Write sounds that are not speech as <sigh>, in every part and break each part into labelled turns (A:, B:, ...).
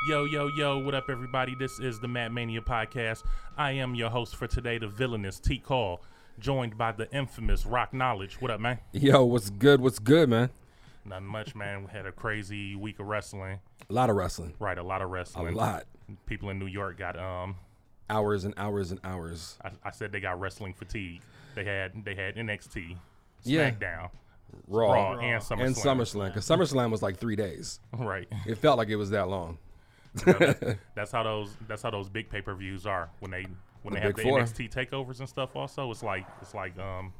A: Yo, yo, yo, what up, everybody? This is the Mad Mania Podcast. I am your host for today, the villainous T Call, joined by the infamous Rock Knowledge. What up, man?
B: Yo, what's good? What's good, man?
A: Nothing much, man. We had a crazy week of wrestling.
B: A lot of wrestling.
A: Right, a lot of
B: A
A: wrestling.
B: lot.
A: People in New York got um
B: Hours and hours and hours.
A: I, I said they got wrestling fatigue. They had they had NXT,
B: Yeah.
A: SmackDown,
B: Raw.
A: Raw, and SummerSlam.
B: And SummerSlam. Because SummerSlam was like three days.
A: Right.
B: It felt like it was that long.
A: You know,
B: <laughs>
A: that's, that's how those that's how those big pay per views are when they when
B: The
A: they have
B: big
A: the
B: four.
A: NXT takeovers and stuff. Also, it's like it's like um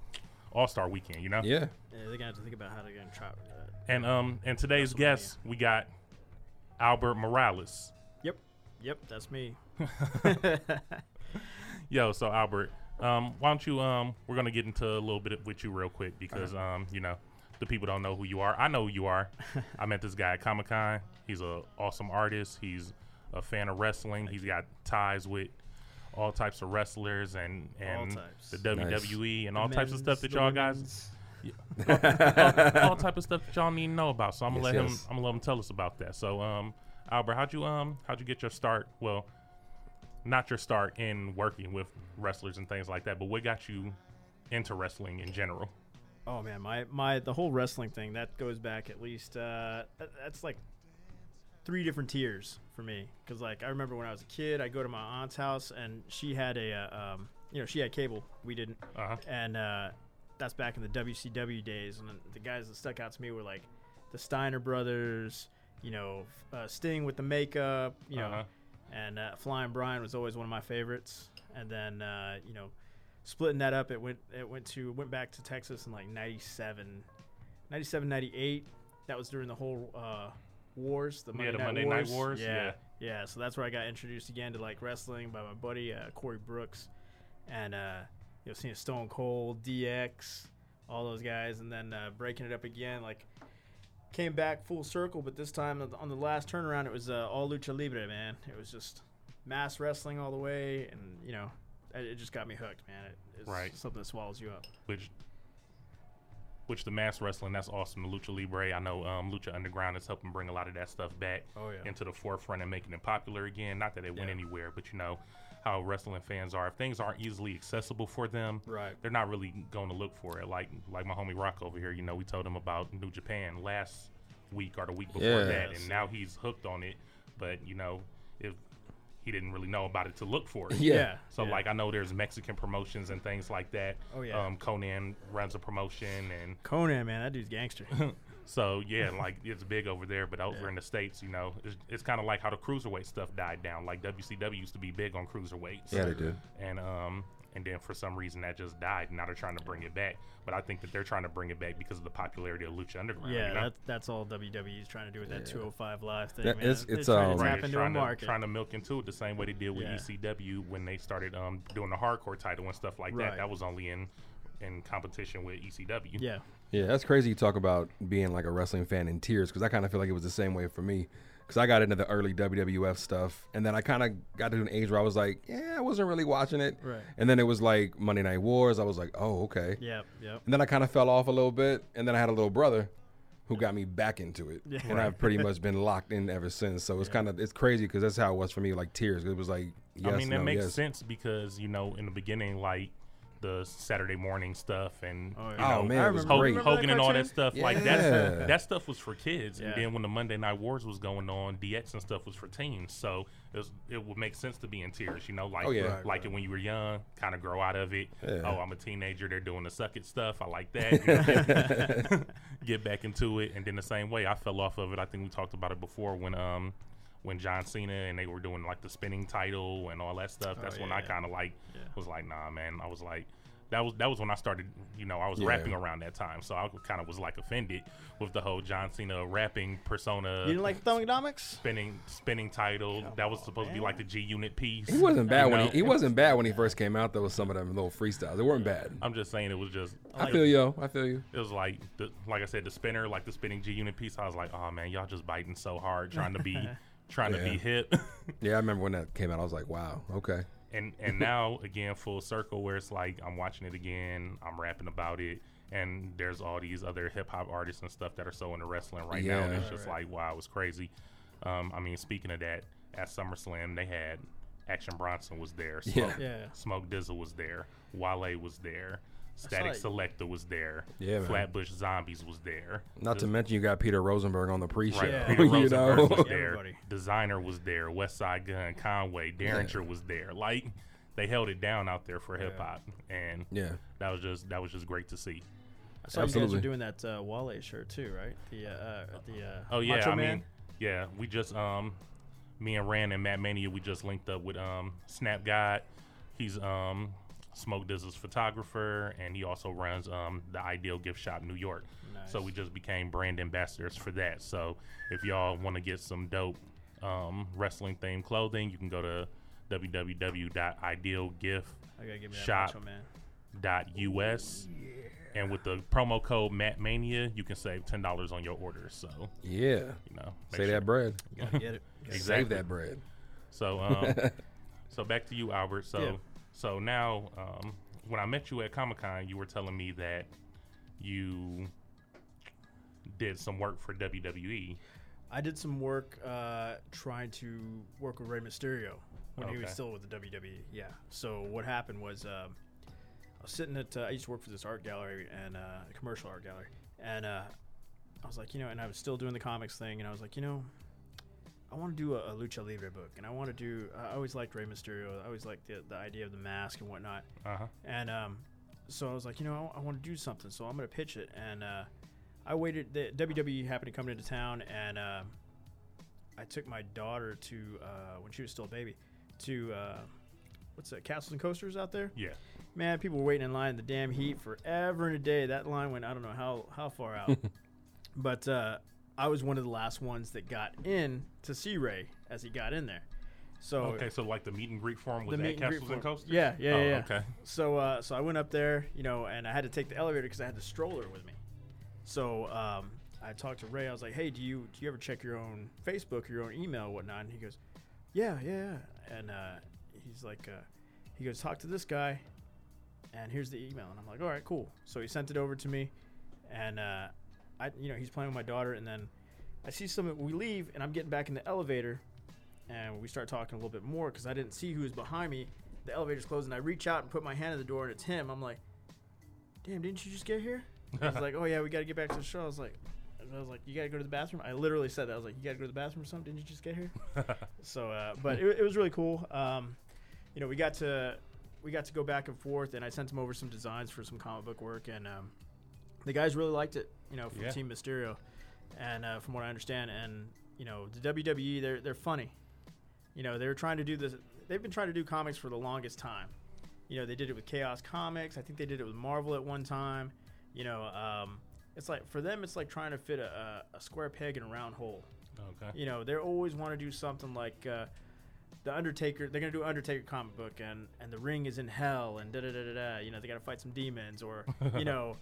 A: All Star Weekend, you know.
B: Yeah.
C: Yeah, they're gonna have to think about how they're gonna try. That.
A: And um and today's guest we got Albert Morales.
C: Yep, yep, that's me.
A: Yo, so Albert, um why don't you um we're gonna get into a little bit of- with you real quick because um you know the people don't know who you are. I know who you are. I met this guy at Comic Con. He's a awesome artist. He's a fan of wrestling. He's got ties with all types of wrestlers and and
C: types.
A: the
B: Nice.
A: WWE and all types of stuff that y'all guys
B: <laughs>
A: all type of stuff that y'all need to know about. So I'm gonna
B: Yes,
A: let him.
B: yes.
A: I'm gonna let him tell us about that. So, um, Albert, how'd you um how'd you get your start? Well, not your start in working with wrestlers and things like that, but what got you into wrestling in general?
C: Oh man, my my the whole wrestling thing that goes back at least uh, that- that's like three different tiers for me. Cause like I remember when I was a kid, I go to my aunt's house and she had a uh, um, you know she had cable, we didn't,
A: Uh-huh.
C: and uh, that's back in the WCW days. And the guys that stuck out to me were like the Steiner brothers, you know, uh, Sting with the makeup, you know.
A: Uh-huh.
C: and uh, Flying Brian was always one of my favorites. And then uh, you know, splitting that up, it went it went to went back to Texas in like 97, 97, 98. That was during the whole uh, wars, the Monday,
A: the
C: Night,
A: Monday Night
C: wars.
A: Wars,
C: Yeah,
A: yeah.
C: yeah, So that's where I got introduced again to like wrestling by my buddy uh, Corey Brooks, and uh, you know, seeing Stone Cold, DX, all those guys, and then uh, breaking it up again like came back full circle, but this time on the- on the last turnaround, it was uh, all lucha libre, man. It was just mass wrestling all the way, and you know, it, it just got me hooked, man. It, it's
A: Right.
C: something that swallows you up.
A: Which, which the mass wrestling that's awesome. The Lucha Libre, I know um, Lucha Underground is helping bring a lot of that stuff back
C: Oh, yeah.
A: into the forefront and making it popular again. Not that it went
C: Yeah.
A: anywhere, but you know how wrestling fans are. If things aren't easily accessible for them,
C: Right.
A: they're not really going to look for it. Like like my homie Rock over here, you know, we told him about New Japan last week or the week before
B: Yeah.
A: that,
C: Yes.
A: and now he's hooked on it. But you know, if he didn't really know about it to look for it.
B: Yeah.
A: So
C: yeah.
A: like I know there's Mexican promotions and things like that.
C: Oh, yeah.
A: Um, Conan runs a promotion, and
C: Conan, man, that dude's gangster. <laughs>
A: so yeah, like it's big over there. But over in the states, you know, it's, it's kind of like how the cruiserweight stuff died down. Like WCW used to be big on cruiserweights.
B: Yeah, they did.
A: And um, and then for some reason that just died. Now they're trying to bring it back. But I think that they're trying to bring it back because of the popularity of Lucha Underground.
C: yeah,
A: you know?
C: that's that's all WWE's trying to do with that 205 live thing,
B: That-
C: man.
B: it's-
C: They're
B: it's,
C: trying
B: um,
C: to
B: Right,
C: tap
A: They're
C: into a
A: trying to,
C: market.
A: trying to milk into it the same way they did with
C: Yeah.
A: ECW when they started um, doing the hardcore title and stuff like that.
C: Right.
A: That was only in in competition with E ECW.
C: yeah,
B: Yeah, that's crazy you talk about being like a wrestling fan in tears because I kind of feel like it was the same way for me. Because I got into the early WWF stuff, and then I kind of got to an age where I was like, yeah, I wasn't really watching it.
C: Right.
B: And then it was like Monday Night Wars. I was like, oh, okay.
C: yep, yep.
B: And then I kind of fell off a little bit. And then I had a little brother who got me back into it.
C: Yeah.
B: And I've pretty much been locked in ever since. So it's kind of, it's crazy because that's how it was for me, like tears. It was like, yes,
A: I mean, that
B: no,
A: makes
B: yes.
A: sense because you know, in the beginning, like the Saturday morning stuff and
C: Oh,
A: you
C: yeah.
A: know,
B: Oh, man, it was
A: Hulk-
B: great.
A: Hogan,
B: Remember
C: that
A: and all that
C: cartoon?
A: stuff. Like
B: Yeah.
A: that, that stuff was for kids.
C: Yeah.
A: And then when the Monday Night Wars was going on, DX and stuff was for teens. So it, was, it would make sense to be in tears. You know, like
B: Oh, yeah.
A: like it when you were young, kind of grow out of it.
B: Yeah.
A: Oh, I'm a teenager. They're doing the suck it stuff. I like that. You know,
B: <laughs>
A: <laughs> get, get back into it, and then the same way, I fell off of it. I think we talked about it before when um when John Cena and they were doing like the spinning title and all that stuff. That's when I
C: Oh, yeah.
A: kind of like
C: Yeah.
A: was like, nah, man. I was like. That was that was when I started, you know, I was
B: Yeah.
A: rapping around that time, so I kind of was like offended with the whole John Cena rapping persona,
C: You didn't like Thumbnomics?
A: spinning spinning title. that was supposed to be like the G Unit piece.
B: He wasn't bad
A: you
B: when
A: know?
B: he, he wasn't bad when he first came out though with some of them little freestyles. They weren't bad.
A: I'm just saying it was just.
B: I feel you. I feel you.
A: It was like, the, like I said, the spinner, like the spinning G unit piece. I was like, oh man, y'all just biting so hard, trying to be, trying to be
B: Yeah.
A: hip. <laughs>
B: Yeah, I remember when that came out. I was like, wow, okay.
A: and
B: <laughs>
A: and now again, full circle, where it's like I'm watching it again, I'm rapping about it, and there's all these other hip hop artists and stuff that are so into wrestling right now, and
B: Yeah.
A: it's just like, wow, it's crazy. Um, I mean, speaking of that, at SummerSlam, they had Action Bronson was there, Smoke,
B: Yeah.
C: Yeah.
A: Smoke Dizzle was there, Wale was there, Static
C: like-
A: Selector was there,
B: Yeah, man.
A: Flatbush Zombies was there.
B: Not to mention you got Peter Rosenberg on the pre-show.
A: Right,
B: <laughs>
C: Yeah.
A: Peter
B: you
A: Rosenberg
B: know,
A: was <laughs> there.
C: Everybody.
A: Designer was there. West Side Gun, Conway, Derringer was there. Like they held it down out there for hip hop, and
B: yeah,
A: that was just that was just great to see.
C: I saw you guys
B: Absolutely.
C: are doing that uh, Wale shirt too, right? The uh, uh, the uh,
A: Oh yeah,
C: Macho
A: I
C: Man.
A: mean, yeah, we just um, me and Rand and Matt Mania, we just linked up with um Snap God. He's um Smoke Dizzle's photographer, and he also runs um the Ideal Gift Shop New York. So we just became brand ambassadors for that. So if y'all want to get some dope um wrestling themed clothing, you can go to www.idealgift.us
C: I gotta give me that
A: Shop.
C: Macho Man.
A: and with the promo code Matt Mania, you can save ten dollars on your order. So
B: yeah.
A: you know, make
B: Say
A: sure-
B: that bread.
C: Gotta <laughs> get it.
B: Save
A: Exactly.
B: that bread.
C: <laughs>
A: So, um, so back to you, Albert. So,
C: Yeah.
A: so now, um, when I met you at Comic Con, you were telling me that you did some work for E. WWE.
C: I did some work uh, trying to work with Rey Mysterio when he
A: Okay.
C: was still with the WWE. Yeah. So what happened was um, I was sitting at uh, I used to work for this art gallery and uh, a commercial art gallery, and uh, I was like, you know, and I was still doing the comics thing, and I was like, you know, I want to do a, a lucha libre book, and I want to do. I always liked Rey Mysterio. I always liked the, the idea of the mask and whatnot.
A: Uh huh.
C: And um, so I was like, you know, I, want to do something, so I'm going to pitch it. And uh, I waited. The WWE happened to come into town, and uh, I took my daughter to uh, when she was still a baby to uh, what's that? Castles and coasters out there.
A: Yeah.
C: Man, people were waiting in line in the damn heat forever and a day. That line went I don't know how how
A: <laughs>
C: far out, but uh, I was one of the last ones that got in to see Ray as he got in there. So
A: Okay. So, like the meet and greet form was
C: Oh, meet
A: at
C: and greet
A: Castles and
C: for-
A: Coasters.
C: Yeah, yeah,
A: Oh,
C: yeah, yeah.
A: okay.
C: So, uh, so I went up there, you know, and I had to take the elevator because I had the stroller with me. So um, I talked to Ray. I was like, "Hey, do you do you ever check your own Facebook, your own email, whatnot?" And he goes, "Yeah, yeah." yeah." And uh, he's like, uh, "He goes, talk to this guy, and here's the email." And I'm like, "All right, cool." So he sent it over to me, and uh, I, you know, he's playing with my daughter, and then I see some. We leave, and I'm getting back in the elevator, and we start talking a little bit more because I didn't see who was behind me. The elevator's closed, and I reach out and put my hand in the door, and it's him. I'm like, "Damn, didn't you just get here?" He's like, "Oh yeah, we got to get back to the show." I was like, "I was like, you got to go to the bathroom." I literally said that. I was like, "You got to go to the bathroom or something? Didn't you just get here?" so, uh, but it, it was really cool. Um, you know, we got to we got to go back and forth, and I sent him over some designs for some comic book work, and um, the guys really liked it. You know, from
A: Yeah.
C: Team Mysterio, and uh, from what I understand, and you know, the WWE they're they're funny. You know, they were trying to do this. They've been trying to do comics for the longest time. You know, they did it with Chaos Comics. I think they did it with Marvel at one time. You know, um, it's like for them, it's like trying to fit a, a, a square peg in a round hole.
A: Okay.
C: You know, they always want to do something like uh, the Undertaker. They're gonna do an Undertaker comic book, and and the ring is in hell, and da da da da da. You know, they gotta fight some demons, or you know,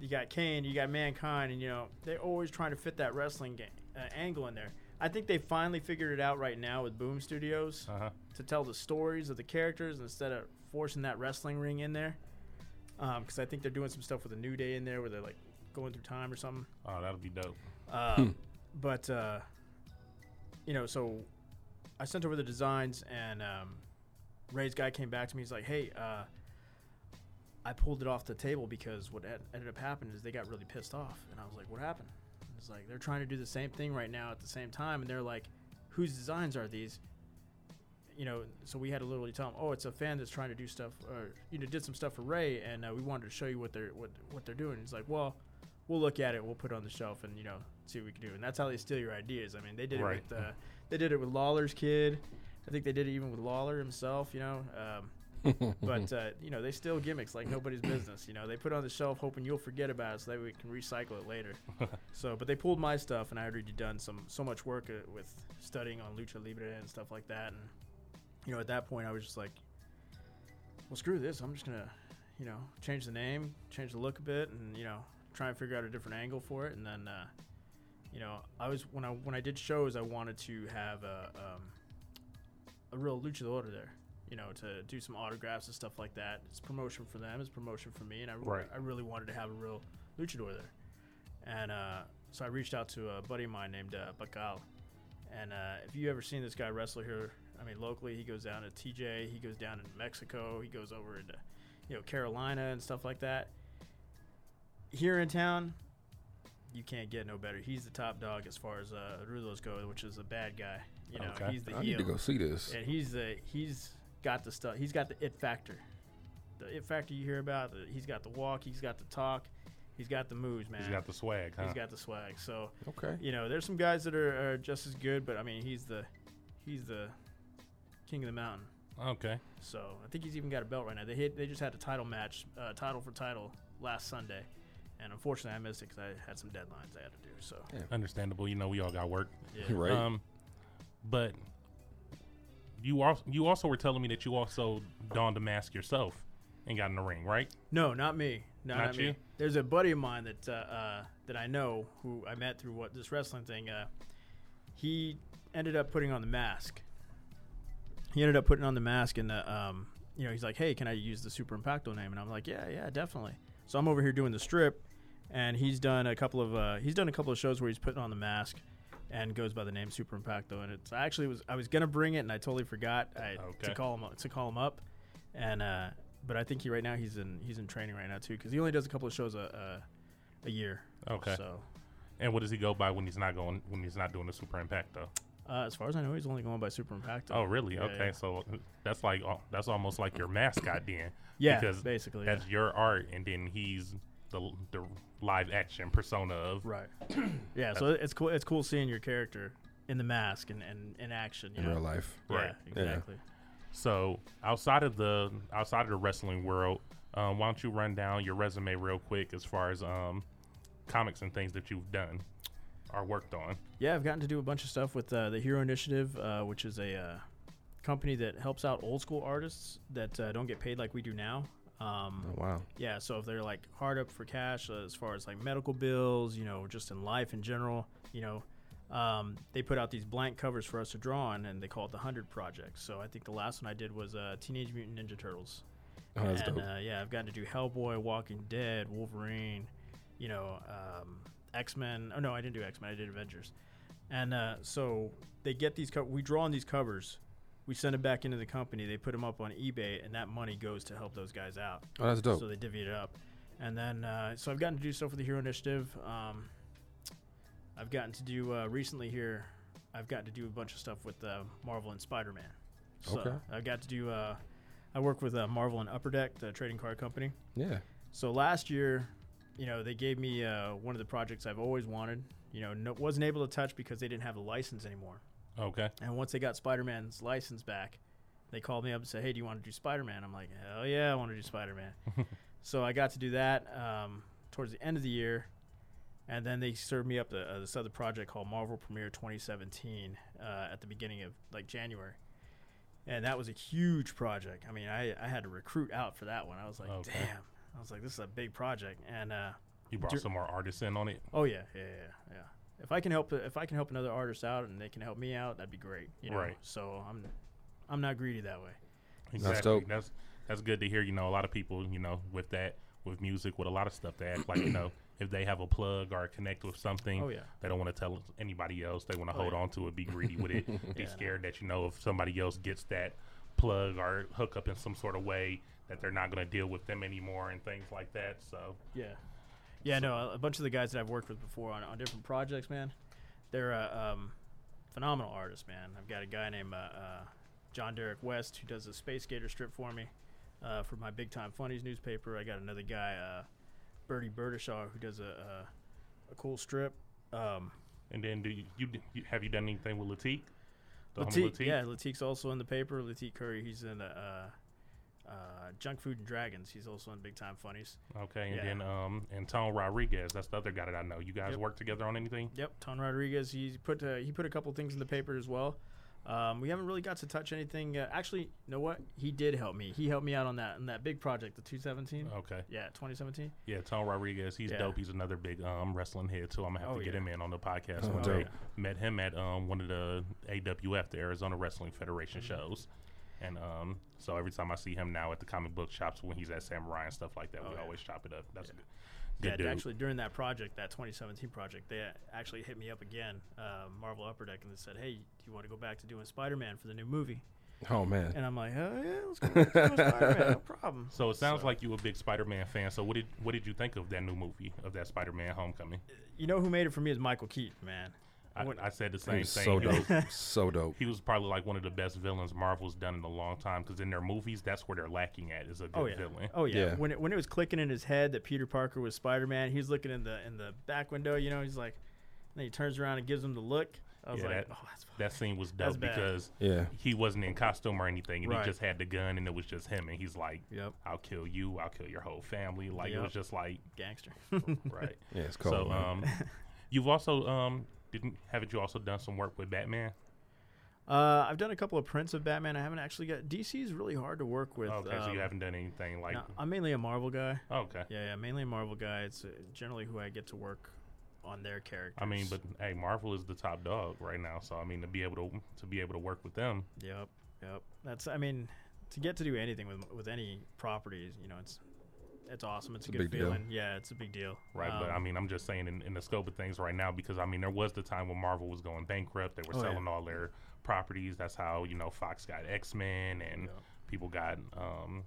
C: you got Kane, you got Mankind, and you know, they're always trying to fit that wrestling ga- uh, angle in there. I think they finally figured it out right now with Boom Studios
A: Uh huh.
C: to tell the stories of the characters instead of forcing that wrestling ring in there. Because I think they're doing some stuff with a New Day in there where they're like going through time or something.
A: Oh, that'll be dope.
C: Uh, But uh, you know, so I sent over the designs, and um, Ray's guy came back to me. He's like, "Hey, uh, I pulled it off the table because what ed- ended up happening is they got really pissed off." And I was like, "What happened?" It's like they're trying to do the same thing right now at the same time, and they're like, "Whose designs are these?" You know, so we had to literally tell them, "Oh, it's a fan that's trying to do stuff, or you know, did some stuff for Ray, and uh, we wanted to show you what they're what what they're doing." He's like, "Well, we'll look at it, we'll put it on the shelf, and you know, see what we can do." And that's how they steal your ideas. I mean, they did
A: Right.
C: it with uh, they did it with Lawler's kid. I think they did it even with Lawler himself. You know. Um, but uh, you know they steal gimmicks like nobody's business. You know they put it on the shelf hoping you'll forget about it so that we can recycle it later. so, but they pulled my stuff, and I had already done some so much work uh, with studying on lucha libre and stuff like that. And you know at that point I was just like, well, screw this. I'm just gonna, you know, change the name, change the look a bit, and you know try and figure out a different angle for it. And then, uh, you know, I was when I when I did shows, I wanted to have a um, a real luchador there you know, to do some autographs and stuff like that. It's promotion for them, it's promotion for me, and I,
A: Right.
C: I really wanted to have a real luchador there. And uh, so I reached out to a buddy of mine named uh, Bacal, and uh, if you ever seen this guy wrestle here, I mean locally, he goes down to TJ, he goes down in Mexico, he goes over into you know Carolina and stuff like that. Here in town, you can't get no better. He's the top dog as far as uh, Rulos go, which is a bad guy. You know,
A: Okay.
C: he's the
B: I
C: heel,
B: need to go see this.
C: and he's the he's got the stuff. He's got the it factor, the it factor you hear about. The, he's got the walk, he's got the talk, he's got the moves, man.
A: He's got the swag, huh?
C: he's got the swag. So
B: Okay.
C: you know, there's some guys that are, are just as good, but I mean, he's the he's the king of the mountain.
A: okay.
C: So I think he's even got a belt right now. They hit, they just had a title match, uh, title for title, last Sunday, and unfortunately I missed it because I had some deadlines I had to do. So
A: Understandable. You know, we all got work.
C: yeah,
B: <laughs> Right.
A: Um, but you also you also were telling me that you also donned a mask yourself and got in the ring, right?
C: no, not me, no,
A: Not
C: not, me.
A: you?
C: There's a buddy of mine that uh, uh, that I know who I met through what this wrestling thing. Uh, he ended up putting on the mask. He ended up putting on the mask, and the, um, you know, he's like, "Hey, can I use the Super Impacto name?" And I'm like, "Yeah, yeah, definitely." So I'm over here doing the strip, and he's done a couple of uh, he's done a couple of shows where he's putting on the mask, and goes by the name Super Impacto. And it's I actually was I was gonna bring it, and I totally forgot I,
A: Okay.
C: to call him up- to call him up, and uh, but I think he right now he's in he's in training right now too because he only does a couple of shows a a, a year.
A: Okay.
C: So
A: And what does he go by when he's not going when he's not doing the super impact though?
C: uh, as far as I know, he's only going by Super Impacto.
A: Oh, really?
C: Yeah,
A: okay,
C: yeah.
A: so that's like al- that's almost like your mascot then.
C: Yeah,
A: because
C: basically.
A: That's your art, and then he's the the live action persona of.
C: yeah.
B: <clears throat>
C: Right. yeah, so it's cool. It's cool seeing your character in the mask and, and in action. You
B: In
C: know?
B: real life.
C: Yeah,
A: Right.
B: Yeah.
C: Exactly.
A: So outside of the outside of the wrestling world, um, why don't you run down your resume real quick as far as um, comics and things that you've done or worked on?
C: Yeah, I've gotten to do a bunch of stuff with uh, the Hero Initiative, uh, which is a uh, company that helps out old school artists that uh, don't get paid like we do now. Um,
B: Oh, wow.
C: Yeah, so if they're like hard up for cash uh, as far as like medical bills, you know, just in life in general, you know, um, they put out these blank covers for us to draw on, and they call it the Hundred Project. So I think the last one I did was uh, Teenage Mutant Ninja Turtles.
B: Oh, that's
C: and
B: dope.
C: Uh, yeah, I've gotten to do Hellboy, Walking Dead, Wolverine, you know, um, X Men. Oh no, I didn't do X Men. I did Avengers. And uh, so they get these. Co- we draw on these covers. We send them back into the company. They put them up on eBay, and that money goes to help those guys out.
B: Oh, that's dope.
C: So they divvied it up. And then, uh, so I've gotten to do stuff with the Hero Initiative. Um, I've gotten to do uh, recently here. I've gotten to do a bunch of stuff with uh, Marvel and Spider Man. So
B: Okay.
C: I've got to do. Uh, I work with uh, Marvel and Upper Deck, the trading card company.
B: yeah.
C: So last year, you know, they gave me uh, one of the projects I've always wanted. You know, no, wasn't able to touch because they didn't have a license anymore.
A: Okay.
C: And once they got Spider Man's license back, they called me up and said, Hey, do you want to do Spider Man? I'm like, Hell yeah, I want to do Spider Man. so I got to do that um, towards the end of the year. And then they served me up the, uh, this other project called Marvel Premiere 2017 uh, at the beginning of like January. And that was a huge project. I mean, I, I had to recruit out for that one. I was like,
A: Okay.
C: Damn. I was like, This is a big project. And, uh,
A: You brought
C: Dur-
A: some more artists in on it.
C: Oh yeah, yeah, yeah, yeah. If I can help, if I can help another artist out and they can help me out, that'd be great. You know?
A: Right.
C: So I'm, I'm not greedy that way.
A: Exactly.
B: dope.
A: That's that's good to hear. You know, a lot of people, you know, with that, with music, with a lot of stuff, they act like you
C: <clears throat>
A: know, if they have a plug or connect with something,
C: Oh, yeah.
A: they don't want to tell anybody else. They want to
C: Oh,
A: hold
C: yeah.
A: on to it, be greedy with
C: <laughs>
A: it, be
C: Yeah, I know.
A: scared that you know if somebody else gets that plug or hook up in some sort of way that they're not going to deal with them anymore and things like that. So
C: Yeah. Yeah. No, a bunch of the guys that I've worked with before on, on different projects, man, they're uh, um, phenomenal artists, man. I've got a guy named uh, uh, John Derek West who does a Space Gator strip for me uh, for my Big Time Funnies newspaper. I got another guy, uh, Bertie Burdishaw, who does a, a, a cool strip. Um,
A: and then do you, you, d- you have you done anything with Latique? The homie
C: Latique, yeah, Latique's also in the paper. Latique Curry, he's in uh, uh, Junk Food and Dragons. He's also in Big Time Funnies.
A: Okay, and
C: Yeah.
A: then um, and Tom Rodriguez, that's the other guy that I know. You guys
C: Yep.
A: work together on anything?
C: Yep, Ton Rodriguez. He's put uh, he put a couple things in the paper as well. Um, we haven't really got to touch anything. Uh, actually, you know what? He did help me. He helped me out on that on that big project, the 217.
A: Okay.
C: Yeah, 2017.
A: Yeah, Tom Rodriguez, he's
C: Yeah.
A: dope. He's another big um, wrestling head too. I'm gonna have
C: Oh,
A: to get
C: yeah.
A: him in on the podcast.
B: Oh,
A: one day.
B: dope.
A: Met him at um, one of the AWF, the Arizona Wrestling Federation
C: Mm-hmm.
A: shows, and um, so every time I see him now at the comic book shops when he's at Samurai and stuff like that,
C: Oh,
A: we
C: yeah.
A: always chop it up. That's good. Good
C: yeah,
A: dude.
C: actually during that project, that 2017 project, they actually hit me up again, uh, Marvel Upper Deck, and they said, "Hey, do you want to go back to doing Spider-Man for the new movie?"
B: Oh man.
C: And I'm like, "Oh yeah, let's go back to doing
A: <laughs>
C: Spider-Man, no problem."
A: So it sounds like you a big Spider-Man fan. So what did what did you think of that new movie of that Spider-Man Homecoming?
C: You know who made it for me is Michael Keaton, man.
A: I,
C: What-
A: I said the
B: He
A: same
B: was
A: thing.
B: so
A: He was-
B: dope. so dope.
A: <laughs> he was probably like one of the best villains Marvel's done in a long time because in their movies, that's where they're lacking at is a good
C: Oh yeah.
A: villain.
C: Oh yeah.
B: Yeah.
C: When it when it was clicking in his head that Peter Parker was Spider Man, he was looking in the in the back window, you know, he's like and then he turns around and gives him the look. I was
A: Yeah,
C: like,
A: that-
C: Oh that's fucking
A: That scene was
C: That's
A: dope
C: bad.
A: because
B: Yeah.
A: he wasn't in costume or anything, and
C: Right.
A: he just had the gun, and it was just him, and he's like,
C: <laughs> Yep.
A: "I'll kill you, I'll kill your whole family." Like it
C: Yep.
A: was just like,
C: gangster. <laughs>
B: <laughs>
A: right.
B: Yeah, it's cold.
A: so,
B: man. <laughs>
A: um, you've also um didn't haven't you also done some work with Batman?
C: uh I've done a couple of prints of Batman. I haven't actually got DC's really hard to work with.
A: okay, so
C: um,
A: you haven't done anything like. oh,
C: no, I'm mainly a Marvel guy.
A: Okay.
C: Yeah, yeah, mainly a Marvel guy. It's uh, generally who I get to work on their characters.
A: I mean, but hey, Marvel is the top dog right now, so I mean to be able to to be able to work with them,
C: Yep, yep. That's I mean, to get to do anything with with any properties, you know, it's it's awesome. It's,
B: It's
C: a
B: a
C: good
B: big deal.
C: feeling. Yeah, it's a big deal.
A: right? but
C: Um,
A: I mean, I'm just saying in, in the scope of things right now because I mean there was the time when Marvel was going bankrupt, they were
C: Oh, yeah.
A: selling all their properties. That's how you know Fox got X Men and
C: Yeah.
A: people got um,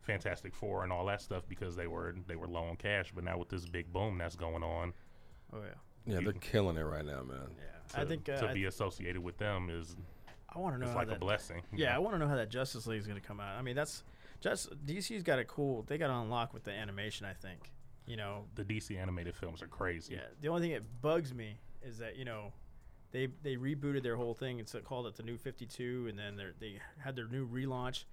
A: Fantastic Four and all that stuff because they were they were low on cash. But now with this big boom that's going on,
C: oh yeah,
B: yeah, they're killing it right now, man.
C: yeah.
A: to,
C: I think uh,
A: to
C: I,
A: be associated with them is
C: I want to know
A: it's
C: how
A: like a
C: that,
A: blessing. you
C: Yeah, I
A: know?
C: want to know how that Justice League is going to come out. I mean, that's just DC's got a cool. They got to unlock with the animation. I think. You know,
A: the DC animated films are crazy.
C: yeah. The only thing that bugs me is that you know. They, they rebooted their whole thing and so called it the new 52 and then they're- they had their new relaunch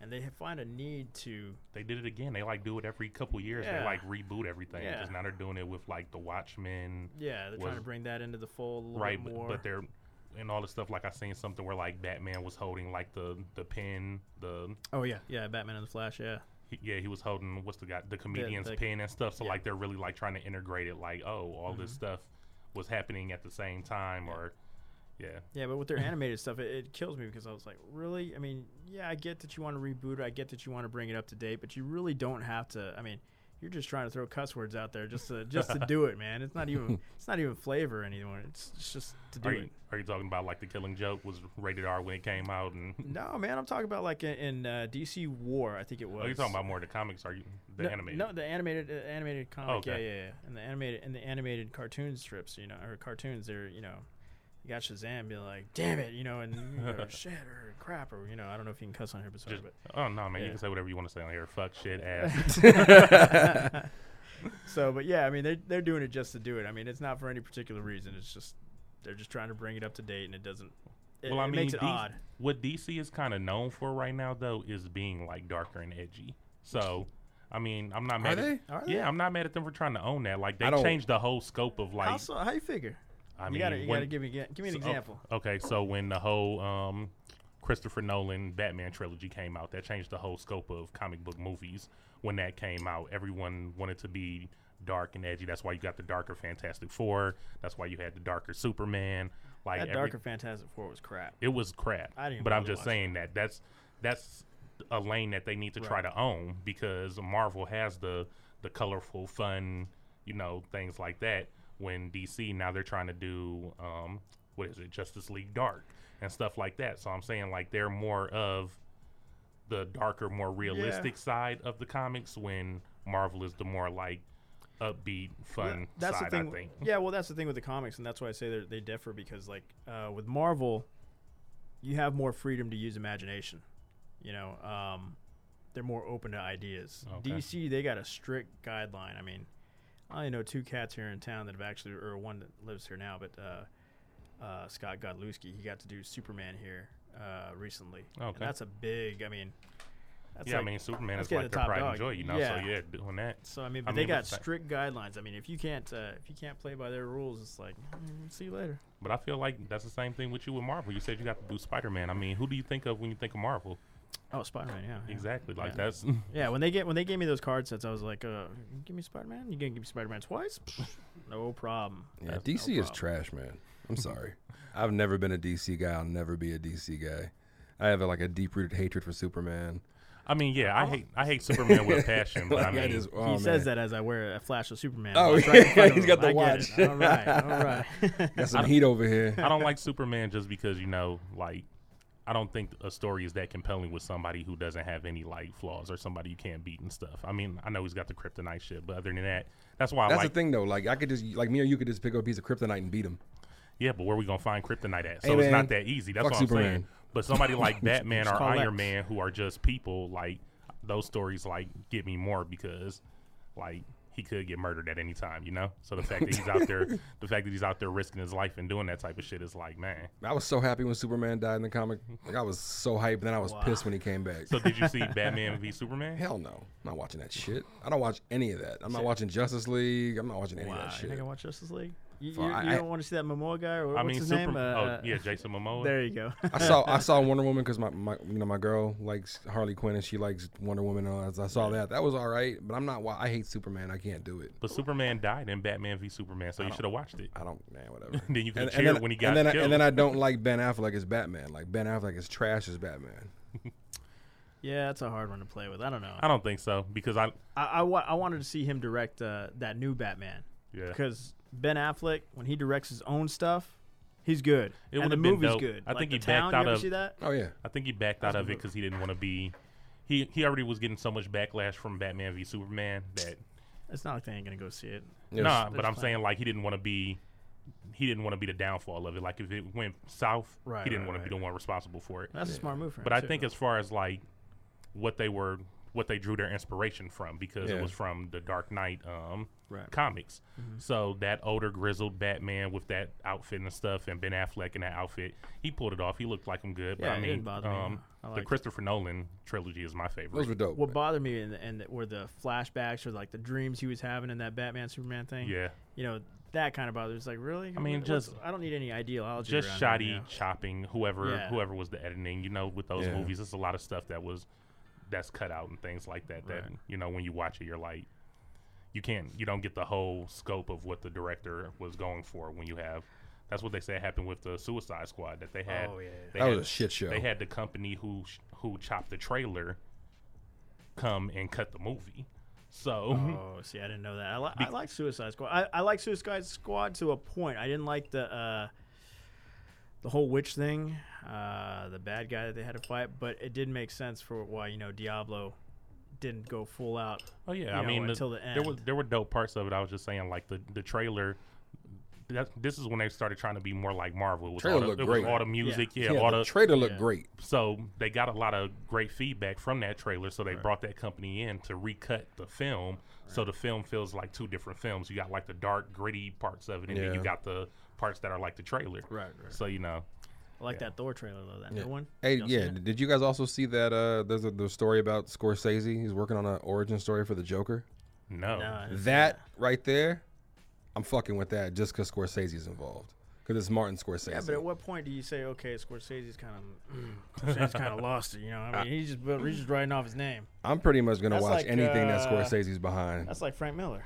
C: and they find a need to
A: They did it again. They like do it every couple years.
C: Yeah.
A: They like reboot everything
C: Yeah.
A: because now they're doing it with like the Watchmen,
C: Yeah, they're trying to
A: was-
C: bring that into the fold a little
A: right?
C: bit
A: But,
C: more.
A: but they're and all the stuff. Like I seen something where like Batman was holding like the the pin, the
C: oh yeah, yeah, Batman and the Flash, yeah,
A: he- yeah he was holding what's the guy the comedian's
C: the-
A: pin and stuff. So
C: yeah. Mm-hmm.
A: like they're really like trying to integrate it. Like oh, all this stuff was happening at the same time, or yeah,
C: yeah. But with <laughs> their animated stuff, it, it kills me because I was like, really? I mean, yeah, I get that you want to reboot, it, I get that you want to bring it up to date, but you really don't have to. I mean, you're just trying to throw cuss words out there just to just <laughs> to do it, man. It's not even it's not even flavor anymore. It's, it's just to do
A: Are
C: it.
A: you, are you talking about like the Killing Joke was rated R when it came out? And
C: No, man, I'm talking about like in, in uh, DC War, I think it was.
A: oh, you're talking about more the comics? Are you the
C: no,
A: animated? Oh,
C: No, the animated uh, animated comic.
A: Okay.
C: Yeah, yeah, yeah. And the animated and the animated cartoon strips, you know, or cartoons. They're you know, you got Shazam being like, "Damn it," you know, and you know,
A: <laughs>
C: shit or crap or you know, I don't know if you can cuss on here, but sorry,
A: Just-
C: but
A: oh no, man!
C: Yeah.
A: You can say whatever you want to say on here. Fuck, shit, ass.
C: <laughs> so, but yeah, I mean, they're they're doing it just to do it. I mean, it's not for any particular reason. It's just they're just trying to bring it up to date, and it doesn't. It,
A: well, I
C: it
A: mean,
C: makes it
A: D-
C: odd.
A: what DC is kind of known for right now, though, is being like darker and edgy. So, I mean, I'm not mad.
B: they?
A: At,
C: Are
A: yeah, I'm not mad at them for trying to own that. Like they
B: I don't-
A: changed the whole scope of like.
C: how so? How you figure?
A: I
C: you
A: mean,
C: gotta you
A: when-
C: gotta give me give me
A: so-
C: an
A: oh,
C: example.
A: okay, so when the whole um, Christopher Nolan Batman trilogy came out, that changed the whole scope of comic book movies. When that came out, everyone wanted to be dark and edgy. That's why you got the darker Fantastic Four. That's why you had the darker Superman. Like
C: That
A: every-
C: Darker Fantastic Four was crap.
A: It was crap.
C: I didn't
A: but I'm
C: bother
A: just saying that that's that's a lane that they need to try to own because Marvel has the the colorful, fun, you know, things like that. When DC now they're trying to do um, what is it, Justice League Dark and stuff like that. So I'm saying like they're more of the darker, more realistic side of the comics. When Marvel is the more like upbeat, fun
C: Yeah, that's
A: side.
C: the thing.
A: I think.
C: <laughs> Yeah, well, that's the thing with the comics, and that's why I say they're- they differ because, like, uh, with Marvel, you have more freedom to use imagination. You know, um, they're more open to ideas.
A: Okay.
C: DC, they got a strict guideline. I mean, I only know two cats here in town that have actually, or one that lives here now, but uh, uh, Scott Godlewski, he got to do Superman here uh, recently. And
A: Okay.
C: that's a big. I mean, that's
A: Yeah,
C: like,
A: I mean Superman
C: let's
A: is
C: get
A: like
C: the
A: their
C: top
A: pride
C: dog.
A: and joy, you know.
C: Yeah.
A: So yeah, doing that.
C: So I mean,
A: I
C: but
A: mean,
C: they got
A: it's like-
C: strict guidelines. I mean, if you can't uh, if you can't play by their rules, it's like mm, see you later.
A: But I feel like that's the same thing with you with Marvel. You said you got to do Spider Man. I mean, who do you think of when you think of Marvel?
C: Oh, Spider Man, yeah, yeah.
A: Exactly. Like
C: Yeah.
A: that's <laughs>
C: Yeah, when they get when they gave me those card sets, I was like, uh, "Give me Spider Man. You gonna give me Spider
B: <laughs>
C: Man twice? Psh, no problem."
B: Yeah,
A: That's
B: DC
C: no
B: is
C: problem.
B: trash, man.
A: <laughs>
B: I'm sorry. I've never been a DC guy. I'll never be a DC guy. I have like a deep rooted hatred for Superman.
A: I mean, yeah, I hate I hate Superman
B: <laughs>
A: with a passion, but I
B: Like,
A: mean,
B: that is- oh,
C: he
B: man.
C: says that as I wear a flash of Superman.
B: Oh, <laughs>
C: watch right in
B: yeah,
C: front of
B: he's
C: him.
B: got the
C: I get
B: watch.
C: it. All right,
B: <laughs>
C: all right.
B: Got some heat over here.
A: I don't like Superman just because you know, like, I don't think a story is that compelling with somebody who doesn't have any like flaws or somebody you can't beat and stuff. I mean, I know he's got the kryptonite shit, but other than that, that's why
B: That's
A: I
B: the
A: like.
B: thing though. Like I could just like me or you could just pick up a piece of kryptonite and beat him.
A: yeah, but where we gonna find kryptonite at? So
B: Hey,
A: it's
B: man,
A: not that easy. That's
B: fuck
A: what I'm saying.
B: Superman.
A: But somebody
B: <laughs>
A: like Batman or
C: call
A: Iron
C: Lex.
A: Man who are just people, like those stories, like get me more because, like. He could get murdered at any time, you know. So the fact that he's out
B: <laughs>
A: there, the fact that he's out there risking his life and doing that type of shit is like, man.
B: I was so happy when Superman died in the comic. Like I was so hyped, and then I was pissed when he came back.
A: So did you see Batman v Superman?
B: Hell no, I'm not watching
A: <sighs>
B: that shit. I don't watch any of that. I'm not watching Justice League. I'm not watching any
C: <laughs> Wow,
B: of that
C: you
B: shit.
C: think I watch Justice League? You,
B: Well,
C: you-
B: I-
C: you
B: I-
C: don't want to see that Momoa guy or
A: I
C: what's
A: mean,
C: his
A: Super.
C: name?
A: oh
C: Uh,
A: yeah, Jason Momoa.
C: <laughs> There you go. <laughs>
B: I saw
A: <laughs>
B: I saw Wonder Woman because my, my you know my girl likes Harley Quinn and she likes Wonder Woman. And all that. I saw that. That was all right, but I'm not. wa- I hate Superman. I can't do it.
A: But Superman died in Batman v Superman, so you should have watched it. <laughs>
B: I don't. Man, whatever.
A: Then you could
B: Oh. and,
A: cheer
B: and then,
A: when he got
B: and then I,
A: killed.
B: and then I don't like Ben Affleck as Batman. Like Ben Affleck is trash as Batman.
C: yeah, that's a hard one to play with. I don't know.
A: I don't think so because I
C: I, I, wa- I wanted to see him direct uh, that new Batman
A: yeah.
C: because Ben Affleck, when he directs his own stuff, he's good.
A: It
C: and
A: would've
C: the
A: been
C: movie's
A: dope.
C: good.
A: I
C: Like
A: think
C: The
A: he backed
C: Town, you
A: out
C: ever
A: of-
C: see that?
B: Oh yeah.
A: I think he backed out of it because he didn't want to be. He he already was getting so much backlash from Batman v Superman that
C: It's not like they ain't gonna go see it.
B: Yes.
A: nah. But
C: There's
A: I'm
C: plenty.
A: saying like he didn't want to be. He didn't want to be the downfall of it. Like if it went south,
C: Right,
A: he didn't
C: right,
A: want
C: right,
A: to be the one responsible for it.
C: That's a smart move for him.
A: But I
C: too,
A: think
C: though.
A: as far as like what they were, what they drew their inspiration from, because
B: Yeah.
A: it was from the Dark Knight um,
C: Right. Mm-hmm.
A: comics. So that older grizzled Batman with that outfit and stuff, and Ben Affleck in that outfit, he pulled it off. He looked like him good.
C: Yeah,
A: but I
C: it
A: mean,
C: didn't bother me.
A: um, the
C: I liked it.
A: Christopher Nolan trilogy is my favorite.
B: Those were dope.
C: what bothered me and and were the flashbacks or like the dreams he was having in that Batman Superman thing.
A: yeah,
C: you know that kind of bothers. Like really?
A: I mean,
C: What- what's-
A: just-
C: I don't need any ideology.
A: just
C: around
A: shoddy
C: That,
A: chopping. Whoever
C: Yeah.
A: whoever was the editing, you know, with those
B: Yeah.
A: movies, it's a lot of stuff that was that's cut out and things like that. That
C: Right.
A: you know, when you watch it, you're like. You can't. You don't get the whole scope of what the director was going for when you have. That's what they say happened with the Suicide Squad. That they had.
C: Oh, yeah.
A: they
B: that
A: had
B: was a shit show.
A: They had the company who sh- who chopped the trailer come and cut the movie. So
C: yeah. Oh, see, I didn't know that. I, li- I like Suicide Squad. I, I like Suicide Squad to a point. I didn't like the uh, the whole witch thing, uh, the bad guy that they had to fight, but it did make sense for why you know Diablo didn't go full out.
A: oh yeah,
C: You
A: I
C: know,
A: mean the-
C: until the
A: there were
C: end.
A: there were dope parts of it. I was just saying like the the trailer. That, this is when they started trying to be more like Marvel. It was,
B: Trailer
A: all the,
B: looked
A: it was
B: great.
A: all the music, yeah,
B: Yeah,
A: all
B: the
A: the
B: trailer looked
C: yeah.
B: great.
A: so they got a lot of great feedback from that trailer. So they brought that company in to recut the film. So the film feels like two different films. You got like the dark, gritty parts of it, and then you
B: Yeah.
A: got the parts that are like the trailer.
C: Right, right.
A: So you know,
C: I like that Thor trailer though. That new one.
B: Hey,
C: Y'all seen
B: yeah.
C: it?
B: Did you guys also see that? Uh, there's a the story about Scorsese. He's working on an origin story for the Joker.
A: no,
C: No, I didn't see
B: That right there, I'm fucking with that just because Scorsese is involved. Because it's Martin Scorsese.
C: Yeah, but at what point do you say, okay, Scorsese's kind of, <clears throat> Scorsese's kind of lost it? You know, I mean, he's just bu- he's just writing off his name.
B: I'm pretty much gonna
C: That's
B: watch
C: like,
B: anything that
C: uh,
B: Scorsese's behind.
C: That's like Frank Miller.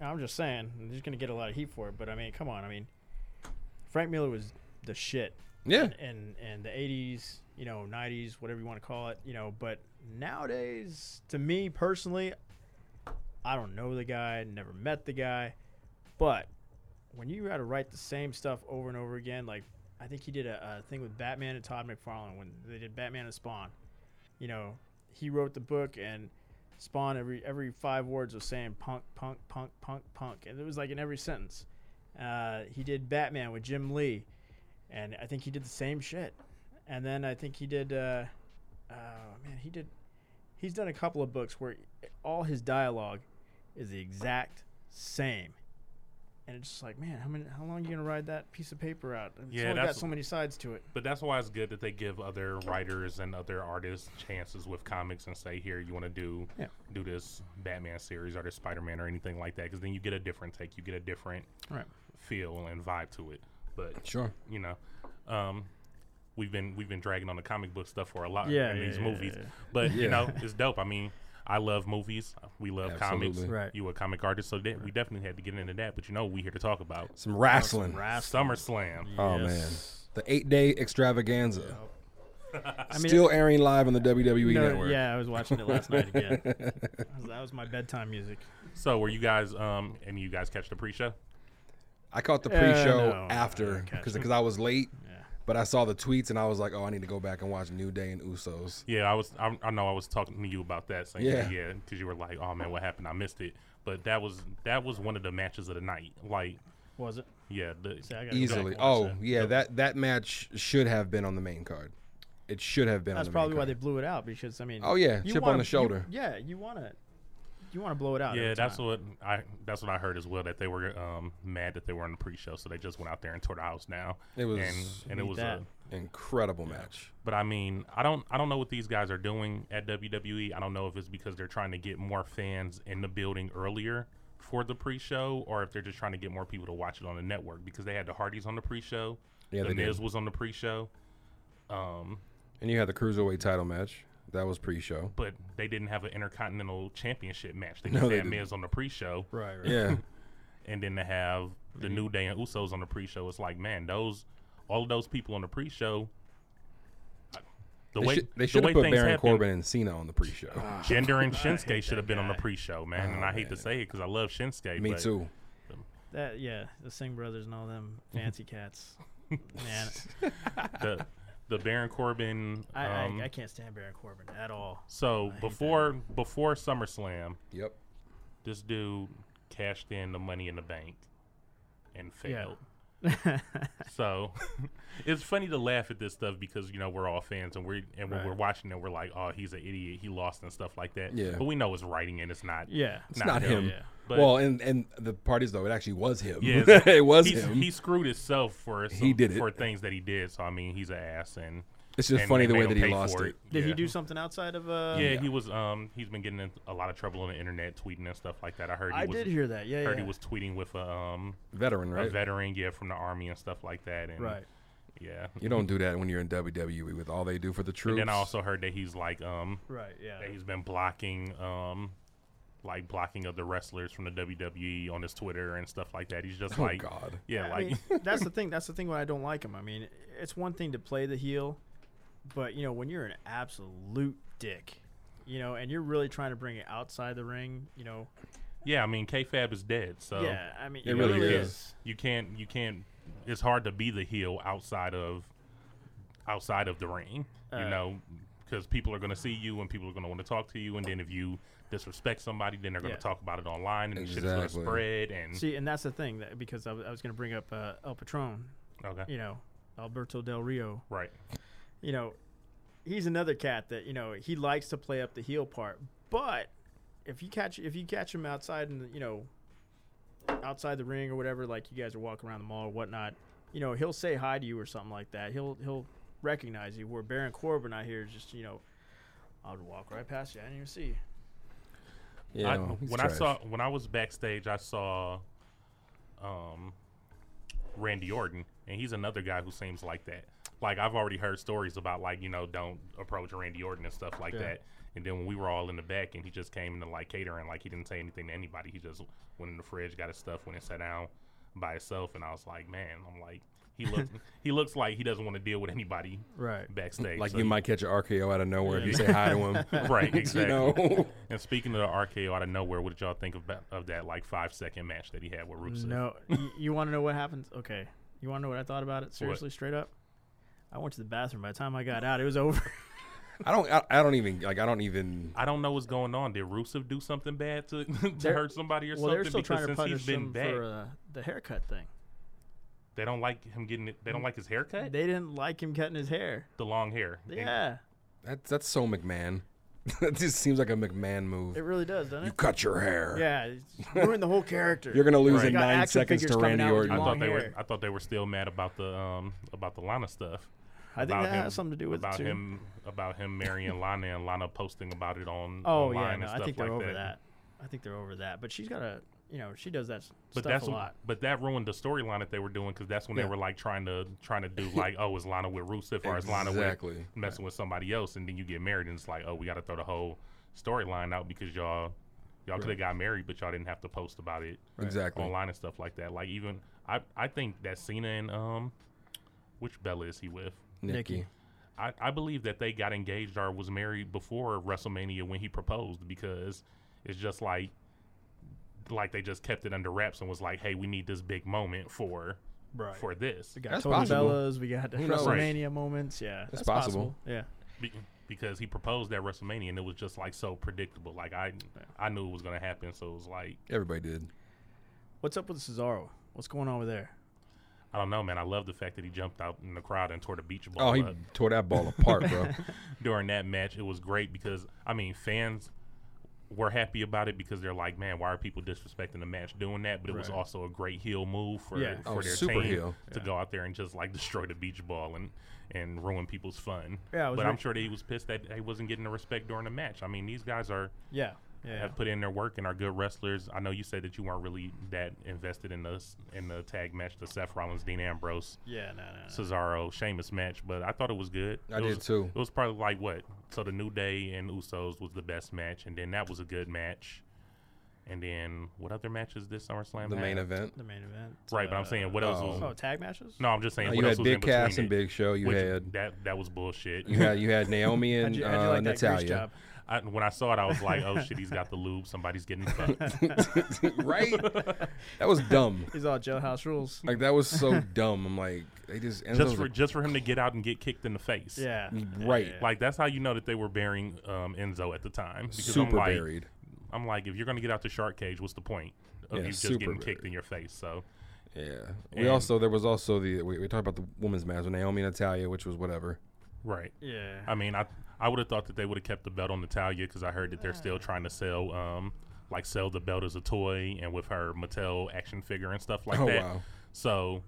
C: I'm just saying, he's gonna get a lot of heat for it. But I mean, come on, I mean, Frank Miller was the shit
B: Yeah,
C: in in the '80s, you know, '90s, whatever you want to call it, you know. But nowadays, to me personally, I don't know the guy, never met the guy, but when you got to write the same stuff over and over again, like I think he did a, a thing with Batman and Todd McFarlane when they did Batman and Spawn. You know, he wrote the book and Spawn every every five words was saying punk, punk, punk, punk, punk, and it was like in every sentence. Uh, he did Batman with Jim Lee, and I think he did the same shit. And then I think he did. Uh, oh man, he did. He's done a couple of books where all his dialogue is the exact same. And it's just like, man, how many, how long you gonna ride that piece of paper out? It's
A: Yeah,
C: only got
A: that's-
C: so many sides to it.
A: But that's why it's good that they give other writers and other artists chances with comics and say, "Here, you want to do
C: Yeah.
A: do this Batman series or this Spider Man or anything like that," because then you get a different take, you get a different
C: Right.
A: feel and vibe to it. But
B: sure.
A: you know, um, we've been we've been dragging on the comic book stuff for a lot
C: Yeah,
A: in
C: yeah,
A: these
C: yeah,
A: movies,
C: yeah.
A: but you
B: Yeah.
A: know, it's dope. I mean, I love movies. We love comics.
B: Absolutely.
C: Right.
A: You a comic artist, so that, we definitely had to get into that. But you know, what we here to talk about
B: Some wrestling.
A: SummerSlam.
B: Oh man, the eight day extravaganza. <laughs>
C: I mean,
B: Still airing live on the WWE
C: no,
B: network.
C: yeah, I was watching it last night
B: <laughs>
C: again. That was- That was my bedtime music.
A: So were you guys? Um, and you guys catch the pre-show?
B: I caught the
C: Uh,
B: pre-show
C: no,
B: after
C: okay.
B: because I was late,
C: Yeah.
B: but I saw the tweets and I was like, oh, I need to go back and watch New Day and Usos.
A: Yeah, I was. I, I know I was talking to you about that. Saying,
B: Yeah.
A: yeah, yeah, because you were like, "Oh man, what happened? I missed it." But that was that was one of the matches of the night. Like,
C: Was it?
A: yeah, the,
C: See, I gotta go back
B: Easily.
C: and watch
B: Oh
C: that.
B: yeah, that that match should have been on the main card. It should have been.
C: That's
B: on the
C: probably
B: main
C: why
B: card.
C: they blew it out because I mean.
B: Oh, yeah,
C: you
B: chip on
C: wanna-
B: the shoulder.
C: you- yeah, you want to, you want to blow it out.
A: yeah,
C: every
A: that's
C: time.
A: what I that's what I heard as well. That they were um, mad that they were on the pre-show, so they just went out there and tore the house down.
B: It was-
A: and, and it
C: Need
A: was
C: that.
A: a.
B: incredible match.
A: But I mean, I don't I don't know what these guys are doing at WWE. I don't know if it's because they're trying to get more fans in the building earlier for the pre-show, or if they're just trying to get more people to watch it on the network because they had the Hardys on the pre-show.
B: Yeah,
A: the
B: they did.
A: Miz was on the pre-show. Um,
B: And you had the cruiserweight title match. That was pre-show.
A: <laughs> but they didn't have an Intercontinental Championship match. They
B: No,
A: just
B: they
A: had
B: didn't.
A: Miz on the pre-show,
C: Right. Right.
B: <laughs> Yeah,
A: and then to have the
B: Mm-hmm.
A: New Day and Usos on the pre-show. It's like, man, those all of those people on the pre-show. I- The
B: they, should, they should have put Baron Corbin and Cena on the pre-show.
A: Gender and Shinsuke should have been on the
C: guy.
A: pre-show, man. and
B: Oh,
A: I hate to
B: man.
A: say it because I love Shinsuke.
B: Me
A: but
B: too.
C: That yeah, the Singh brothers and all them
B: <laughs>
C: fancy cats. Man,
A: The, the Baron Corbin.
C: I,
A: um,
C: I, I can't stand Baron Corbin at all.
A: so before before SummerSlam,
B: Yep.
A: this dude cashed in the Money in the Bank and failed. So <laughs> it's funny to laugh at this stuff because you know we're all fans and we and when
C: Right.
A: we're watching it, we're like, oh, he's an idiot. He lost and stuff like that.
B: Yeah.
A: But we know it's writing and it's not.
C: yeah.
B: It's not, him.
C: Yeah.
A: But-
B: well, and and the part is though, it actually was him. <laughs>
A: Yeah,
B: it was
A: he's-
B: him.
A: He screwed himself for some,
B: did it.
A: for things that he did. So I mean, he's an ass, and
B: it's just
A: and
B: funny
A: they
B: the way
A: made
B: that
A: him
B: he
A: pay
B: lost
A: for
B: it.
C: Did he
A: Yeah.
C: do something outside of? Uh,
A: Yeah, he was. Um, he's been getting in a lot of trouble on the internet, tweeting and stuff like that. I heard. He
C: I
A: was,
C: did hear that. Yeah.
A: Heard
C: yeah.
A: he was tweeting with a, um,
B: Veteran,
A: a
B: right?
A: veteran, yeah, from the army and stuff like that. And
C: right.
A: Yeah.
B: You don't do that when you're in WWE with all they do for the troops.
A: And then I also heard that he's like, um,
C: Right. Yeah.
A: that he's been blocking, um, like blocking other wrestlers from the WWE on his Twitter and stuff like that. He's just
B: <laughs> oh
A: like,
B: God.
A: yeah,
C: I
A: like <laughs>
C: mean, that's the thing. That's the thing when I don't like him. I mean, it's one thing to play the heel, but you know when you're an absolute dick, you know, and you're really trying to bring it outside the ring, you know.
A: yeah. I mean, KFAB is dead, so
C: yeah, I mean,
B: It
C: you
B: really
C: know,
B: is.
A: you can't, you can't. It's hard to be the heel outside of, outside of the ring, you
C: Uh,
A: know, because people are going to see you and people are going to want to talk to you, and then if you disrespect somebody, then they're going to
C: Yeah.
A: talk about it online and shit's going to
B: Exactly.
A: spread. And
C: See, and that's the thing that because I was- I was going to bring up uh, El Patron,
A: okay,
C: you know, Alberto Del Rio,
A: right,
C: you know, he's another cat that you know he likes to play up the heel part, but if you catch if you catch him outside and you know outside the ring or whatever, like you guys are walking around the mall or whatnot, you know he'll say hi to you or something like that. He'll he'll recognize you. Where Baron Corbin out here is just you know, I'll walk right past you. I didn't even see you.
B: Yeah.
A: I,
B: no, he's
A: when I
B: trash.
A: saw when I was backstage, I saw, um, Randy Orton, and he's another guy who seems like that. Like I've already heard stories about like you know don't approach Randy Orton and stuff like
C: Yeah.
A: that. And then when we were all in the back, and he just came into like catering, like he didn't say anything to anybody. He just went in the fridge, got his stuff, went and sat down by himself. And I was like, man, I'm like he looks
B: <laughs>
A: he looks like he doesn't want to deal with anybody
C: Right.
A: backstage.
B: like
A: So
B: you
A: he-
B: might catch an RKO out of nowhere if
C: Yeah.
B: you say
A: <laughs>
B: hi to him.
A: right
B: <laughs> you
A: exactly.
B: know. <laughs>
A: And speaking of the RKO out of nowhere, what did y'all think of, that- of that like five second match that he had with Rusev?
C: No, you, you want to know what happens? Okay, you want to know what I thought about it? Seriously, straight up. I went to the bathroom. By the time I got out, it was over.
B: I don't. I, I don't even like. I don't even.
A: I don't know what's going on. Did Rusev do something bad to, <laughs> to
C: They're-
A: hurt somebody or
C: well,
A: something?
C: they're still
A: because
C: trying to
A: since
C: punish
A: he's been
C: him
A: back,
C: for uh, the haircut thing.
A: they don't like him getting it. They don't like his haircut,
C: They didn't like him cutting his hair.
A: the long hair. And
C: Yeah,
B: That's that's so McMahon. <laughs> that just seems like a McMahon move.
C: it really does, doesn't
B: you <laughs>
C: it?
B: cut your hair.
C: Yeah, it's ruined the whole character.
B: You're gonna lose
A: Right.
B: in
A: Got
B: nine
C: action
B: seconds
C: figures
B: to
C: coming
B: Randy
C: out with
A: I
B: Orton.
C: long-
A: thought they were.
C: hair.
A: I thought they were still mad about the um about the Lana stuff.
C: I think
A: about
C: that
A: him-
C: has something to do with
A: about
C: it too.
A: him about him marrying Lana and Lana posting about it on
C: oh
A: online
C: yeah,
A: and
C: no, I
A: stuff
C: think
A: like
C: they're over
A: that.
C: that. I think they're over that. But she's got a, you know, she does that s-
A: But
C: stuff
A: that's
C: a lot.
A: but that ruined the storyline that they were doing because that's when
B: Yeah.
A: they were like trying to trying to
C: <laughs>
A: do like oh is Lana with Rusev or is Lana with
B: Exactly.
A: messing with somebody else and then you get married and it's like oh we got to throw the whole storyline out because y'all y'all all could have got married but y'all didn't have to post about it
B: Exactly.
A: online and stuff like that like even I I think that Cena and um which Bella is he with
B: Nikki.
A: I, I believe that they got engaged or was married before WrestleMania when he proposed because it's just like like they just kept it under wraps and was like, hey, we need this big moment for
C: Right.
A: for this
C: we got
B: That's
C: Tony
B: possible.
C: Bellas. We got the
B: Who knows?
A: Right.
C: WrestleMania moments. Yeah,
B: That's possible.
C: Yeah.
A: Be- because he proposed at WrestleMania and it was just like so predictable. Like I I knew it was gonna happen, so it was like
B: Everybody did.
C: What's up with Cesaro? What's going on with there?
A: I don't know, man. I love the fact that he jumped out in the crowd and tore the beach ball
B: Oh, he
A: up
B: tore that ball apart,
C: <laughs>
B: bro.
A: during that match. It was great because I mean fans were happy about it because they're like, man, why are people disrespecting the match doing that? But it was
C: Right.
A: also a great heel move for,
C: Yeah.
A: for
B: Oh,
A: their
B: super
A: team
B: heel.
A: to go out there and just like destroy the beach ball and and ruin people's fun.
C: Yeah, it was
A: but I'm
C: very-
A: sure that he was pissed that he wasn't getting the respect during the match. I mean, these guys are
C: Yeah. Yeah.
A: have put in their work and are good wrestlers. I know you said that you weren't really that invested in us in the tag match, the Seth Rollins, Dean Ambrose,
C: Yeah. No. No. no.
A: Cesaro, Sheamus match, but I thought it was good.
B: I
A: it
B: did
A: was,
B: too.
A: It was probably like what? So the New Day and Usos was the best match, and then that was a good match. And then what other matches did SummerSlam?
B: The main
A: have?
B: event.
C: the main event.
A: right? But I'm saying what else
B: Oh.
A: was?
C: Oh, tag matches.
A: No, I'm just saying
B: Uh,
A: what
B: you
A: else
B: had
A: was in
B: Big Cass
A: between
B: and
A: it?
B: Big Show. You
A: Which-
B: had
A: that. That was bullshit.
B: you had you had Naomi
C: <laughs> How'd
B: and
C: you, how'd you
B: uh,
C: like that grease
B: Natalia.
C: job?
A: <laughs> I, when I saw it, I was like, "Oh shit, he's got the lube. Somebody's
B: <laughs>
A: getting fucked."
B: <laughs> right?
A: <laughs>
B: That was dumb.
C: These all jailhouse rules.
B: Like that was so dumb. I'm like, they just and
A: just
B: those
A: for
B: are-
A: just for him to get out and get kicked in the face.
C: <laughs> Yeah.
B: right.
C: Yeah.
A: Like that's how you know that they were burying um, Enzo at the time. Because
B: super
A: I'm like,
B: buried.
A: I'm like, if you're gonna get out the shark cage, what's the point of
B: Yeah,
A: you just
B: super
A: getting kicked
B: buried.
A: in your face? So
B: Yeah. We
A: And-
B: also there was also the we, we talked about the women's match with Naomi and Natalia, which was whatever.
A: right.
C: Yeah.
A: I mean, I I would have thought that they would have kept the belt on Natalia because I heard that they're still trying to sell um like sell the belt as a toy and with her Mattel action figure and stuff like
B: oh
A: that.
B: wow.
A: So.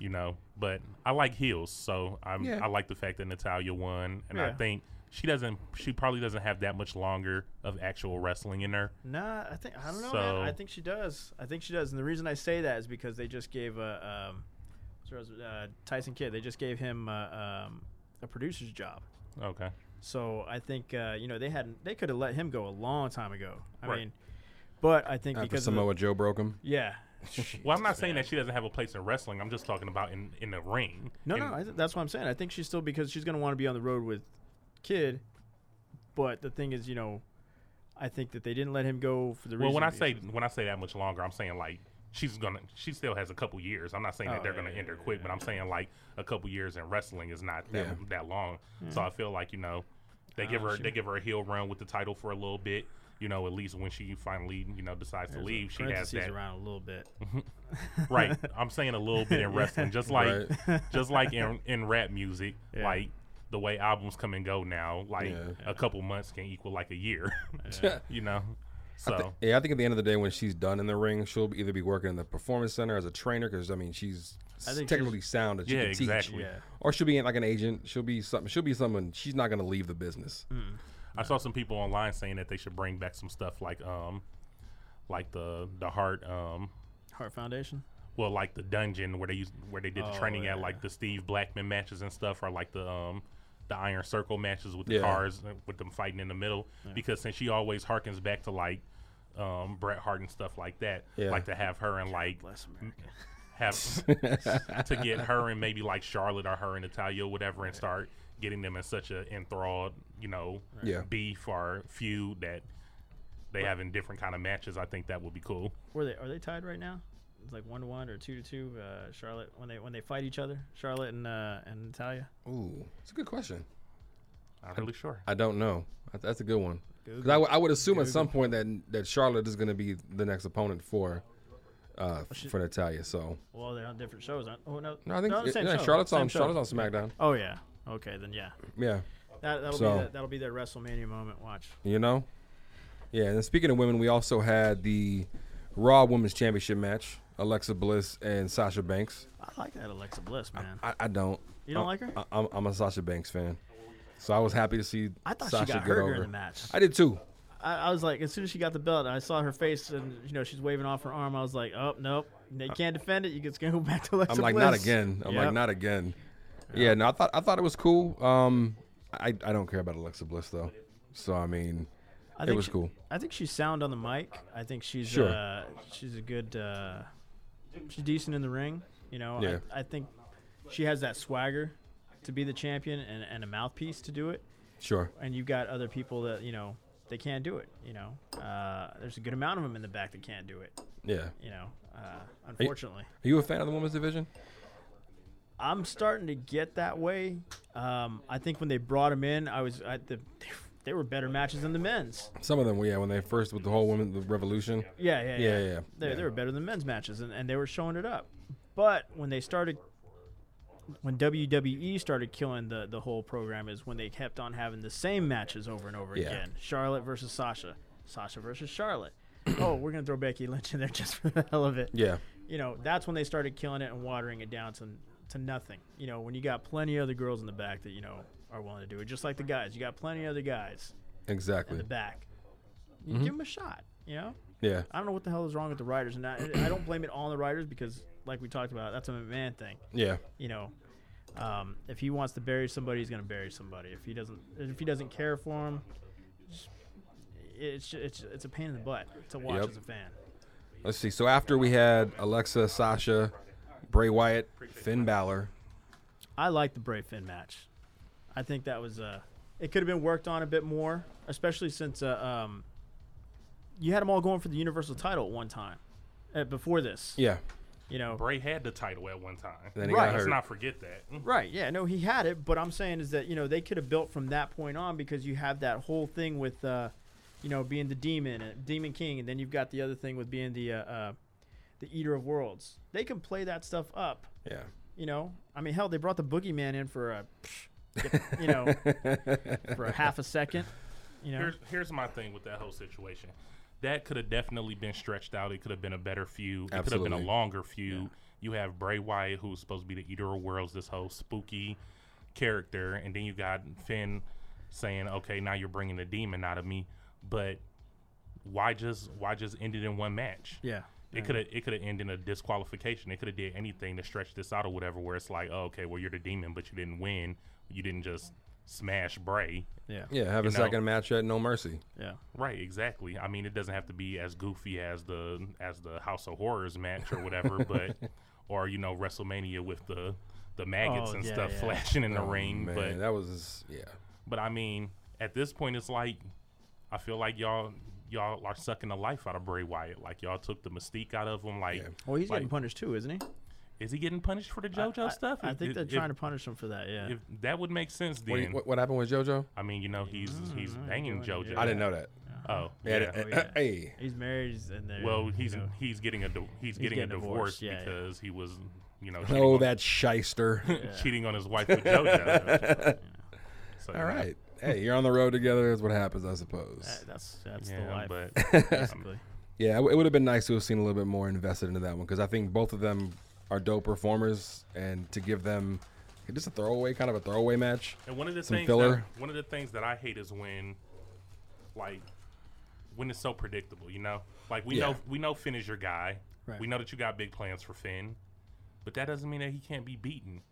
A: You know, but I like heels, so I'm,
B: Yeah.
A: I like the fact that Natalia won, and I
C: Yeah.
A: think she doesn't. She probably doesn't have that much longer of actual wrestling in her.
C: Nah, I think I don't know. man. I
A: So-
C: think she does. I think she does, and the reason I say that is because they just gave a um, what's her husband- uh, Tyson Kidd. They just gave him uh, um, a producer's job.
A: Okay.
C: So I think uh, you know they hadn't. They could have let him go a long time ago. I
A: Right.
C: mean, but I think
B: After
C: because of the-
B: Samoa Joe broke him.
C: yeah.
A: Well, I'm not saying that she doesn't have a place in wrestling. I'm just talking about in, in the ring.
C: No,
A: And-
C: no, I th- that's what I'm saying. I think she's still because she's gonna want to be on the road with Kid. But the thing is, you know, I think that they didn't let him go for the
A: well,
C: reason.
A: when I say when I say that much longer, I'm saying like she's gonna she still has a couple years. I'm not saying
C: Oh,
A: that they're
C: yeah,
A: gonna
C: yeah,
A: end her quick, but I'm saying like a couple years in wrestling is not that
B: Yeah.
A: that long.
C: Hmm.
A: So I feel like you know they give
C: Ah,
A: her
C: she-
A: they give her a heel run with the title for a little bit. You know, at least when she finally you know decides to leave, she has
C: parentheses
A: that
C: around a little bit.
A: right. I'm saying a little
C: <laughs>
A: bit in wrestling, just like
B: Right.
A: <laughs> just like in in rap music,
C: Yeah.
A: like the way albums come and go now, like
B: Yeah.
A: a couple months can equal like a year, <laughs> you know. So
B: I thi- yeah, I think at the end of the day, when she's done in the ring, she'll either be working in the performance center as a trainer, because I mean, she's
C: I think
B: technically sound and she
A: Yeah,
B: can
A: exactly.
B: teach,
C: Yeah.
B: or she'll be like an agent. She'll be something. She'll be someone. She's not going to leave the business.
A: I saw some people online saying that they should bring back some stuff like um like the the heart um
C: <laughs> Heart Foundation.
A: well like the dungeon where they used where they did the
C: Oh,
A: training at
C: yeah.
A: like the Steve Blackman matches and stuff or like the um the Iron Circle matches with the
B: Yeah.
A: cars uh, with them fighting in the middle because since she always harkens back to like um Bret Hart and stuff like that
B: Yeah.
A: like to have her and like
C: Bless America.
A: have
B: <laughs>
A: to get her and maybe like Charlotte or her and Natalia or whatever and start getting them in such a enthralled, you know,
B: Yeah.
A: beef or feud that they have in different kind of matches. I think that would be cool.
C: <laughs> Were they are they tied right now? It's like one to one or two to two. Uh, Charlotte when they when they fight each other, Charlotte and uh, and Natalia.
B: Ooh, it's a good question.
A: Not really sure.
B: I don't know. That- That's a good one. 'Cause
C: Google.
B: I would- I would assume at some point that that Charlotte is going to be the next opponent for uh, for Natalia. So
C: Well, they're on different shows. Aren't, oh no,
B: no, I think
C: they're on the same
B: yeah,
C: show,
B: Charlotte's
C: same
B: on
C: show.
B: Charlotte's on SmackDown.
C: Oh yeah. Okay, then yeah.
B: Yeah,
C: That that'll
B: So-
C: be that, that'll be their WrestleMania moment. Watch.
B: you know. Yeah, and then speaking of women, we also had the Raw Women's Championship match: Alexa Bliss and Sasha Banks.
C: I like that Alexa Bliss man.
B: I, I don't.
C: You
B: I'm-
C: don't like her?
B: I, I'm, I'm a Sasha Banks fan, so I was happy to see
C: I thought
B: Sasha
C: she got
B: get
C: hurt
B: over.
C: during the match.
B: I did too.
C: I, I was like, as soon as she got the belt, I saw her face, and you know she's waving off her arm. I was like, oh nope, you can't defend it. You just gonna go <laughs> back to Alexa
B: Uh, I'm like
C: Bliss.
B: not again. I'm
C: Yep.
B: like not again. Yeah. no, I thought I thought it was cool. Um, I I don't care about Alexa Bliss though, so I mean,
C: I
B: it was
C: she-
B: cool.
C: I think she's sound on the mic. I think she's
B: Sure.
C: uh, she's a good uh, she's decent in the ring. You know,
B: Yeah.
C: I, I think she has that swagger. to be the champion and, and a mouthpiece to do it.
B: Sure.
C: And you've got other people that you know they can't do it. You know, uh, there's a good amount of them in the back that can't do it.
B: Yeah.
C: You know, uh, unfortunately.
B: Are you a fan of the women's division?
C: I'm starting to get that way. Um, I think when they brought him in, I was at the. They were better matches than the men's.
B: Some of them, yeah, when they first with the whole women the revolution.
C: Yeah, yeah,
B: Yeah,
C: yeah.
B: yeah,
C: They,
B: yeah.
C: they were better than men's matches, and, and they were showing it up. But when they started, when WWE started killing the, the whole program, is when they kept on having the same matches over and over
B: Yeah.
C: again Charlotte versus Sasha, Sasha versus Charlotte. oh, we're going to throw Becky Lynch in there just for the hell of it
B: Yeah.
C: you know, that's when they started killing it and watering it down to to nothing. You know, when you got plenty of other girls in the back that you know are willing to do it, just like the guys. You got plenty of other guys in
B: Exactly.
C: the back. You give them a shot. You know,
B: Yeah.
C: I don't know what the hell is wrong with the writers, and I, I don't blame it all on the writers because, like we talked about, that's a man thing.
B: Yeah.
C: You know, um, if he wants to bury somebody, he's gonna bury somebody. If he doesn't, if he doesn't care for him, it's it's it's a pain in the butt to watch
B: Yep.
C: as a fan.
B: Let's see. So after we had Alexa, Sasha, Bray Wyatt, Finn Balor.
C: I like the Bray Finn match. I think that was uh it could have been worked on a bit more, especially since uh, um you had them all going for the universal title at one time. Uh, before this,
B: Yeah.
C: you know.
A: Bray had the title at one time.
B: Then he
C: Right.
B: got
A: Let's
B: hurt.
A: not forget that. Mm-hmm.
C: Right, yeah, no, he had it, but I'm saying is that, you know, they could have built from that point on because you have that whole thing with uh you know, being the demon, uh, demon king, and then you've got the other thing with being the uh, uh the eater of worlds. They can play that stuff up
B: yeah.
C: You know, I mean, hell, they brought the boogeyman in for a, you know, <laughs> for a half a second. You know,
A: Here's here's my thing with that whole situation. That could have definitely been stretched out. It could have been a better feud. It could have been a
B: Absolutely.
A: longer feud. You have Bray Wyatt, who's supposed to be the eater of worlds, this whole spooky character, and then you got Finn saying, "Okay, now you're bringing the demon out of me." But why just why just end it in one match?
C: yeah,
A: It could have it could have ended in a disqualification. It could have did anything to stretch this out or whatever. Where it's like, oh, okay, well you're the demon, but you didn't win. You didn't just smash Bray.
C: yeah, yeah,
B: Yeah. Have a
A: You know.
B: second match at No Mercy.
C: yeah.
A: Right, exactly. I mean, it doesn't have to be as goofy as the as the House of Horrors match or
C: <laughs>
A: whatever, but or you know WrestleMania with the the maggots
C: Oh,
A: and
C: yeah,
A: stuff
C: yeah.
A: flashing in the
B: Oh,
A: ring.
B: Man,
A: But
B: that was yeah.
A: but I mean, at this point, it's like I feel like y'all y'all are sucking the life out of Bray Wyatt. Like y'all took the mystique out of him. Like,
C: Well, he's
A: like
C: getting punished too, isn't he?
A: is he getting punished for the JoJo
C: I-
A: stuff?
C: I,
A: If-
C: think
A: if-
C: they're
A: if-
C: trying to punish him for that. Yeah,
A: If that would make sense, then
B: What, what, what happened with JoJo?
A: I mean, you know, he's he's
C: Mm-hmm.
A: banging
C: doing it.
A: JoJo.
B: I didn't know that.
A: Oh,
B: Yeah.
A: yeah.
C: yeah.
B: Hey.
C: he's married he's in there.
A: Well,
C: you
A: he's
C: know.
A: he's getting a di- he's, getting,
C: getting
A: a divorce
C: divorced, yeah, yeah.
A: because he was you know cheating,
B: Oh,
A: on,
B: that
A: <laughs>
B: shyster.
A: cheating on his wife with JoJo. so,
B: All right. Hey, you're on the road together. Is what happens, I suppose.
C: That- that's that's the
A: yeah,
C: life,
A: but
C: basically.
B: Yeah, it w- it would have been nice to have seen a little bit more invested into that one because I think both of them are dope performers, and to give them just a throwaway kind of a throwaway match.
A: and one of the
B: Some
A: things
B: filler.
A: That, one of the things that I hate is when like when it's so predictable. You know, like we
B: Yeah.
A: know we know Finn is your guy.
C: Right.
A: We know that you got big plans for Finn, but that doesn't mean that he can't be beaten.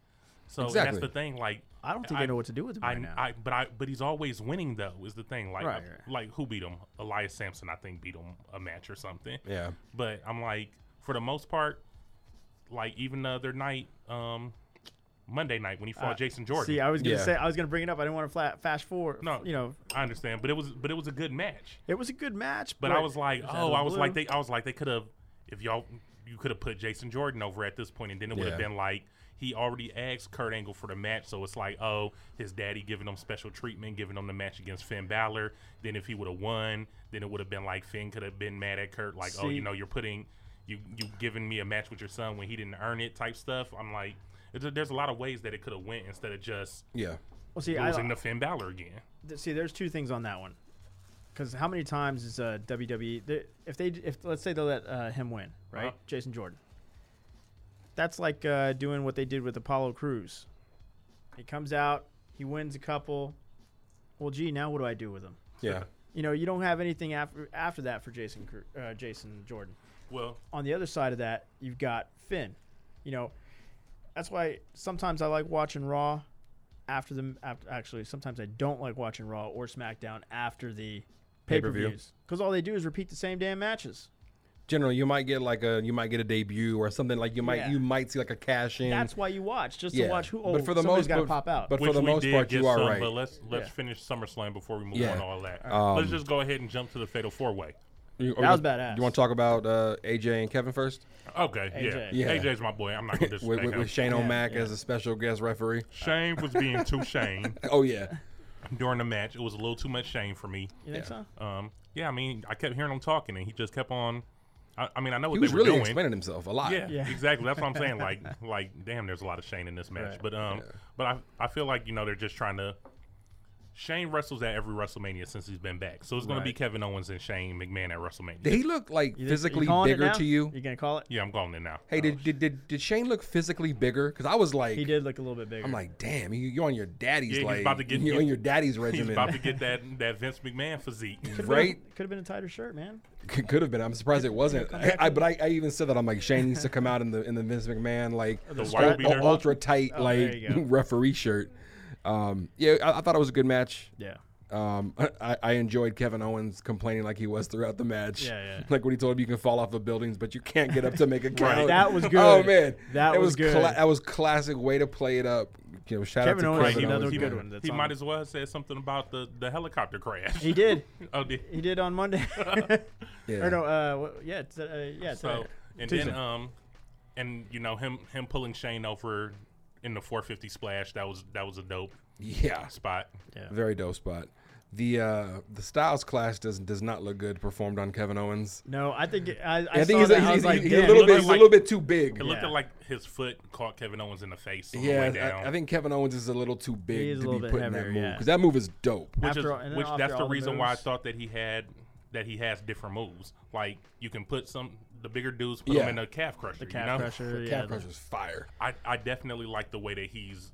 A: So
B: Exactly.
A: that's the thing. Like
C: I don't think I, know what to do with him
A: I,
C: right now.
A: I, but I, but he's always winning though. Is the thing like,
C: Right, right.
A: like who beat him? Elias Sampson, I think, beat him a match or something.
B: Yeah,
A: But I'm like, for the most part, like even the other night, um, Monday night when he fought
C: Uh,
A: Jason Jordan.
C: See, I was gonna
B: Yeah.
C: say I was gonna bring it up. I didn't want to flat, fast forward.
A: No.
C: you know,
A: I understand, but it was but it was a good match.
C: it was a good match,
A: But I was like,
C: It out of
A: oh,
C: the
A: I was like
C: blue.
A: they, I was like they could have, if y'all, you could have put Jason Jordan over at this point, and then it would have
B: Yeah.
A: been like. He already asked Kurt Angle for the match, so it's like, oh, his daddy giving him special treatment, giving him the match against Finn Balor. Then if he would have won, then it would have been like Finn could have been mad at Kurt, like, oh,
C: See-
A: you know, you're putting, you you giving me a match with your son when he didn't earn it, type stuff. I'm like, it's a- there's a lot of ways that it could have went instead of just
B: yeah,
C: well, see, I,
A: losing to Finn Balor again.
C: Th- see there's two things on that one because how many times is uh, wwe they, if they if let's say they let uh, him win right
A: Uh-huh.
C: jason jordan that's like uh, doing what they did with apollo cruz he comes out he wins a couple well gee now what do i do with him
B: yeah,
C: you know you don't have anything after after that for jason Cru- uh, jason jordan
A: Well,
C: on the other side of that, you've got Finn. You know, that's why sometimes I like watching Raw after the after, actually sometimes I don't like watching Raw or SmackDown after the
B: Pay-per-view.
C: pay-per-views cuz all they do is repeat the same damn matches.
B: generally you might get like a you might get a debut or something like you might
C: Yeah.
B: you might see like a cash in.
C: That's why you watch, just to watch who. Oh,
B: but for the most
C: somebody's got to
B: but-
C: pop out.
B: But
A: Which
B: for the
A: we
B: most
A: did
B: part,
A: get
B: you are
A: some,
B: right.
A: But let's let's
C: Yeah.
A: finish SummerSlam before we move
B: Yeah.
A: on to all that.
B: Um,
A: let's just go ahead and jump to the fatal four way.
B: You- or
C: That was
B: you-
C: badass.
B: You want to talk about uh, AJ and Kevin first
A: Okay,
C: AJ.
A: yeah.
B: Yeah.
A: AJ's my boy. I'm not gonna
B: <laughs> with,
A: disrespect
B: with,
A: him.
B: with Shane O'Mac
C: yeah.
B: as a special guest referee?
A: Shane was being
B: <laughs>
A: too Shane
B: Oh yeah,
A: during the match. It was a little too much Shane for me.
C: you think
B: yeah.
C: so?
A: Um, yeah, I mean, I kept hearing him talking, and he just kept on. I, I mean, I know what
B: he was
A: they were
B: really
A: doing.
B: explaining himself a lot.
A: Yeah,
C: Yeah.
A: exactly. That's what I'm
B: <laughs>
A: saying. Like, like, damn, there's a lot of Shane in this match.
C: Right.
A: But um, but I I feel like you know they're just trying to. Shane wrestles at every WrestleMania since he's been back, so it's going to be
C: Right.
A: Kevin Owens and Shane McMahon at WrestleMania.
B: Did he look like
C: You think-
B: physically
C: you calling it
B: bigger
C: now?
B: to you?
C: You gonna call it?
A: yeah, I'm calling it now.
B: Hey,
C: Oh,
B: did, did did did Shane look physically bigger? Because I was like,
C: He did look a little bit bigger.
B: I'm like, damn, you, you're on your daddy's
A: Yeah, he's
B: like,
A: about to get-
B: you're on your daddy's
A: <laughs> He's
B: regimen,
A: about to get that that Vince McMahon physique. <laughs>
B: right?
C: could have been a tighter shirt, man.
B: <laughs> Could have been. I'm surprised
A: <laughs>
B: it wasn't. I, I- but I, I even said that I'm like Shane needs to come out in the in the Vince McMahon like
A: The
B: ul-
A: white beater.
B: ultra tight
C: Oh, there
B: like
C: you
B: <laughs>
C: go.
B: referee shirt. Um, yeah, I, I thought it was a good match.
C: Yeah.
B: Um, <laughs> I, I enjoyed Kevin Owens complaining like he was throughout the match.
C: Yeah, yeah.
B: Like when he told him you can fall off of buildings, but you can't get up to
C: <laughs>
B: make a count.
C: That
B: <laughs>
C: was
B: Oh
C: good.
B: man,
C: That
B: It
C: was good.
B: that was classic way to play it up. You know, shout
C: Kevin
B: out to
C: Owens,
B: Kevin
A: another
B: Owens.
A: good
B: man.
C: one. That's
A: he
C: on
A: might
C: him.
A: as well have said something about the, the helicopter crash.
C: He did.
A: <laughs> oh, did.
C: He did on Monday.
B: <laughs>
C: <laughs>
B: Yeah.
C: Or no, uh, what- yeah, t- uh, yeah.
A: So
C: today.
A: oh, and
C: Tuesday.
A: then um, and you know him him pulling Shane over in the 450 splash. That was that was a dope
B: Yeah.
A: spot.
B: Very dope spot. The uh, the Styles Clash does does not look good performed on Kevin Owens.
C: No, I think it- I, I,
B: I think
C: saw
B: he's,
C: that.
B: he's,
C: I was
B: he's,
C: like,
B: he's
C: damn,
B: a little
C: he
B: bit
C: looks
B: he's a
A: like-
B: little bit too big.
A: It looked
C: Yeah.
A: like his foot caught Kevin Owens in the face on the
B: Yeah,
A: way down.
B: I, I think Kevin Owens is a little too
C: He
B: big
C: is
B: to
C: a
B: be
C: little bit
B: put in that
C: heavier,
B: move
C: yeah.
B: because that move is dope.
A: which
C: After all- and
A: is
C: then
A: which
C: after
A: that's the
C: all the
A: reason why I
C: moves-
A: thought that he had that he has different moves. Like you can put some the bigger dudes put
B: Yeah.
A: them in a calf crusher.
C: the calf
A: you know?
C: crusher.
B: The
C: Yeah,
B: Cat Crush is fire.
A: I, I definitely like the way that he's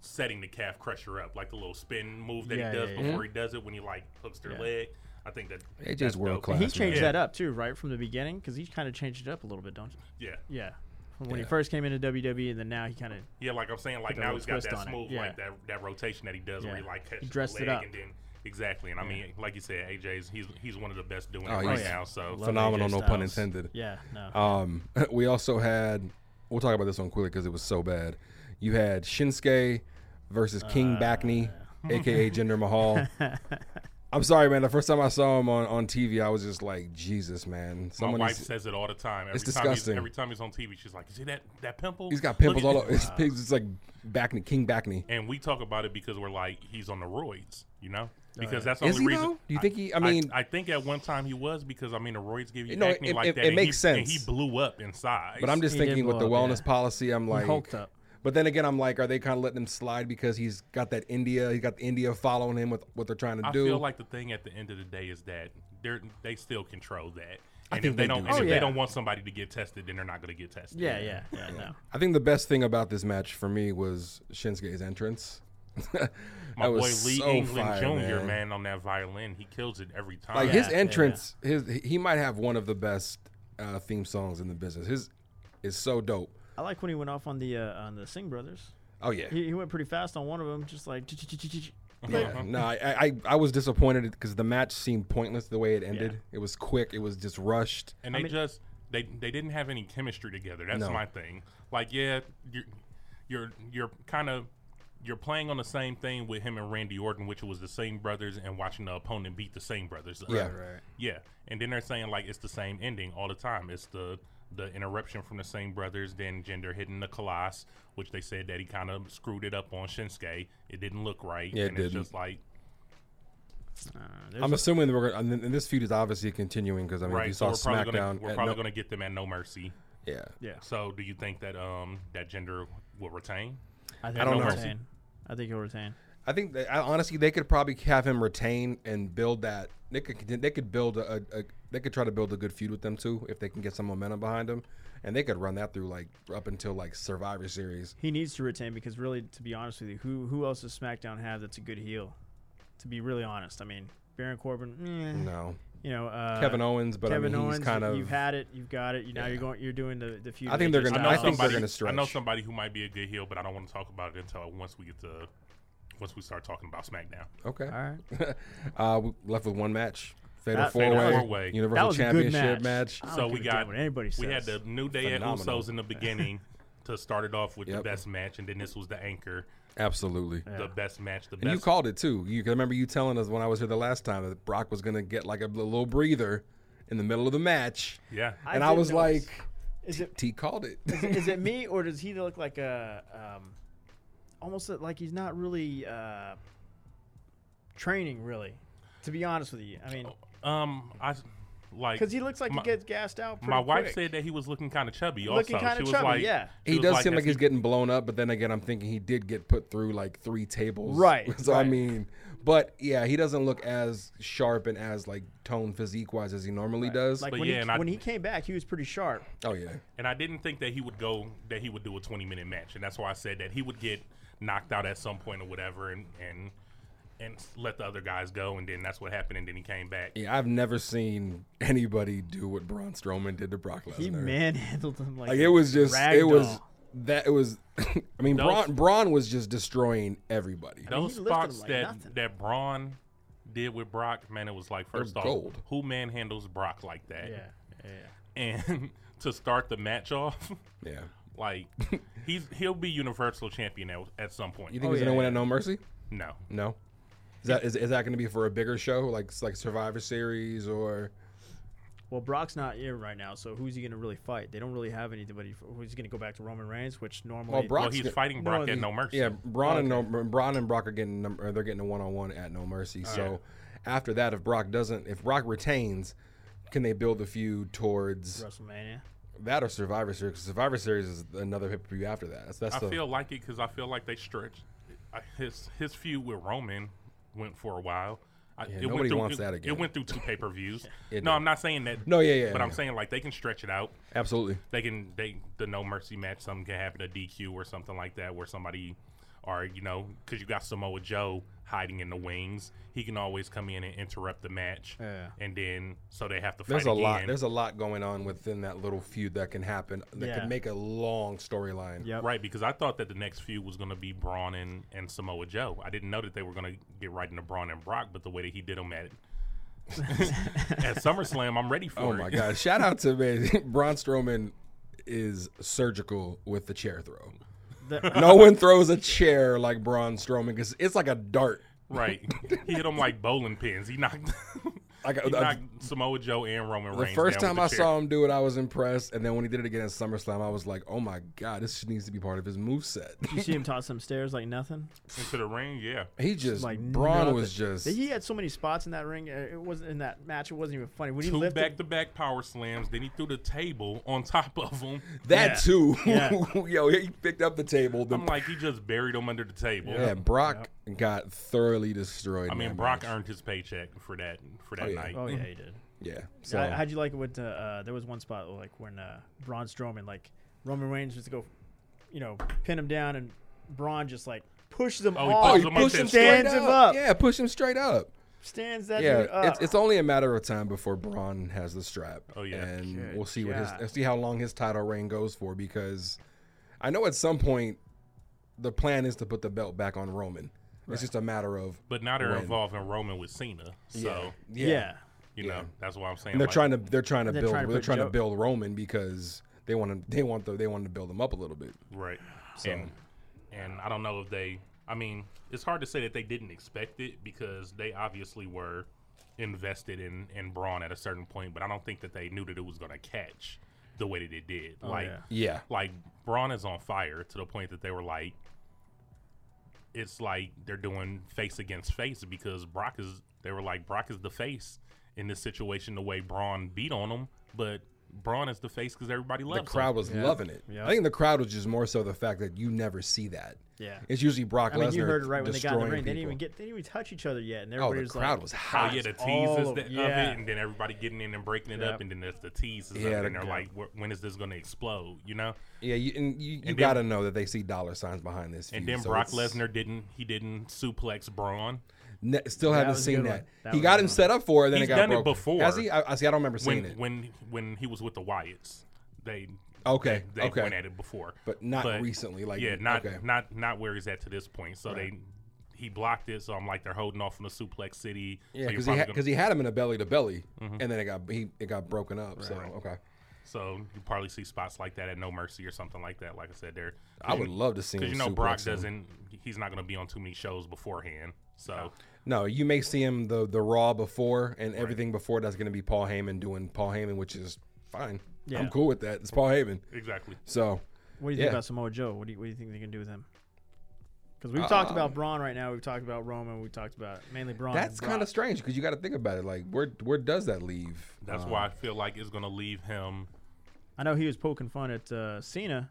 A: setting the calf crusher up, like the little spin move that
C: Yeah,
A: he does
C: yeah, yeah.
A: before he does it when he like hooks their
C: Yeah.
A: leg. I think that that's
B: AJ's
A: dope.
B: world class.
C: he changed
A: Yeah.
C: that up too, right from the beginning, because he kind of changed it up a little bit, don't you?
A: Yeah,
C: Yeah. From when
B: Yeah.
C: he first came into WWE, and then now he kind of
A: yeah. Like I'm saying, like
C: Put that
A: now
C: little
A: he's got
C: twist
A: that
C: on it,
A: smooth,
C: yeah.
A: like that that rotation that he does where
C: Yeah.
A: he like catches
C: dressed
A: the
C: it
A: leg
C: up.
A: and then exactly. And I mean, like you said, AJ's he's he's one of the best doing
B: Oh,
A: it
B: he's
A: right now. So
C: Love
B: Phenomenal,
C: AJ
B: no pun
C: Styles.
B: intended.
C: Yeah. No.
B: Um, <laughs> we also had. We'll talk about this one quickly because it was so bad. You had Shinsuke versus King Backney, aka Jinder Mahal. I'm sorry, man. The first time I saw him on, on TV, I was just like, Jesus, man.
A: My
B: Someone
A: wife
B: needs-
A: says it all the time. Every
B: It's
A: time
B: disgusting.
A: He's, every time he's on TV, she's like, "You see that that pimple?
B: <laughs> he's got
A: Look
B: pimples
A: at
B: all
A: that."
B: over. His pigs is like Backney, King Backney.
A: And we talk about it because we're like, he's on the roids, you know? Because that's the
B: Is
A: only
B: he
A: reason.
B: though? Do you think he- I mean-
A: I, think at one time he was because I mean the roids give you
B: No,
A: acne
B: it-
A: like
B: it-
A: that.
B: it
A: and
B: makes
A: he, And he
B: sense.
A: blew up in size.
B: But I'm just
C: He did
B: thinking with the
C: blow up,
B: wellness
C: yeah.
B: policy, I'm like,
C: hulked up.
B: but then again, I'm like, are they kind of letting him slide because he's got that India, he got the India following him with what they're trying to
A: I
B: do?
A: feel like the thing at the end of the day is that they're they still control that. And
B: think
A: if they,
B: they
A: don't,
B: do.
A: and
C: Oh,
A: if
C: yeah.
A: they don't want somebody to get tested, then they're not going to get tested.
C: yeah. Yeah. Yeah. No.
B: I think the best thing about this match for me was Shinsuke's entrance. <laughs> that
A: My boy Lee
B: was so
A: England
B: fire,
A: Jr. Man. Oh, on that violin, he kills it every time.
B: Like
C: Yeah,
B: his
C: yeah, yeah.
B: entrance, his he might have one of the best uh, theme songs in the business. His is so dope.
C: I like when he went off on the uh, on the Singh brothers.
B: Oh yeah,
C: He, he went pretty fast on one of them, just like. ch-ch-ch-ch-ch.
A: Uh-huh.
B: yeah. No, I, I I was disappointed because the match seemed pointless the way it ended. It was quick. It was just rushed.
A: and they just they they didn't have any chemistry together. That's
B: No.
A: my thing. Like, yeah, you're you're you're kind of you're playing on the same thing with him and Randy Orton, which was the same brothers, and watching the opponent beat the same brothers. up.
B: Yeah.
C: Right.
A: yeah. And then they're saying like it's the same ending all the time. It's the the interruption from the same brothers, then Gender hitting the Colossus, which they said that he kind of screwed it up on Shinsuke. It didn't look right.
B: Yeah, it
A: and it's
B: didn't.
A: just like
C: Uh, there's
B: I'm assuming that we're gonna, and then- and this feud is obviously continuing because I mean if you
A: right.
B: saw
A: So we're probably
B: SmackDown.
A: gonna we're
B: at
A: probably
B: no-
A: gonna get them at No Mercy.
B: yeah.
C: yeah.
A: So do you think that um that Gender will retain?
C: I, think
B: don't
C: he'll
B: know.
C: Retain. I think he'll retain.
B: I think that, I, honestly they could probably have him retain and build that. They could conti- they could build a, a, a they could try to build a good feud with them too if they can get some momentum behind them, and they could run that through like up until like Survivor Series.
C: He needs to retain because really, to be honest with you, who who else does SmackDown have that's a good heel? To be really honest, I mean Baron Corbin, eh,
B: No,
C: you know uh,
B: Kevin Owens, but
C: Kevin
B: I mean
C: Owens,
B: he's kind of
C: you've had it, you've got it. You, Now
B: Yeah.
C: you're going, you're doing the the feud.
B: I think
C: with
B: they're
C: AJ
B: gonna-
A: I,
B: I
A: know
C: Styles.
B: think they're
A: somebody,
B: gonna
A: I know
B: stretch.
A: somebody who might be a good heel, but I don't want to talk about it until once we get to once we start talking about SmackDown.
B: okay.
C: All right.
B: uh, we left with one match. Fatal
C: That-
B: four
C: Fatal
B: way
A: four-way.
B: Universal
C: That was a good
B: Championship
C: match.
B: match.
C: I don't
A: So
C: give
A: we
C: a damn
A: got-
C: what anybody says.
A: We had the New Day at
B: Phenomenal.
A: Usos
B: <laughs>
A: in the beginning to start it off with
B: Yep.
A: the best match, and then this was the anchor,
B: Absolutely.
A: the best match, the
B: And you
A: best.
B: called it too. You can remember you telling us when I was here the last time that Brock was gonna get like a little breather in the middle of the match,
A: yeah,
B: and I
C: did
B: was
C: notice-
B: like,
C: is it
B: "T called it."
C: <laughs> is it me or does he look like a um, almost like he's not really uh, training really? To be honest with you, I mean,
A: um, I like
C: because he looks like
A: my-
C: he gets gassed out. Pretty
A: My wife
C: quick.
A: said that he was looking kind of chubby. Also,
C: Looking kinda
A: she was
C: chubby,
A: like,
C: yeah.
A: she
B: he
A: was
B: does seem like
A: "Has
B: he's getting blown up, but then again, I'm thinking he did get put through like three tables,
C: Right,
B: <laughs> So I
C: right.
B: mean, but yeah, he doesn't look as sharp and as like tone physique wise as he normally does.
C: like
A: But
C: when,
A: yeah,
C: he,
A: and I-
C: when he came back, he was pretty sharp.
B: oh yeah,
A: And I didn't think that he would go that he would do a 20 minute match, and that's why I said that he would get knocked out at some point or whatever, and and and let the other guys go, and then that's what happened, and then he came back.
B: yeah. I've never seen anybody do what Braun Strowman did to Brock Lesnar.
C: He manhandled him like,
B: Like it was just it was
C: ragdoll.
B: that it was <laughs> I mean
A: Those-
B: Braun Braun was just destroying everybody.
A: Those
C: he lifted him
A: spots
C: like
A: that
C: nothing.
A: that Braun did with Brock, man, it was like first off,
B: gold.
A: who manhandles Brock like that?
C: Yeah, yeah.
A: And <laughs> to start the match off, <laughs>
B: Yeah. <laughs>
A: like he's he'll be Universal Champion at, at some point.
B: You think
C: Oh,
B: he's
C: yeah,
B: gonna win
C: yeah.
B: at No Mercy?
A: no,
B: No. Is that is, is that gonna be for a bigger show like like Survivor Series or
C: Well, Brock's not here right now, so who's he going to really fight? They don't really have anybody. For, who's going to go back to Roman Reigns, which normally
B: Well, Brock-
A: well,
B: Brock's
A: he's
B: gonna-
A: fighting
C: no,
A: Brock
C: he-
A: at No Mercy.
B: yeah Braun and no, Braun and Brock are getting num- or they're getting a one on one at No Mercy. so after that, if Brock doesn't, if Brock retains, can they build the feud towards
C: WrestleMania.
B: that or Survivor Series? Survivor Series is another pay per view after that. That's, that's
A: I
B: the,
A: feel like it because I feel like they stretched I- his his feud with Roman went for a while. I, it
B: nobody
A: went through,
B: wants
A: it,
B: that
A: it
B: again.
A: went through
B: <laughs>
A: two pay per views.
B: It
A: no,
B: did.
A: I'm not saying that.
B: No, yeah, yeah,
A: But
B: yeah.
A: I'm saying like they can stretch it out.
B: absolutely.
A: They can they the no mercy match. Something can happen a DQ or something like that where somebody or you know because you got Samoa Joe hiding in the wings. He can always come in and interrupt the match.
C: Yeah.
A: And then so they have to fight
B: There's a
A: again.
B: lot. There's a lot going on within that little feud that can happen that
C: Yeah.
B: could make a long storyline.
C: Yep.
A: Right, because I thought that the next feud was going to be Braun and, and Samoa Joe. I didn't know that they were going to get right into Braun and Brock, but the way that he did them at <laughs> at SummerSlam, I'm ready for
B: Oh
A: it.
B: my god! Shout out to man. <laughs> Braun Strowman is surgical with the chair throw.
C: The- <laughs>
B: No one throws a chair like Braun Strowman because it's like a dart.
A: <laughs> Right, he hit him like bowling pins. He knocked, <laughs>
B: Like
A: he
B: uh,
A: knocked Samoa Joe and Roman
B: the
A: Reigns.
B: first
A: down
B: time
A: with
B: I
A: the chair.
B: saw him do it, I was impressed, and then when he did it again at SummerSlam, I was like, "Oh my god, this needs to be part of his moveset.
C: you see him toss them stairs like nothing.
A: into the ring, yeah,
B: he just
C: Like
B: Braun
C: nothing.
B: was just
C: He had so many spots in that ring. uh, It wasn't in that match. It wasn't even funny. When he
A: two
C: lifted,
A: back to back power slams. Then he threw the table on top of him.
B: that
C: Yeah.
B: too.
C: Yeah.
B: <laughs> Yo, he picked up the table. The,
A: I'm like, he just buried him under the table.
B: yeah, Brock got thoroughly destroyed.
A: I
B: in
A: mean,
B: that
A: Brock
B: match.
A: earned his paycheck for that for that
B: yeah.
A: night.
C: oh yeah, he did.
B: Yeah. So
C: Yeah, how'd you like it with uh, uh, there was one spot like when uh, Braun Strowman like Roman Reigns was to go, you know, pin him down and Braun just like pushes him
A: Oh, he
B: Oh,
C: off,
A: pushes
B: he
A: him up
B: pushed him
A: there.
B: straight
C: Stands
B: up.
C: him up.
B: Yeah, push him straight up.
C: stands that
B: yeah,
C: dude up.
B: it's, it's only a matter of time before Braun has the strap.
A: Oh, yeah.
B: and
C: Good
B: we'll see what his
C: God.
B: we'll see how long his title reign goes for because I know at some point the plan is to put the belt back on Roman. It's just a matter of
A: But now they're
B: When?
A: involving Roman with Cena, so.
C: yeah.
A: You
B: Yeah.
A: know, that's why I'm saying
B: And they're
A: like,
B: trying to they're trying to
C: They're
B: build
C: trying to
B: they're
C: put
B: trying to
C: Joe-
B: build Roman because they want to they want the, they want to build him up a little bit.
A: right. And and I don't know if they. I mean, it's hard to say that they didn't expect it because they obviously were invested in in Braun at a certain point, but I don't think that they knew that it was going to catch the way that it did. like
C: yeah.
B: Yeah,
A: like Braun is on fire to the point that they were like, it's like they're doing face against face because Brock is. They were like Brock is the face in this situation. The way Braun beat on him, but Braun is the face because everybody
B: the
A: loves him.
B: crowd was loving it.
C: Yeah.
B: I think the crowd was just more so the fact that you never see that.
C: Yeah.
B: It's usually Brock
C: I mean,
B: Lesnar.
C: you heard it right when they got in the
B: destroying
C: ring. They didn't
B: people.
C: even get, they didn't even touch each other yet, and
B: Oh,
C: everybody
B: the
C: was
B: crowd
C: like,
B: was
A: Oh
B: hot.
A: yeah, the
C: all
A: teases
C: of-
A: that,
C: yeah.
A: of it, and then everybody getting in and breaking it
C: Yep.
A: up, and then there's the teases,
B: Yeah,
A: of it, and
B: the-
A: they're like, "Wh- "When is this going to explode?" You know.
B: Yeah, you, and you, you
A: And then-
B: gotta know that they see dollar signs behind this.
A: And
B: feud,
A: then
B: so
A: Brock
B: it's-
A: Lesnar didn't. He didn't suplex Braun.
B: ne- still haven't
C: was a
B: seen
C: good
B: that.
C: one. That
B: he
C: was a
B: got
C: good
B: him
C: one.
B: set up for it, then
A: He's
B: it got
A: done it
B: broken.
A: before.
B: Has he? I, I see. I don't remember seeing
A: When
B: it.
A: when when he was with the Wyatts, they
B: Okay,
A: they, they
B: okay.
A: went at it before,
B: But not recently, like,
A: yeah, not
B: okay.
A: not not where he's at to this point. So
B: Right.
A: they he blocked it, so I'm like they're holding off from the Suplex City.
B: Yeah,
A: so you're
B: because
A: probably
B: he, ha-
A: gonna- Mm-hmm.
B: 'cause he had him in a belly to belly, and then it got he, it got broken up. so okay,
A: so you probably see spots like that at No Mercy or something like that. Like I said, there.
B: I would love to see him.
A: Because you know Brock
B: Uh, suplex him.
A: doesn't. He's not going to be on too many shows beforehand. So
B: No, you may see him the the Raw before and everything before that's going to be Paul Heyman doing Paul Heyman, which is fine. I'm
C: Yeah.
B: cool with that. It's Paul Heyman.
A: exactly.
B: So
C: What do you think
B: Yeah.
C: about Samoa Joe? What do you, what do you think they can do with him? Because we've
B: Uh,
C: talked about Braun right now. We've talked about Roman. We've talked about mainly
A: Oh
C: Braun. and
B: that's kind
C: Brock.
B: of strange because you got to think about it. Like where where does that leave?
A: That's
B: Um,
A: why I feel like it's going to leave him.
C: I know he was poking fun at uh, Cena.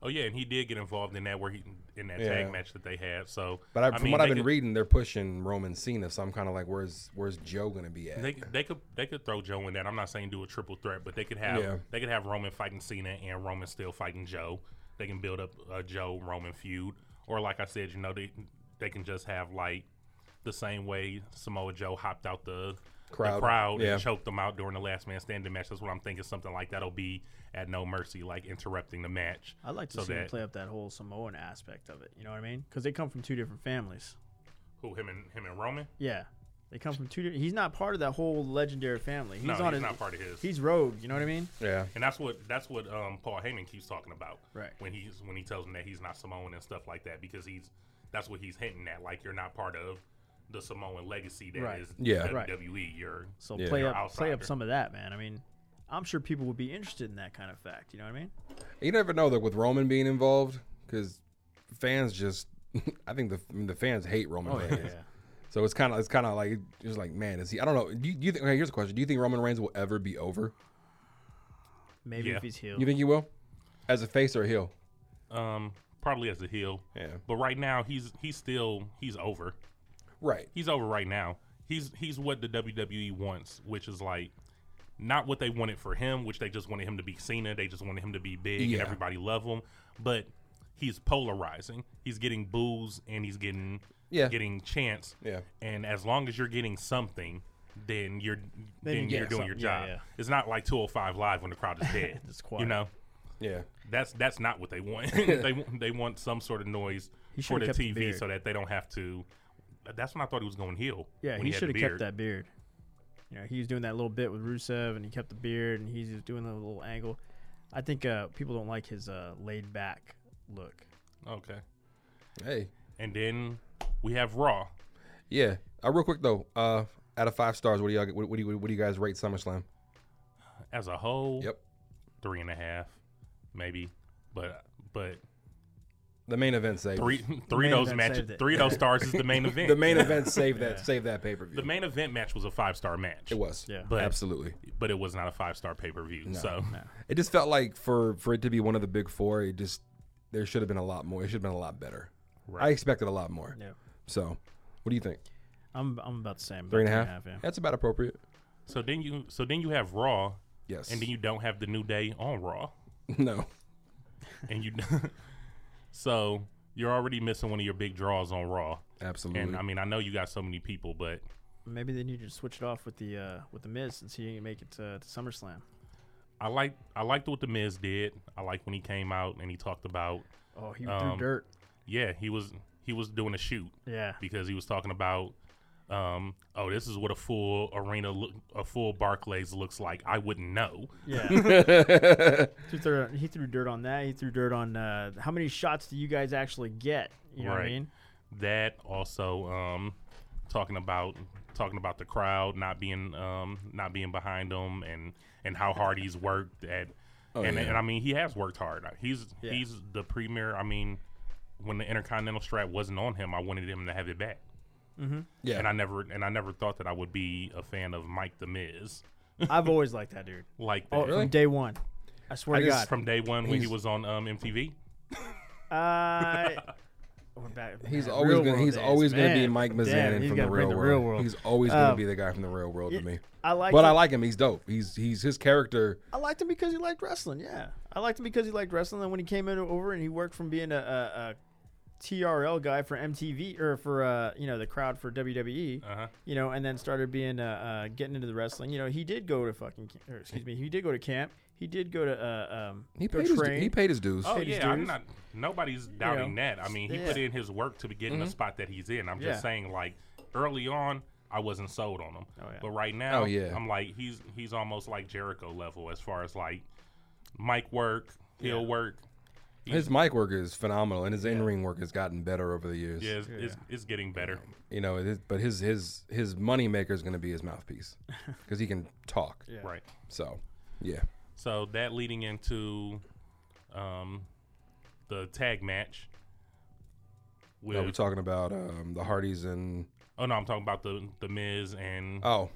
A: Oh yeah, and he did get involved in that where he in that
B: Yeah.
A: tag match that they had. So,
B: But I, from
A: mean,
B: what I've
A: they
B: been
A: could-
B: reading, they're pushing Roman Cena. So I'm kind of like, where's where's Joe going to be at?
A: They, they could they could throw Joe in that. I'm not saying do a triple threat, but they could have
B: Yeah.
A: they could have Roman fighting Cena and Roman still fighting Joe. They can build up a Joe Roman feud, or like I said, you know they they can just have like the same way Samoa Joe hopped out the
B: Crowd.
A: the crowd
B: Yeah.
A: and choked them out during the Last Man Standing match. That's what I'm thinking. Something like that'll be at No Mercy, like interrupting the match.
C: I'd like to
A: So
C: see him
A: that-
C: play up that whole Samoan aspect of it. You know what I mean? Because they come from two different families.
A: Who him and him and Roman?
C: Yeah, they come from two. different... He's not part of that whole legendary family. He's
A: no,
C: on
A: he's
C: his.
A: not part of his.
C: He's rogue. You know what I mean?
B: yeah,
A: And that's what that's what um, Paul Heyman keeps talking about.
C: Right.
A: When he's when he tells him that he's not Samoan and stuff like that because he's that's what he's hinting at. Like you're not part of the Samoan legacy that is
C: Right.
B: Yeah.
C: Right.
A: WWE. You're
C: So
B: Yeah.
C: play
A: You're
C: up, play up
A: outsider.
C: some of that, man. I mean, I'm sure people would be interested in that kind of fact. You know
B: <laughs>
C: what I mean?
B: you never know though with Roman being involved because fans just. <laughs> I think the I mean, the fans hate Roman
A: Oh,
B: fans. So it's kind of it's kind of like just like man, is he? I don't know. Do you, do you think? Okay, here's a question: Do you think Roman Reigns will ever be over?
C: Maybe
A: Yeah.
C: if he's healed.
B: You think he will, as a face or a heel?
A: um probably as a heel.
B: Yeah.
A: But right now he's he's still he's over.
B: Right.
A: He's over right now. He's he's what the WWE wants, which is like not what they wanted for him, which they just wanted him to be Cena. They just wanted him to be big
B: Yeah.
A: and everybody love him. But he's polarizing. He's getting boos and he's getting
B: Yeah.
A: getting chance.
B: Yeah.
A: And as long as you're getting something, then you're then,
C: you
A: you're
C: get
A: doing your
C: something. Yeah,
A: job.
C: yeah.
A: It's not like 205 live when the crowd
C: <laughs>
A: is dead.
C: It's
A: You
C: quiet.
A: know,
B: Yeah.
A: that's that's not what they
C: <laughs>
A: want. <laughs> they want they want some sort of noise for
C: should've
A: the
C: kept the
A: TV
C: beard.
A: so that they don't have to. That's when I thought he was going heel.
C: Yeah,
A: when
C: he,
A: had the
C: should have kept
A: beard.
C: that beard. You know, he was doing that little bit with Rusev, and he kept the beard, and he's just doing the little angle. I think uh, people don't like his uh, laid back look.
A: Okay.
B: Hey.
A: And then we have Raw.
B: Yeah. Uh, real quick though, uh, out of five stars, what do y'all? What, what do you? What do you guys rate SummerSlam?
A: as a whole,
B: Yep.
A: three and a half, maybe, but
C: <laughs>
A: but
B: The main event saved.
A: three three
C: main
A: of those
C: event
A: matches,
C: saved it.
A: three of those stars is the
C: <laughs>
A: main event.
B: The main event saved that. Saved that pay per
A: The
B: view.
A: main event match was a five star match.
B: It was.
C: Yeah.
A: but
B: Absolutely.
A: but it was not a five star pay per view. so
B: It just felt like for for it to be one of the big four, it just there should have been a lot more. It should have been a lot better. I
A: Right.
B: expected a lot more.
C: Yeah.
B: So, what do you think?
C: I'm I'm about the same.
B: Three and a half.
C: yeah.
B: That's about appropriate.
A: so then you so then you have Raw,
B: Yes.
A: and then you don't have the New Day on Raw,
B: <laughs> no.
A: and you <laughs> so you're already missing one of your big draws on Raw.
B: Absolutely.
A: And I mean, I know you got so many people, but
C: Maybe they need to switch it off with the uh, with the Miz since he didn't make it to, to SummerSlam.
A: I like I liked what the Miz did. I liked when he came out and he talked about
C: Oh, he
A: Um,
C: threw dirt.
A: yeah he was he was doing a shoot
C: Yeah.
B: <laughs>
A: because he was talking about um, oh this is what a full arena look a full Barclays looks like I wouldn't know
C: Yeah. he, threw, he threw dirt on that. He threw dirt on uh, how many shots do you guys actually get? You know what I
A: Right.
C: mean?
A: that also um, talking about talking about the crowd not being um, not being behind them and and how hard he's worked at and,
B: Oh, yeah.
A: and I mean he has worked hard Uh, he's
C: Yeah.
A: he's the premier I mean when the Intercontinental strap wasn't on him I wanted him to have it back
C: Mm-hmm.
B: yeah.
A: and I never and I never thought that I would be a fan of Mike the Miz
C: I've always liked that
B: <laughs>
C: dude.
A: like
C: Oh,
A: that.
C: From day one. I swear
B: I
C: to
B: just-
C: God.
A: from day one when he
B: He's-
A: was on um, MTV.
B: <laughs>
C: Uh, we're back.
B: He's
C: man,
B: always
C: real
B: gonna
C: world
B: he's
C: days,
B: always gonna be
C: man.
B: Mike
C: Damn,
B: Mazanin
C: he's
B: from the
C: gotta bring
B: real,
C: the
B: world.
C: real world.
B: He's always gonna
C: Um,
B: be the guy from the real world to me.
C: I like
B: But I
C: him.
B: like him. He's dope. He's he's his character.
C: I liked him because he liked wrestling. Yeah, I liked him because he liked wrestling. And when he came in over and he worked from being a, a, a TRL guy for MTV or for uh, you know the crowd for WWE,
A: Uh-huh.
C: you know, and then started being uh, uh, getting into the wrestling. You know, he did go to fucking ca- or excuse me, he did go to camp. he did go to uh, um,
B: He
C: go
B: paid, his,
C: train.
B: he paid his dues.
A: Oh
C: Paid his
A: yeah, I'm
C: dues.
A: not. Nobody's doubting that. I mean, he
C: Yeah. Mm-hmm.
A: put in his work to be getting the spot that he's in. I'm
C: Yeah.
A: just saying, like early on, I wasn't sold on him,
C: Oh, yeah.
A: but right now,
B: Oh, yeah.
A: I'm like he's he's almost like Jericho level as far as like mic work, heel
C: Yeah.
A: work.
B: His mic work is phenomenal, and his in ring work has gotten better over the years.
A: Yeah, it's, It's, it's getting better.
B: You know, it is, but his his his money maker is going to be
A: <laughs>
B: his mouthpiece because he can talk.
C: Yeah.
A: Right.
B: So, yeah,
A: So that leading into um, the tag match.
B: Now we're
A: With,
B: talking about um, the Hardys and
A: oh no, I'm talking about the the Miz and
B: oh,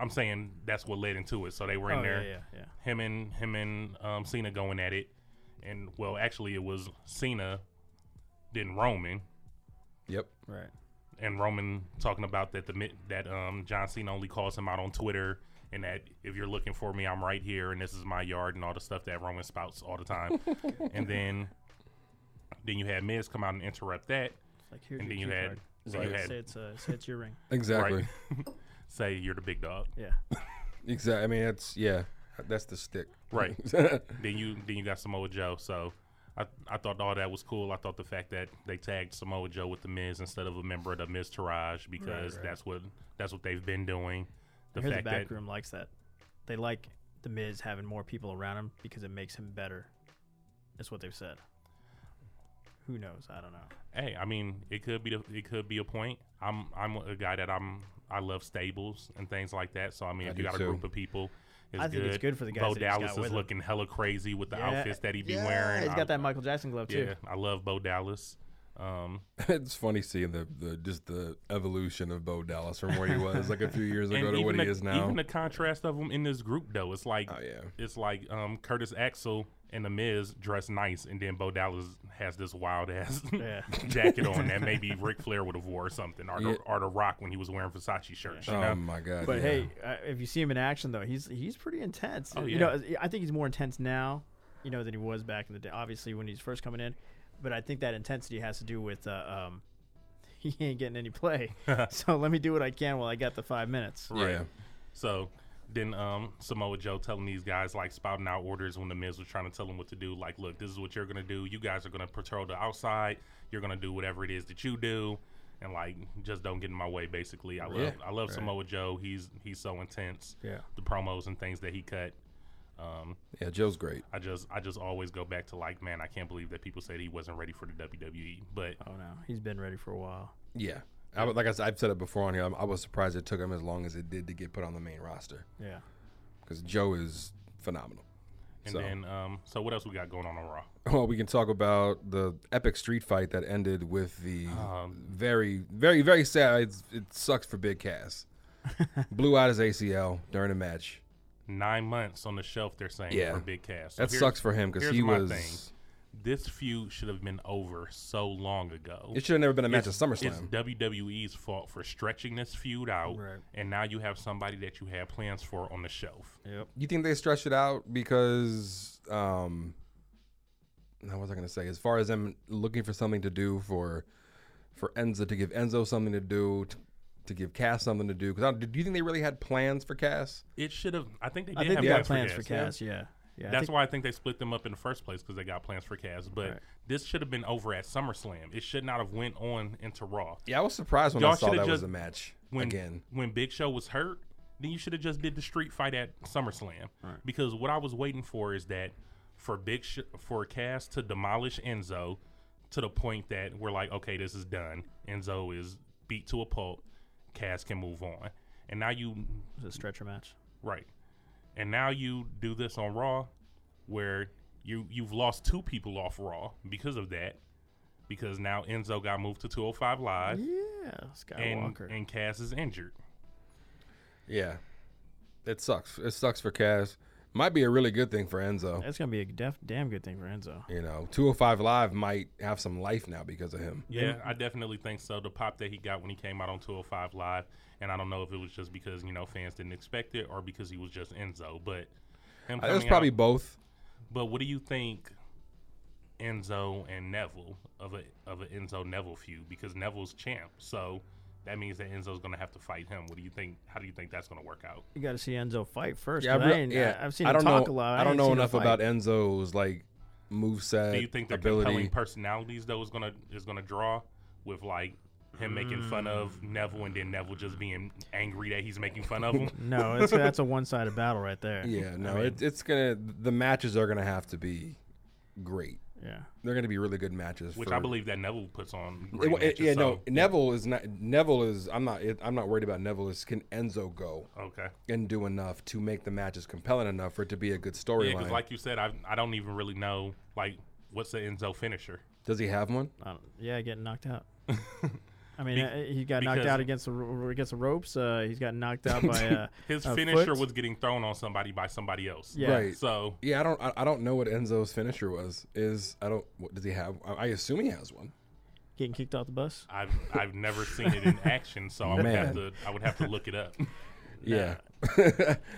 A: I'm saying that's what led into it. So they were in
C: Oh,
A: there.
C: yeah, yeah, yeah.
A: him and him and um, Cena going at it, and well, actually, it was Cena, then Roman,
B: yep,
C: Right.
A: and Roman talking about that the mi- that um, John Cena only calls him out on Twitter, and that if you're looking for me, I'm right here, and this is my yard, and all the stuff that Roman spouts all the time, and then then you had Miz come out and interrupt that,
C: It's like here's
A: and then
C: your
A: you
C: cue
A: had
C: card.
A: so you
C: Say-
A: had
C: say it's uh, say it's your ring.
B: exactly, <laughs>
A: Right. say you're the big dog,
C: Yeah.
B: exactly. I mean, it's yeah, that's the stick.
A: right? then you then you got Samoa Joe. So I, I thought all that was cool. I thought the fact that they tagged Samoa Joe with the Miz instead of a member of the Miz Taraj because
C: right.
A: that's what that's what they've been doing. The
C: I hear the
A: fact
C: back
A: that
C: room likes that. They like the Miz having more people around him because it makes him better. That's what they've said. Who knows? I don't know.
A: hey, I mean, it could be the, it could be a point. I'm I'm a guy that I'm I love stables and things like that. So I mean,
B: I
A: if
B: do
A: you got
B: too.
A: a group of people. It's
C: I think it's good for the
A: Bo
C: guys that he's got
A: Dallas
C: with
A: is
C: him.
A: looking hella crazy with the
C: Yeah.
A: outfits that he be
C: Yeah,
A: wearing.
C: He's
A: I-
C: got that Michael Jackson glove too.
A: yeah, I love Bo Dallas. Um,
B: <laughs> it's funny seeing the, the just the evolution of Bo Dallas from where he was like a few years
A: <laughs>
B: ago
A: and
B: to what
A: even
B: he
A: the-
B: is now.
A: Even the contrast of them in this group, though, it's like
B: oh yeah,
A: it's like um, Curtis Axel and The Miz dress nice, and then Bo Dallas has this wild ass <laughs>
C: Yeah.
A: jacket on that maybe Ric Flair would have wore or something, or,
B: Yeah.
A: the, or the Rock when he was wearing Versace shirts. You
B: oh
A: know?
B: my god.
C: But
B: yeah.
C: hey, uh, if you see him in action though, he's he's pretty intense.
A: Oh, yeah.
C: you know, I think he's more intense now, you know, than he was back in the day. Obviously, when he's first coming in, but I think that intensity has to do with uh, um, <laughs> he ain't getting
A: <laughs>
C: any play. so let me do what I can while I got the five minutes.
B: yeah,
A: Right. So then um, Samoa Joe telling these guys like spouting out orders when the Miz was trying to tell them what to do. Like, look, this is what you're gonna do. You guys are gonna patrol the outside. You're gonna do whatever it is that you do, and like just don't get in my way. Basically, I love
B: Yeah.
A: I love Samoa Joe. He's he's so intense.
C: Yeah.
A: The promos and things that he cut. Um,
B: yeah, Joe's great.
A: I just I just always go back to like, man, I can't believe that people said he wasn't ready for the WWE. But
C: Oh no, he's been ready for a while.
B: Yeah. I, would- like I said, I've said it before on here. I'm- I was surprised it took him as long as it did to get put on the main roster
C: Yeah.
B: because Joe is phenomenal.
A: and
B: So.
A: then um, so what else we got going on on Raw?
B: <laughs> Well, we can talk about the epic street fight that ended with the
A: Um,
B: very, very, very sad. It's, it sucks for
A: <laughs>
B: Big Cass. Blew out his ACL during a match.
A: nine months on the shelf, they're saying
B: Yeah.
A: for Big Cass. So
B: That
A: here's-
B: sucks for him because
A: here's
B: he
A: my
B: was.
A: thing. this feud should have been over so long ago.
B: It should have never been a match
A: It's-
B: at
A: It's
B: SummerSlam.
A: WWE's fault for stretching this feud out,
C: Right.
A: and now you have somebody that you had plans for on the shelf.
C: Yep.
B: You think they stretched it out because? Um, now, what was I going to say? As far as them looking for something to do for for Enzo to give Enzo something to do to, to give Cass something to do because do you think they really had plans for Cass?
A: It should have. I think they did
C: I think
A: have
C: they got
A: plans
C: plans for
A: Cass.
C: Cass. Yeah. Yeah. I
A: That's
C: think-
A: why I think they split them up in the first place because they got plans for Cass. But
C: Right.
A: this should have been over at SummerSlam. It should not have went on into Raw.
B: Yeah, I was surprised when I
A: Y'all
B: saw
A: shoulda
B: that was
A: just-
B: a match
A: when
B: again.
A: when Big Show was hurt, then you should have just did the street fight at SummerSlam. Because what I was waiting for is that for Big Sh- for Cass to demolish Enzo to the point that we're like, okay, this is done. Enzo is beat to a pulp. Cass can move on, and now you
C: It was a stretcher match.
A: right, and now you do this on Raw, where you you've lost two people off Raw because of that. Because now Enzo got moved to 205 Live,
C: Yeah.
A: and,
C: Skywalker.
A: and Cass is injured.
B: Yeah, it sucks. It sucks for Cass. Might be a really good thing for Enzo.
C: That's gonna be a def- damn good thing for Enzo.
B: You know, 205 Live might have some life now because of him.
A: Yeah, I definitely think so. The pop that he got when he came out on 205 Live, and I don't know if it was just because, you know, fans didn't expect it or because he was just Enzo, but him
B: Uh, It was
A: coming
B: probably
A: out-
B: both.
A: But what do you think Enzo and Neville of a of an Enzo Neville feud because Neville's champ. So that means that Enzo's going to have to fight him. What do you think? How do you think that's going to work out?
C: You got to see Enzo fight first.
B: Yeah,
C: Yeah,
B: I
C: I
B: re- yeah,
C: have seen
B: I
C: him
B: don't
C: talk
B: know.
C: a lot.
B: I don't
C: ain't
B: know
C: seen him
B: enough
C: fight.
B: about Enzo's like moveset.
A: Do you think their
B: ability.
A: compelling personalities though is gonna is gonna draw with like him making fun
B: Mm.
A: of Neville and then Neville just being angry that he's making fun of him?
B: <laughs>
C: No, it's, that's a one-sided battle right
A: <laughs>
C: there.
B: Yeah, no,
C: I mean,
B: it, it's gonna. The matches are gonna have to be great.
C: yeah.
B: They're gonna be really good matches.
A: Which
B: for-
A: I believe that Neville puts on.
B: It-
A: Great
B: it-
A: matches,
B: yeah, no.
A: so-
B: Neville is not. Neville is. I'm not. It, I'm not worried about Neville. Is can Enzo go
A: Okay.
B: and do enough to make the matches compelling enough for it to be a good
A: Yeah,
B: storyline?
A: because like you said, I I don't even really know like what's the Enzo finisher.
B: Does he have one?
C: I don't- yeah, getting
B: <laughs>
C: knocked out. I mean,
A: Be-
C: uh, he got knocked
A: because-
C: out against the ro- against the ropes. Uh, he's got knocked
B: <laughs>
C: out by uh,
A: His
C: a
A: finisher
C: foot.
A: was getting thrown on somebody by somebody else.
C: yeah.
B: Right.
A: So
B: Yeah, I don't. I, I don't know what Enzo's finisher was. Is I don't. What does he have? I, I assume he has one.
C: getting kicked off the bus.
A: I've I've never seen it in action. So I would
B: Man.
A: have to I would have to look it up.
B: Yeah.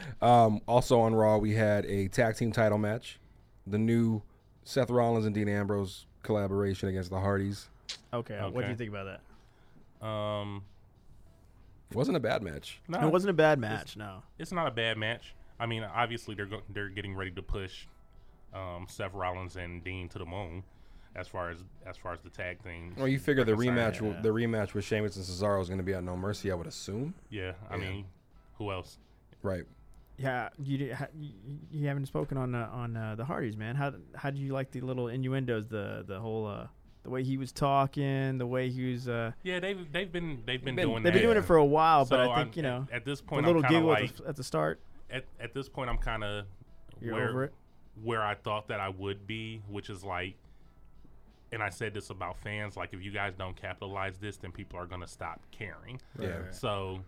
B: <laughs> um, also on Raw, we had a tag team title match, the new Seth Rollins and Dean Ambrose collaboration against the Hardys.
C: Okay, what do you
A: Okay.
C: think about that?
A: Um,
B: Wasn't a bad match.
A: no,
C: It wasn't a bad match. No,
A: it's not a bad match. I mean, obviously they're go- they're getting ready to push um, Seth Rollins and Dean to the moon, as far as as far as the tag thing.
B: Well, you figure the
A: Reconcile,
B: rematch, will
C: yeah.
B: the rematch with Sheamus and Cesaro is going to be at No Mercy, I would assume.
A: Yeah, I
B: Yeah.
A: mean, who else?
B: Right.
C: yeah, you di- ha- you, you haven't spoken on uh, on uh, the Hardys, man. How how do you like the little innuendos? The the whole uh, the way he was talking, the way he was. Uh,
A: Yeah, they've they've been they've been,
C: been-
A: doing
C: they've
A: that.
C: been doing it for a while, Oh, but
A: So
C: I
A: I'm-
C: think you know
A: at, at this
C: a
A: point,
C: little
A: I'm kind of
C: giggle at,
A: like
C: the, f- at the start.
A: at, at this point, I'm kind of
C: You're
A: where
C: over it.
A: where I thought that I would be, which is like, and I said this about fans, like if you guys don't capitalize this, then people are gonna stop caring.
B: Yeah.
C: Right.
A: So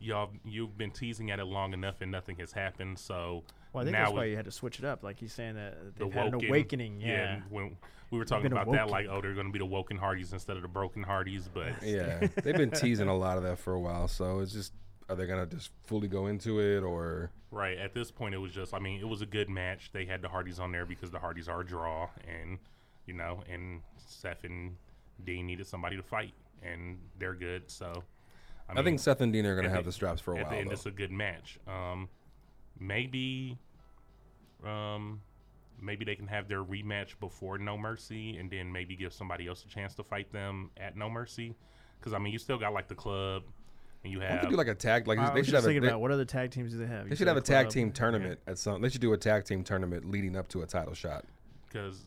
A: y'all you've been teasing at it long enough and nothing has happened. So
C: Well, I think
A: now
C: that's why
A: it-
C: you had to switch it up. Like he's saying that
A: the
C: they've had
A: woken-
C: an awakening. Yeah.
A: and when we were talking
C: been
A: about that,
C: awoken.
A: like oh, they're going to be the woken Hardys instead of the broken Hardys, but
B: Yeah.
C: <laughs>
B: They've been teasing a lot of that for a while, so it's just are they going to just fully go into it or
A: right at this point, it was just I mean, it was a good match. They had the Hardys on there because the Hardys are a draw, and you know, and Seth and Dean needed somebody to fight, and they're good. So
B: I, think Seth and Dean are going to
A: at
B: have
A: the-
B: the straps for a
A: at the
B: while.
A: end,
B: though.
A: it's a good match. Um, maybe, um, maybe they can have their rematch before No Mercy, and then maybe give somebody else a chance to fight them at No Mercy. Because I mean, you still got like the club, and you
B: I
A: have
B: could do like a tag like
C: I
B: they
C: was
B: should
C: just
B: have a,
C: thinking
B: they,
C: about what other tag teams do they have?
B: they should have a tag team tournament at some. They should do a tag team tournament leading up to a title shot.
A: because.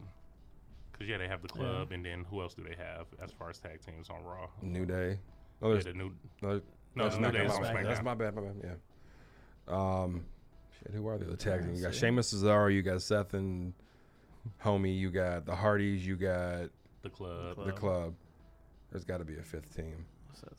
A: Cause yeah, they have the club, and then who else do they have as far as tag teams on Raw?
B: New Day. Oh,
A: Yeah,
B: there's
A: the new
B: No,
A: No,
B: that's
A: no,
B: not
A: they
B: that's,
A: lost
B: my-
A: SmackDown.
B: that's my bad. My bad. Yeah. Um, shit, who are the other tag team? You got
C: see.
B: Sheamus Cesaro. You got Seth and Homie. You got the Hardys. You got
A: the club.
B: the
C: Club.
B: Club. There's got to be a fifth team.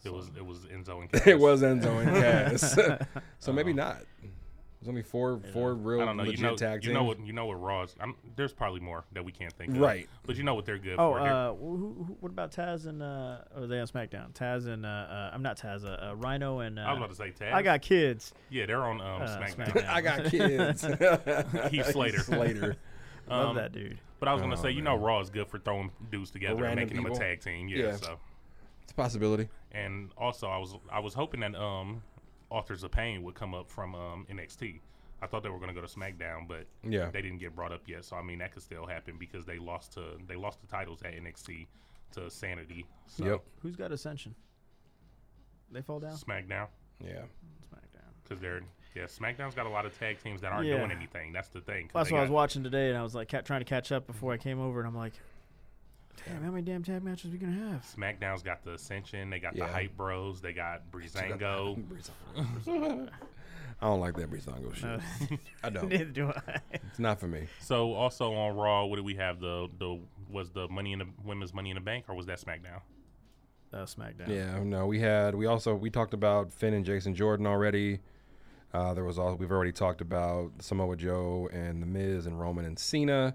A: It was <laughs> it was Enzo and
B: <laughs> it
A: Cass.
B: was Enzo and Cass. <laughs> so maybe not. There's only four four real
A: I don't know.
B: legit
A: You know,
B: tag teams.
A: you know what you know what Raw's. I'm, there's probably more that we can't think of.
B: Right.
A: But you know what they're good
C: Oh,
A: for. They're-
C: uh, wh- who, who, what about Taz and uh, are they on SmackDown? Taz and uh, uh I'm not Taz, uh, uh Rhino and uh,
A: I was about to say Taz.
C: I got kids.
A: yeah, they're on um,
C: Uh,
A: SmackDown.
B: <laughs>
C: SmackDown.
B: I
A: <laughs>
B: got kids. <laughs> Heath
A: Slater.
B: Slater.
C: Love
A: Um,
C: that dude.
A: But I was gonna
B: Oh,
A: say, you know, Raw is good for throwing dudes together and
B: Random
A: making them
B: people.
A: a tag team. Yeah,
B: Yeah.
A: So,
B: It's a possibility.
A: and also, I was I was hoping that um, Authors of Pain would come up from um NXT. I thought they were gonna go to SmackDown, but
B: Yeah.
A: they didn't get brought up yet. So I mean, that could still happen because they lost to they lost the titles at NXT to Sanity. So,
B: Yep.
C: Who's got Ascension? They fall down.
A: SmackDown
B: Yeah.
C: SmackDown.
A: because they're yeah SmackDown's got a lot of tag teams that aren't
C: Yeah.
A: doing anything. That's the thing. 'cause
C: That's
A: they
C: what I was
A: got-
C: watching today, and I was like ca- trying to catch up before I came over, and I'm like, damn, how many damn tag matches are we gonna
A: <laughs>
C: have?
A: SmackDown's got the Ascension. They got
B: Yeah.
A: the Hype Bros. They got <laughs> Breezango.
B: Breezango. I don't like that Breezango shit.
C: No.
B: I
C: <laughs>
B: don't.
C: Neither do I.
B: It's not for me.
A: So also on Raw, what did we have? The the was the Money in the Women's Money in the Bank, or was that SmackDown?
C: Uh, SmackDown.
B: Yeah, no, we had we also we talked about Finn and Jason Jordan already. Uh, there was also we've already talked about Samoa Joe and The Miz and Roman and Cena.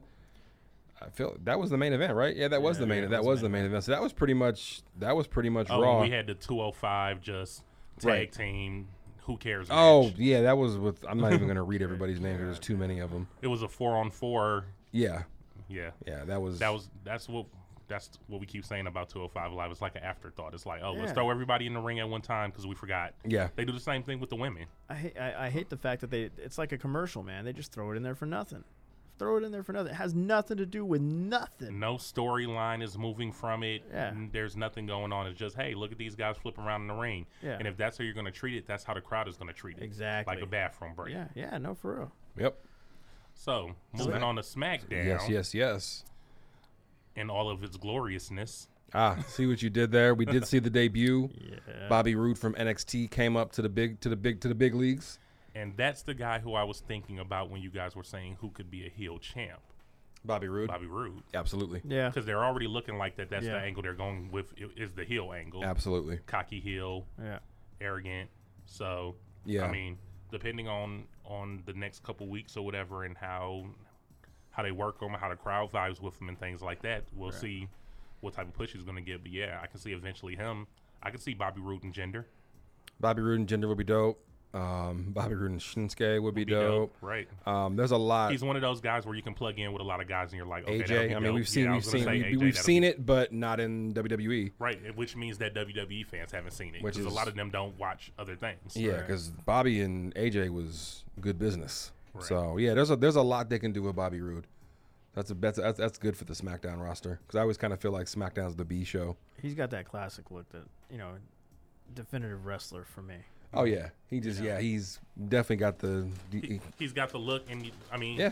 B: I feel that was the main event, right? Yeah, that was
C: Yeah,
B: the main
C: yeah, it
B: that
C: was
B: was
C: the
B: the main event. So that was pretty much that was pretty much
A: Oh,
B: Raw.
A: we had the 205 just tag
B: Right.
A: team. Who cares? match.
B: oh yeah, that was with I'm not even gonna read everybody's name. 'cause There's too many of them.
A: it was a four on four.
B: Yeah,
A: Yeah,
B: yeah, that was
A: that was that's what that's what we keep saying about 205 Live. It's like an afterthought. It's like, oh, let's
C: Yeah.
A: throw everybody in the ring at one time because we forgot.
B: Yeah.
A: They do the same thing with the women.
C: I, hate- I I hate the fact that they it's like a commercial, man. They just throw it in there for nothing. Throw it in there for nothing. It has nothing to do with nothing.
A: No storyline is moving from it.
C: Yeah.
A: N- There's nothing going on. It's just, hey, look at these guys flipping around in the ring.
C: Yeah.
A: And if that's how you're going to treat it, that's how the crowd is going to treat it.
C: Exactly.
A: Like a bathroom break.
C: yeah, yeah, no, for real.
B: Yep.
A: So, moving
B: Smack-
A: on to SmackDown
B: Yes, yes, yes.
A: in all of its gloriousness.
B: Ah, see what you did there. We did see the debut.
A: <laughs>
C: Yeah.
B: Bobby Roode from NXT came up to the big to the big to the big leagues.
A: And that's the guy who I was thinking about when you guys were saying who could be a heel champ
B: Bobby Roode.
A: Bobby Roode.
B: Absolutely.
C: Yeah.
A: Because they're already looking like that. That's
C: Yeah.
A: the angle they're going with, i- is the heel angle.
B: Absolutely.
A: Cocky heel,
C: Yeah.
A: arrogant. So
B: Yeah.
A: I mean, depending on on the next couple weeks or whatever, and how how they work them, how the crowd vibes with them, and things like that, we'll see what type of push he's going to get. But yeah, I can see eventually him. I can see Bobby Roode and Gender
B: Bobby Roode and Jinder would be dope. Um, Bobby Roode and Shinsuke would be,
A: be
B: dope.
A: right?
B: Um, there's a lot.
A: He's one of those guys where you can plug in with a lot of guys, and you're like, okay, that'll
B: AJ.
A: be
B: I mean,
A: dope.
B: we've seen
A: Yeah, I
B: we've
A: was gonna
B: seen
A: say
B: we,
A: AJ,
B: we've
A: that'll
B: seen
A: be-
B: it, but not in E. WWE.
A: right? Which means that WWE fans haven't seen it
B: Which
A: because a
B: is-
A: lot of them don't watch other things.
B: Yeah,
C: Right.
B: because Bobby and AJ was good business.
A: Right.
B: So yeah, there's a there's a lot they can do with Bobby Roode. That's a that's that's, that's good for the SmackDown roster because I always kind of feel like SmackDown's the B show.
C: He's got that classic look that, you know, definitive wrestler for me.
B: Oh yeah, he just yeah, he's definitely got the.
A: He, he's got the look, and you- I mean,
B: yeah,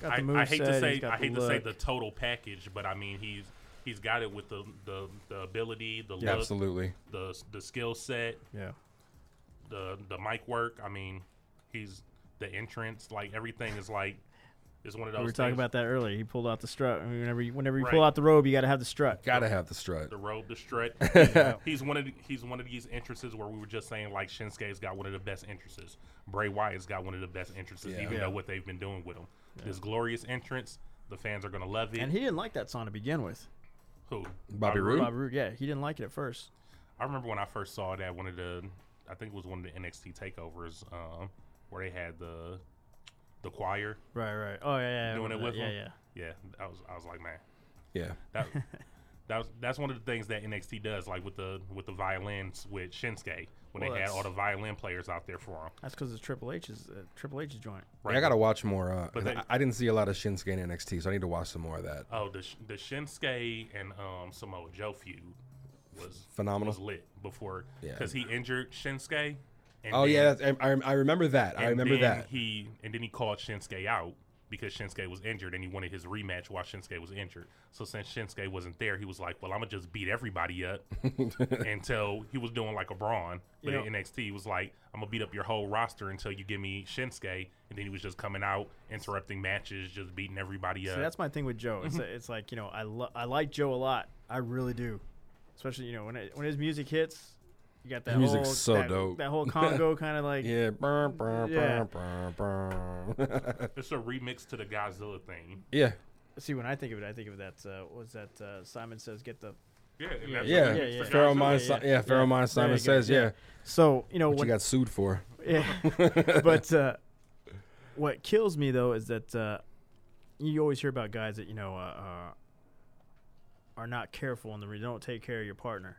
C: got
A: I,
C: the
A: I
C: moveset,
A: hate to
C: he's
A: say
C: got
A: I
C: the
A: hate to say
C: look.
A: the total package, but I mean he's he's got it with the the, the ability, the look,
B: absolutely.
A: the the skill set,
C: Yeah.
A: the the mic work. I mean, he's the entrance, like everything is like is one of those.
C: We were talking
A: things,
C: about that earlier. He pulled out the strut. Whenever you, whenever you
A: Right.
C: pull out the robe, you got to have the strut.
B: Gotta have the strut.
A: the robe, the
B: <laughs>
A: strut. he's one of the, he's one of these entrances where we were just saying like Shinsuke's got one of the best entrances. Bray Wyatt's got one of the best entrances,
B: Yeah.
A: even
C: Yeah.
A: though what they've been doing with him. This glorious entrance, the fans are gonna love it.
C: And he didn't like that song to begin with.
A: Who?
B: Bobby Roode?
C: Bobby Roode, yeah, he didn't like it at first.
A: I remember when I first saw that one of the, I think it was one of the NXT takeovers, um, where they had the, the choir
C: Right, right. Oh yeah, yeah. I
A: doing it
C: remember
A: with
C: that. yeah,
A: them.
C: yeah.
A: yeah. I was, I was like, man,
B: Yeah,
A: that, <laughs> that was, that's one of the things that NXT does, like with the, with the violins with Shinsuke when
C: Well,
A: they had
C: that's-
A: all the violin players out there for him.
C: That's because it's Triple H's uh, Triple H's joint.
A: Right.
B: I gotta watch more. Uh, 'cause
A: they-
B: I, I didn't see a lot of Shinsuke in NXT, so I need to watch some more of that.
A: Oh, the Sh- the Shinsuke and um Samoa Joe feud was
B: Phenomenal.
A: was lit before
B: Yeah.
A: because he injured Shinsuke. And
B: Oh
A: then-
B: yeah, that's, I, I- I remember that. I
A: And
B: remember
A: then
B: that.
A: He and then he called Shinsuke out because Shinsuke was injured, and he wanted his rematch while Shinsuke was injured. So since Shinsuke wasn't there, he was like, "Well, I'm gonna just beat everybody
B: <laughs>
A: up until he was doing like a Braun." But
C: You
A: in NXT, he was like, "I'm gonna beat up your whole roster until you give me Shinsuke." And then he was just coming out, interrupting matches, just beating everybody up.
C: See, that's my thing with Joe. It's, it's like you know, I lo- I like Joe a lot. I really do, especially you know when it, when his music hits, you got that
B: His music's
C: whole
B: so
C: that,
A: <laughs>
B: dope.
C: that whole Congo kind of like
B: Yeah. brr, brr,
C: Yeah.
B: brr, brr, brr. <laughs>
A: it's a remix to the Godzilla thing.
B: yeah.
C: See, when I think of it, I think of that. Uh, what was that uh, Simon says get the
A: Yeah, and that's a
B: Yeah.
A: remix
C: yeah.
A: to
B: Pharaoh
A: Godzilla.
B: Mines,
C: Yeah,
B: yeah,
C: yeah.
B: Pharaoh Mines
C: There
B: Simon
C: you go,
B: says,
C: yeah.
B: yeah.
C: so you know
B: What you
C: when
B: got sued for? <laughs>
C: Yeah. but uh, what kills me though is that uh, you always hear about guys that you know uh, uh, are not careful and they don't take care of your partner.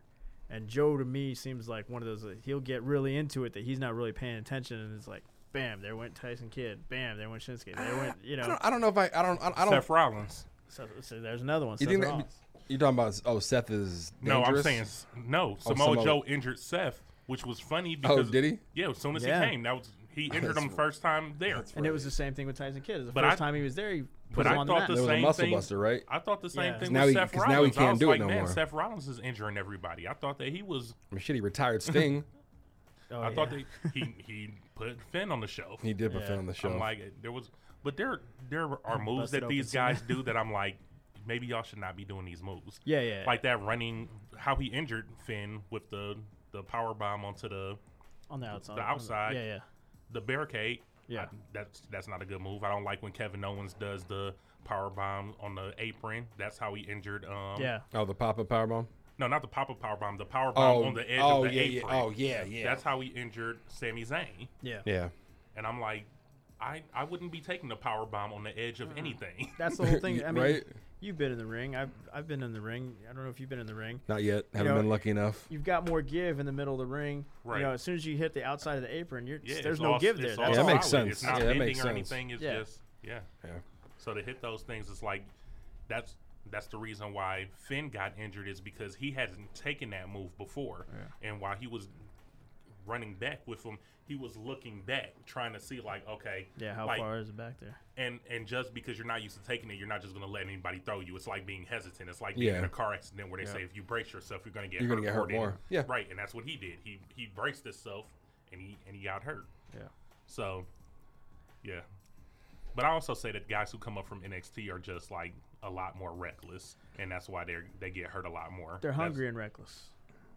C: And Joe to me seems like one of those. That he'll get really into it that he's not really paying attention, and it's like, bam, there went Tyson Kidd. Bam, there went Shinsuke. There went you
B: I <laughs>
C: know.
B: don't, I don't know if I. I don't. I, I don't.
A: Seth Rollins.
C: So, so there's another one.
B: You
C: Seth
B: think that,
C: Rollins.
B: you're talking about? Oh, Seth is.
A: No, I'm
B: dangerous?
A: saying s- no.
B: Oh,
A: Samoa,
B: Samoa. Oh,
A: Joe injured Seth, which was funny because
B: did he?
A: Yeah, as soon as
C: Yeah.
A: he came, that was he injured
B: That's
A: him first time there.
C: and it was the same thing with Tyson Kidd. It was the
A: But
C: first
A: I-
C: time he was there, he put
A: But
C: him
A: I
C: on the
A: thought
C: mat.
A: the
B: There was a
A: same
B: muscle
A: thing.
B: buster, right?
A: I thought the same
C: Yeah.
A: thing
B: Now
A: with
B: he-
A: Seth
B: 'cause
A: Rollins.
B: now he
A: I
B: can't
A: was
B: do it
A: like,
B: no
A: man,
B: more."
A: Seth Rollins is injuring everybody. I thought that he was.
B: I mean, shit, he retired Sting.
C: Oh,
A: I thought
C: yeah.
A: that he he put Finn on the shelf.
B: he did put
C: Yeah.
B: Finn on the show.
A: I'm like, there was, but there there are moves
C: Busted
A: that these
C: open
A: guys
C: <laughs>
A: do that I'm like, maybe y'all should not be doing these moves.
C: yeah, yeah,
A: Like that running, how he injured Finn with the the power bomb onto the
C: on the outside.
A: the outside.
C: Yeah, yeah.
A: the barricade.
C: Yeah.
A: I- that's that's not a good move. I don't like when Kevin Owens does the power bomb on the apron. That's how he injured. Um,
C: Yeah.
B: oh, the pop up powerbomb.
A: No, not the pop up power bomb. The power bomb
B: Oh,
A: on the edge
B: oh
A: of the
B: yeah, yeah.
A: apron.
B: Oh yeah, yeah.
A: That's how he injured Sami Zayn.
C: Yeah.
B: yeah.
A: And I'm like, I, I wouldn't be taking a power bomb on the edge of anything. <laughs>
B: <laughs>
C: That's the whole thing. I mean,
B: Right?
C: you've been in the ring. I've I've been in the ring. I don't know if you've been in the ring.
B: Not yet. Haven't
C: know,
B: been lucky enough.
C: You've got more give in the middle of the ring.
A: Right.
C: You know, as soon as you hit the outside of the apron, you're
A: Yeah,
C: there's
A: it's
C: no
A: all-
C: give
A: it's
C: there.
A: all
C: That's
B: Yeah, that
C: all
B: makes
C: it
A: solid.
B: sense.
A: It's not
B: Yeah, that
A: bending
B: makes
A: or
B: sense.
A: anything. It's
C: Yeah.
A: just yeah.
B: Yeah.
A: So to hit those things, it's like that's that's the reason why Finn got injured is because he hasn't taken that move before, and while he was running back with him, he was looking back trying to see like okay,
C: Yeah, how
A: like,
C: far is it back there?
A: And and just because you're not used to taking it, you're not just gonna let anybody throw you. It's like being hesitant. It's like being in
B: Yeah.
A: a car accident where they say if you brace yourself, you're gonna get
B: You're
A: hurt
B: gonna get hurt
A: than-
B: more. Yeah.
A: right. And that's what he did. He he braced himself and he and he got hurt.
C: Yeah.
A: So, yeah. But I also say that guys who come up from NXT are just like a lot more reckless, and that's why they are they get hurt a lot more.
C: They're
A: That's-
C: hungry and reckless.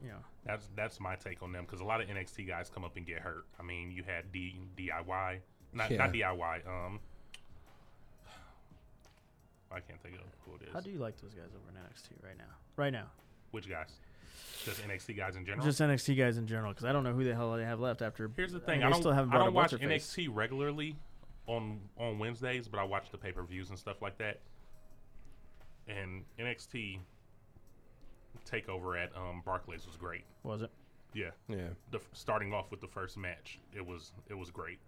C: You know.
A: That's that's, my take on them because a lot of NXT guys come up and get hurt. I mean, you had D DIY, not
B: Yeah.
A: not DIY. Um, I can't think of who it is.
C: How do you like those guys over in NXT right now? Right now.
A: Which guys? Just NXT guys in general.
C: Just NXT guys in general, because I don't know who the hell they have left after.
A: Here's the
C: I
A: thing.
C: mean,
A: I,
C: they
A: don't,
C: still haven't
A: I
C: brought
A: don't
C: up
A: watch
C: what's-her-face.
A: NXT regularly on on Wednesdays, but I watch the pay per views and stuff like that. And NXT takeover at um, Barclays was great.
C: Was it?
A: Yeah,
B: Yeah.
A: the f- starting off with the first match, it was it was great.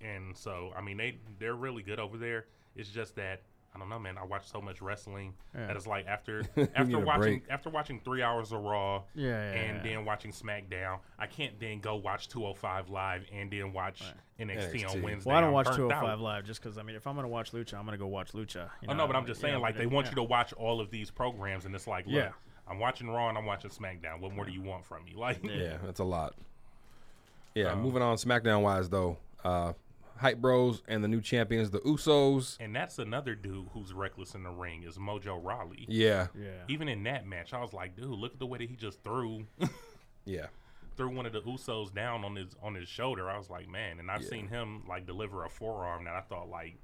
A: And so I mean they they're really good over there. It's just that I don't know, man. I watch so much wrestling
C: Yeah.
A: that it's like
C: <laughs>
A: after
B: need
A: after
B: a
A: watching
B: break.
A: after watching three hours of Raw,
C: Yeah. yeah,
A: and
C: yeah.
A: then watching SmackDown. I can't then go watch 205 Live and then watch NXT,
B: NXT.
A: on Wednesday.
C: Well, I don't
A: I'm
C: watch
A: burnt
C: 205
A: out.
C: Live just because I mean, if I'm gonna watch Lucha, I'm gonna go watch Lucha. You
A: Oh,
C: know?
A: no, but I'm just
C: Yeah,
A: saying, like,
C: but
A: they
C: it-
A: want
C: yeah.
A: you to watch all of these programs, and it's like, look,
C: Yeah.
A: I'm watching Raw and I'm watching SmackDown. What more do you want from me? <laughs> Like,
C: Yeah.
B: Yeah, that's a lot. Yeah,
A: Um,
B: moving on SmackDown wise though, uh, hype bros and the new champions, the Usos.
A: and that's another dude who's reckless in the ring is Mojo Rawley.
B: Yeah,
C: Yeah.
A: Even in that match, I was like, dude, look at the way that he just threw <laughs>
C: <laughs>
B: yeah,
A: threw one of the Usos down on his on his shoulder. I was like, man, and I've
B: Yeah.
A: seen him like deliver a forearm that I thought like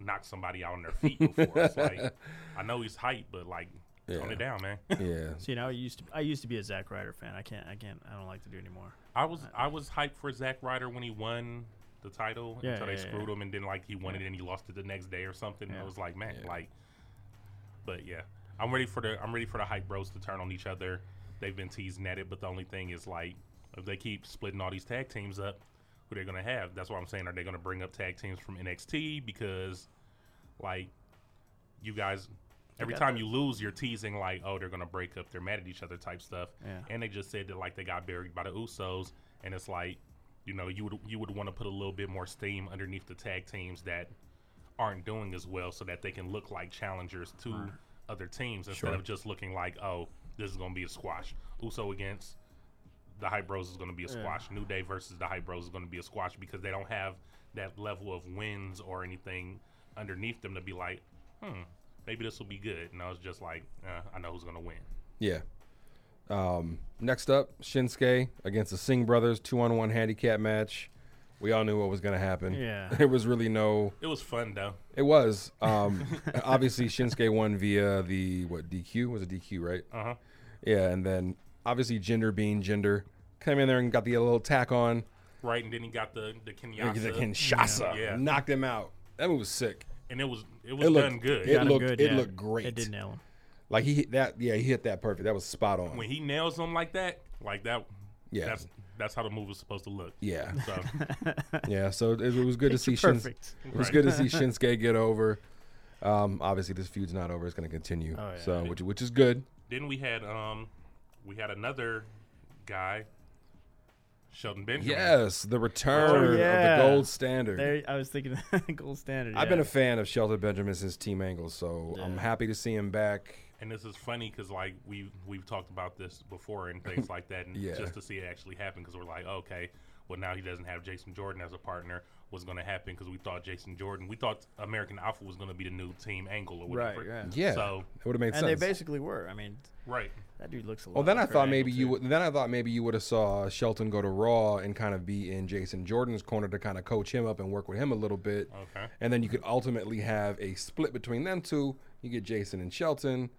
A: knocked somebody out on their feet before. it's
B: <laughs>
A: like I know he's hype, but like tone
B: Yeah.
A: it down, man.
B: yeah.
C: See, now I used to I used to be a Zack Ryder fan. I can't I can't I don't like to do anymore.
A: I was I was hyped for Zack Ryder when he won the title
C: Yeah,
A: until they
C: yeah, yeah.
A: screwed him and then like he won it and he lost it the next day or something.
C: Yeah.
A: I was like, man,
B: Yeah.
A: like but yeah. I'm ready for the I'm ready for the hype bros to turn on each other. They've been teasing at it, but the only thing is like if they keep splitting all these tag teams up, who they're gonna have. That's why I'm saying are they gonna bring up tag teams from NXT because like you guys every
C: got
A: time
C: the-
A: you lose you're teasing like oh they're gonna break up they're mad at each other type stuff
C: Yeah.
A: and they just said that like they got buried by the usos and it's like you know you would you would want to put a little bit more steam underneath the tag teams that aren't doing as well so that they can look like challengers to other teams instead
B: Sure.
A: of just looking like oh this is gonna be a squash uso against the Hype Bros is going to be a squash. New Day versus the Hype Bros is going to be a squash because they don't have that level of wins or anything underneath them to be like, hmm, maybe this will be good. And I was just like, uh, I know who's going to win.
B: Yeah. Um, next up, Shinsuke against the Singh brothers, two on one handicap match. We all knew what was going to happen.
C: Yeah.
B: <laughs> There was really no.
A: It was fun though.
B: It was.
C: <laughs>
B: Um, obviously, Shinsuke won via the, what, DQ? Was it DQ, right?
A: Uh
C: Uh-huh.
A: huh.
B: Yeah. And then obviously, Gender being Gender came in there and got the little tack on.
A: Right, and then he got the the Kenyatta,
B: The Kinshasa.
A: Yeah.
B: Knocked him out. That move was sick.
A: and it was it was
B: It looked
A: done good.
B: It
C: Got him
B: looked
C: good,
B: it
C: yeah.
B: looked great.
C: It did nail him.
B: Like he hit that yeah, he hit that perfect. That was spot on.
A: When he nails them like that, like that,
B: Yeah.
A: that's that's how the move is supposed to look.
C: <laughs>
B: yeah. <laughs>
A: So
B: Yeah, so it, it was good to see Shins-
C: Perfect.
B: It was
A: Right.
B: good to
C: <laughs>
B: see Shinsuke get over. Um, obviously, this feud's not over; it's going to continue.
C: Oh, yeah.
B: so, which which is good.
A: then we had um we had another guy, Sheldon Benjamin.
B: Yes, the return
C: Oh, yeah.
B: of the gold standard.
C: There, I was thinking <laughs> gold standard.
B: I've been
C: yeah.
B: a fan of Shelton Benjamin since Team Angle, so I'm
C: Yeah.
B: happy to see him back.
A: and this is funny because like we we've talked about this before and things like that, and
B: <laughs> Yeah.
A: just to see it actually happen because we're like, okay, well now he doesn't have Jason Jordan as a partner. What's going to happen? Because we thought Jason Jordan, we thought American Alpha was going to be the new Team Angle or
C: right,
A: whatever.
C: right.
B: Yeah,
A: So-
B: it would have made
C: And they
B: sense.
C: basically were. I mean,
A: right.
C: that dude looks a lot.
B: well, then I
C: like her
B: thought
C: angle,
B: maybe you
C: too.
B: would. Then I thought maybe you would have saw Shelton go to Raw and kind of be in Jason Jordan's corner to kind of coach him up and work with him a little bit.
A: Okay.
B: And then you could ultimately have a split between them two. You get Jason and Shelton.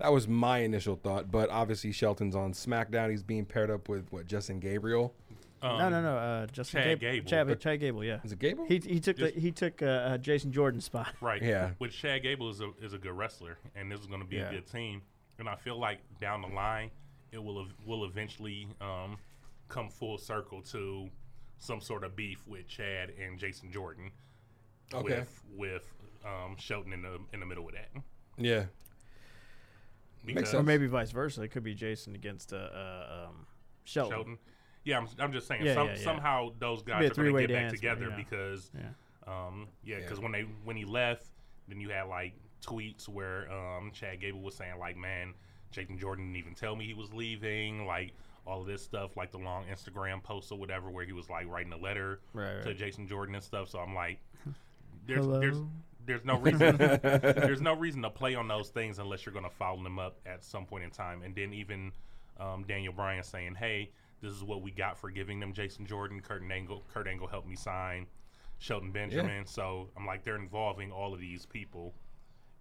B: That was my initial thought, but obviously Shelton's on SmackDown. He's being paired up with what Justin Gabriel.
A: Um,
C: no, no, no. Uh, Justin
A: Chad
C: Gable.
A: Gable.
C: Chad, Chad Gable. Yeah.
B: Is it Gable?
C: He he took the,
A: Just-
C: he took uh, uh, Jason Jordan's spot. <laughs>
A: Right.
B: Yeah.
A: Which Chad Gable is a is a good wrestler, and this is going to be
C: Yeah.
A: a good team. And I feel like down the line, it will ev- will eventually um, come full circle to some sort of beef with Chad and Jason Jordan.
B: Okay.
A: With with um, Shelton in the in the middle of that.
B: yeah.
A: Because
B: sense.
C: Or maybe vice versa. It could be Jason against uh, uh um Shelton.
A: Shelton. Yeah, I'm, I'm just saying.
C: Yeah,
A: some,
C: yeah, yeah.
A: Somehow those
C: be a
A: guys are going to
C: three-way
A: get back
C: dance, but,
A: together
C: yeah.
A: because,
C: Yeah.
A: um, yeah,
B: Yeah.
A: because when they when he left, then you had like tweets where um, Chad Gable was saying like, "Man, Jason Jordan didn't even tell me he was leaving." Like all of this stuff, like the long Instagram posts or whatever, where he was like writing a letter
C: Right,
A: to
C: right.
A: Jason Jordan and stuff. So I'm like, there's
C: Hello?
A: there's there's
C: <laughs>
A: no reason there's no reason to play on those things unless you're going to follow them up at some point in time. And then even um, Daniel Bryan saying, "Hey, this is what we got for giving them Jason Jordan, Kurt Angle. Kurt Angle helped me sign Shelton Benjamin." So I'm like, they're involving all of these people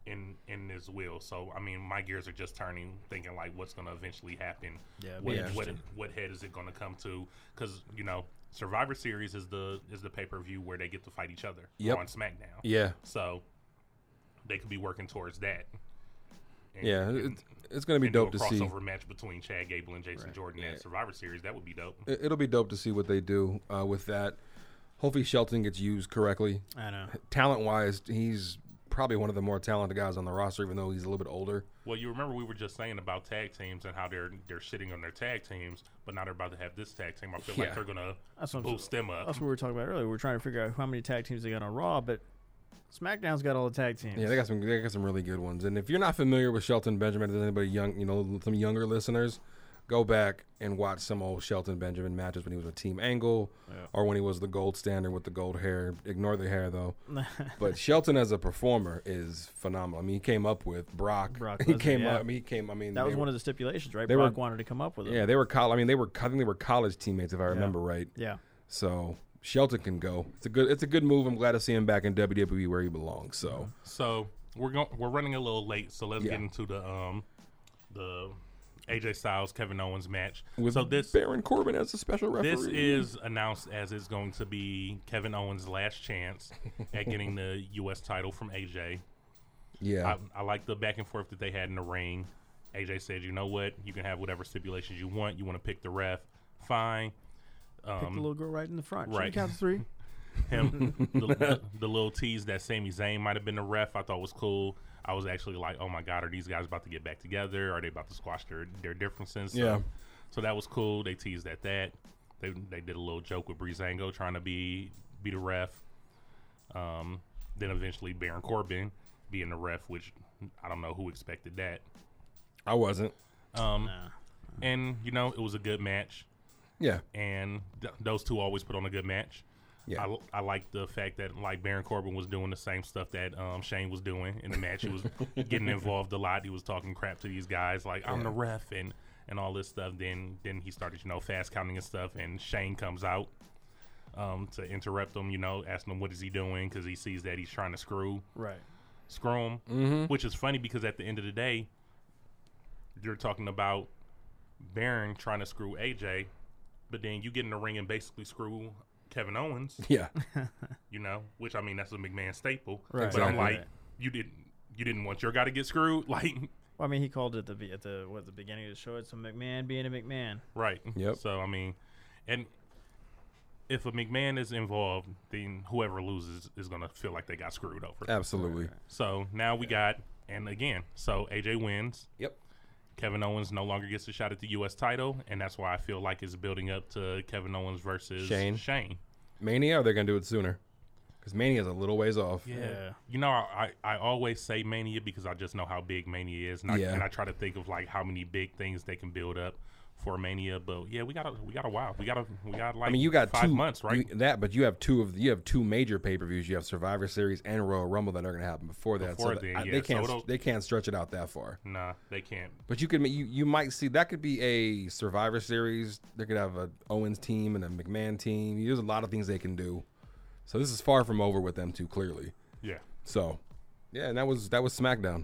A: in in this will. So I mean, my gears are just turning, thinking like, what's going to eventually happen?
C: Yeah, it'd be
A: what, what
C: interesting.
A: what head is it going to come to? Because you know, Survivor Series is the is the pay per view where they get to fight each other
B: Yep.
A: on SmackDown.
B: Yeah.
A: So they could be working towards that. And-
B: Yeah.
A: and-
B: It, it's going to be
A: and do
B: dope
A: a
B: to see.
A: crossover match between Chad Gable and Jason Jordan at Survivor Series. That would be dope.
B: It- It'll be dope to see what they do uh, with that. Hopefully, Shelton gets used correctly.
C: I know.
B: Talent wise, he's probably one of the more talented guys on the roster, even though he's a little bit older.
A: Well, you remember we were just saying about tag teams and how they're they're shitting on their tag teams, but now they're about to have this tag team. I feel
B: Yeah.
A: like they're gonna
C: That's what I'm
A: boost them up.
C: That's what we were talking about earlier. We are trying to figure out how many tag teams they got on Raw, but SmackDown's got all the tag teams.
B: Yeah, they got some. They got some really good ones. And if you're not familiar with Shelton Benjamin, there's anybody young, you know, some younger listeners, go back and watch some old Shelton Benjamin matches when he was with Team Angle, or when he was the Gold Standard with the gold hair. Ignore the hair
C: <laughs>
B: though. but Shelton as a performer is phenomenal. I mean, he came up with Brock.
C: Brock
B: <laughs> he
C: Lesnar,
B: came
C: yeah.
B: up. I mean, he came. I mean,
C: that
B: they
C: was
B: were-
C: one of the stipulations, right?
B: they were-
C: Brock wanted to come up with it.
B: Yeah, they were. Col- I mean, they were. I think they were college teammates, if I remember right.
C: Yeah.
B: So Shelton can go. It's a good. It's a good move. I'm glad to see him back in WWE where he belongs. So
A: So we're going we're running a little late, so let's
B: Yeah.
A: get into the um the AJ Styles Kevin Owens match.
B: with
A: so this
B: Baron Corbin as a special referee.
A: This is announced as it's going to be Kevin Owens' last chance at getting the U.S. title from AJ.
B: yeah.
A: I, I like the back and forth that they had in the ring. AJ said, "You know what? You can have whatever stipulations you want. You want to pick the ref, fine.
C: Pick the
A: Um,
C: little girl right in the front. Should we
A: right.
C: count to three?
A: him, the, the, the little tease that Sami Zayn might have been the ref. I thought was cool. I was actually like, oh my god, are these guys about to get back together? Are they about to squash their their differences? So,
B: Yeah.
A: So that was cool. They teased at that. They they did a little joke with Breezango trying to be be the ref. Um, then eventually Baron Corbin being the ref, which I don't know who expected that.
B: I wasn't.
A: Um,
C: Nah.
A: and you know it was a good match
B: Yeah.
A: and th- those two always put on a good match.
B: Yeah.
A: I, I like the fact that like Baron Corbin was doing the same stuff that um, Shane was doing in the match. He was getting involved a lot. He was talking crap to these guys like I'm the ref and and all this stuff. Then then he started you know fast counting and stuff. And Shane comes out um, to interrupt him. You know, asking him what is he doing because he sees that he's trying to screw
C: Right.
A: screw him, which is funny because at the end of the day, you're talking about Baron trying to screw AJ, but then you get in the ring and basically screw Kevin Owens,
B: Yeah.
A: you know, which I mean that's a McMahon staple.
C: Right.
A: But I'm
B: Exactly.
A: like, you didn't you didn't want your guy to get screwed, <laughs> like
C: Well, I mean, he called it the be- at the what the beginning of the show. It's a McMahon being a McMahon.
A: right?
B: Yep.
A: So I mean, and if a McMahon is involved, then whoever loses is gonna feel like they got screwed over. <laughs>
B: Absolutely.
A: So now we got and again, so AJ wins.
B: Yep.
A: Kevin Owens no longer gets a shot at the U.S. title, and that's why I feel like it's building up to Kevin Owens versus
B: Shane.
A: Shane.
B: Mania, or they're gonna do it sooner, because Mania's a little ways off.
C: Yeah.
A: You know, I, I always say Mania because I just know how big Mania is, and I,
B: Yeah.
A: and I try to think of like how many big things they can build up for Mania. But yeah, we got a we got a while. We got a we got like
B: I mean, you got
A: five
B: two
A: months, right?
B: you- that, but you have two of the, you have two major pay per views. You have Survivor Series and Royal Rumble that are gonna happen before that.
A: Before
B: so that,
A: then,
B: I-
A: yeah.
B: they
A: So
B: can't
A: it'll-
B: they can't stretch it out that far.
A: nah, they can't.
B: But you could ma- you you might see that could be a Survivor Series. They could have a Owens team and a McMahon team. There's a lot of things they can do. So this is far from over with them two clearly.
A: Yeah.
B: So, yeah, and that was that was SmackDown.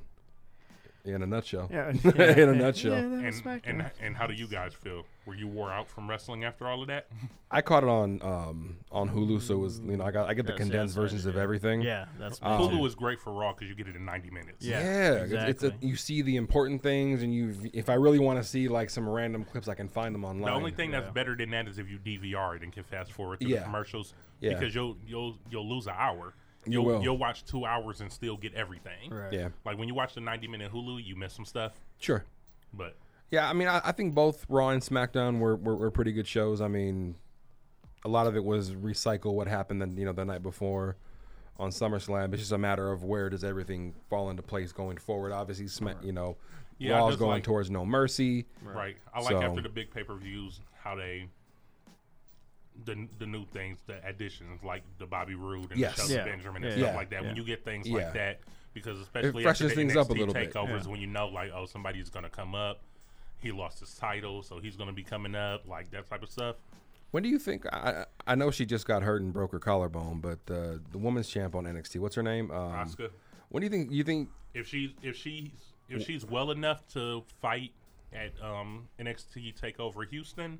B: in a nutshell. <laughs>
C: Yeah,
B: In a nutshell.
C: Yeah, that was
A: And,
C: SmackDown.
A: and and how do you guys feel? Were you wore out from wrestling after all of that?
B: I caught it on um, on Hulu, so it was you know I got I get the
D: That's-
B: condensed
D: that's what I
B: versions of
D: did.
B: everything.
C: yeah, that's me
B: Um,
C: too.
A: Hulu is great for Raw because you get it in 90 minutes.
C: Yeah,
B: Yeah, it's- it's a,
C: exactly.
B: you see the important things, and you if I really want to see like some random clips, I can find them online.
A: The only thing
C: Yeah.
A: that's better than that is if you DVR it and can fast forward through
B: Yeah.
A: the commercials
B: Yeah.
A: because you'll you'll you'll lose an hour.
B: You
A: You'll,
B: will.
A: you'll watch two hours and still get everything.
C: Right.
B: yeah,
A: Like when you watch the 90 minute Hulu, you miss some stuff,
B: sure.
A: but
B: Yeah, I mean, I, I think both Raw and SmackDown were, were were pretty good shows. I mean, a lot of it was recycle what happened then you know the night before on SummerSlam. It's just a matter of where does everything fall into place going forward. Obviously, Sma- you know,
A: Yeah, I
B: Raw's
A: just
B: going
A: like-
B: towards No Mercy.
A: right. I like
B: So-
A: after the big pay per views how they the the new things, the additions like the Bobby Roode and
B: Yes.
A: the Shelton
C: Yeah.
A: Benjamin and
C: Yeah.
A: stuff
B: Yeah.
A: like that. When
C: Yeah.
A: you get things
B: Yeah.
A: like that, because especially after
B: freshens
A: the
B: things
A: NXT
B: up a little bit.
A: takeovers,
C: Yeah.
A: when you know like oh somebody's gonna come up, he lost his title, so he's gonna be coming up, like that type of stuff.
B: Mm-hmm. When do you think? I I I know she just got hurt and broke her collarbone, but uh, the woman's champ on NXT, what's her name? Um,
A: Oscar,
B: When do you think? You think?
A: if she if she's if she's well enough to fight at um, NXT Takeover Houston,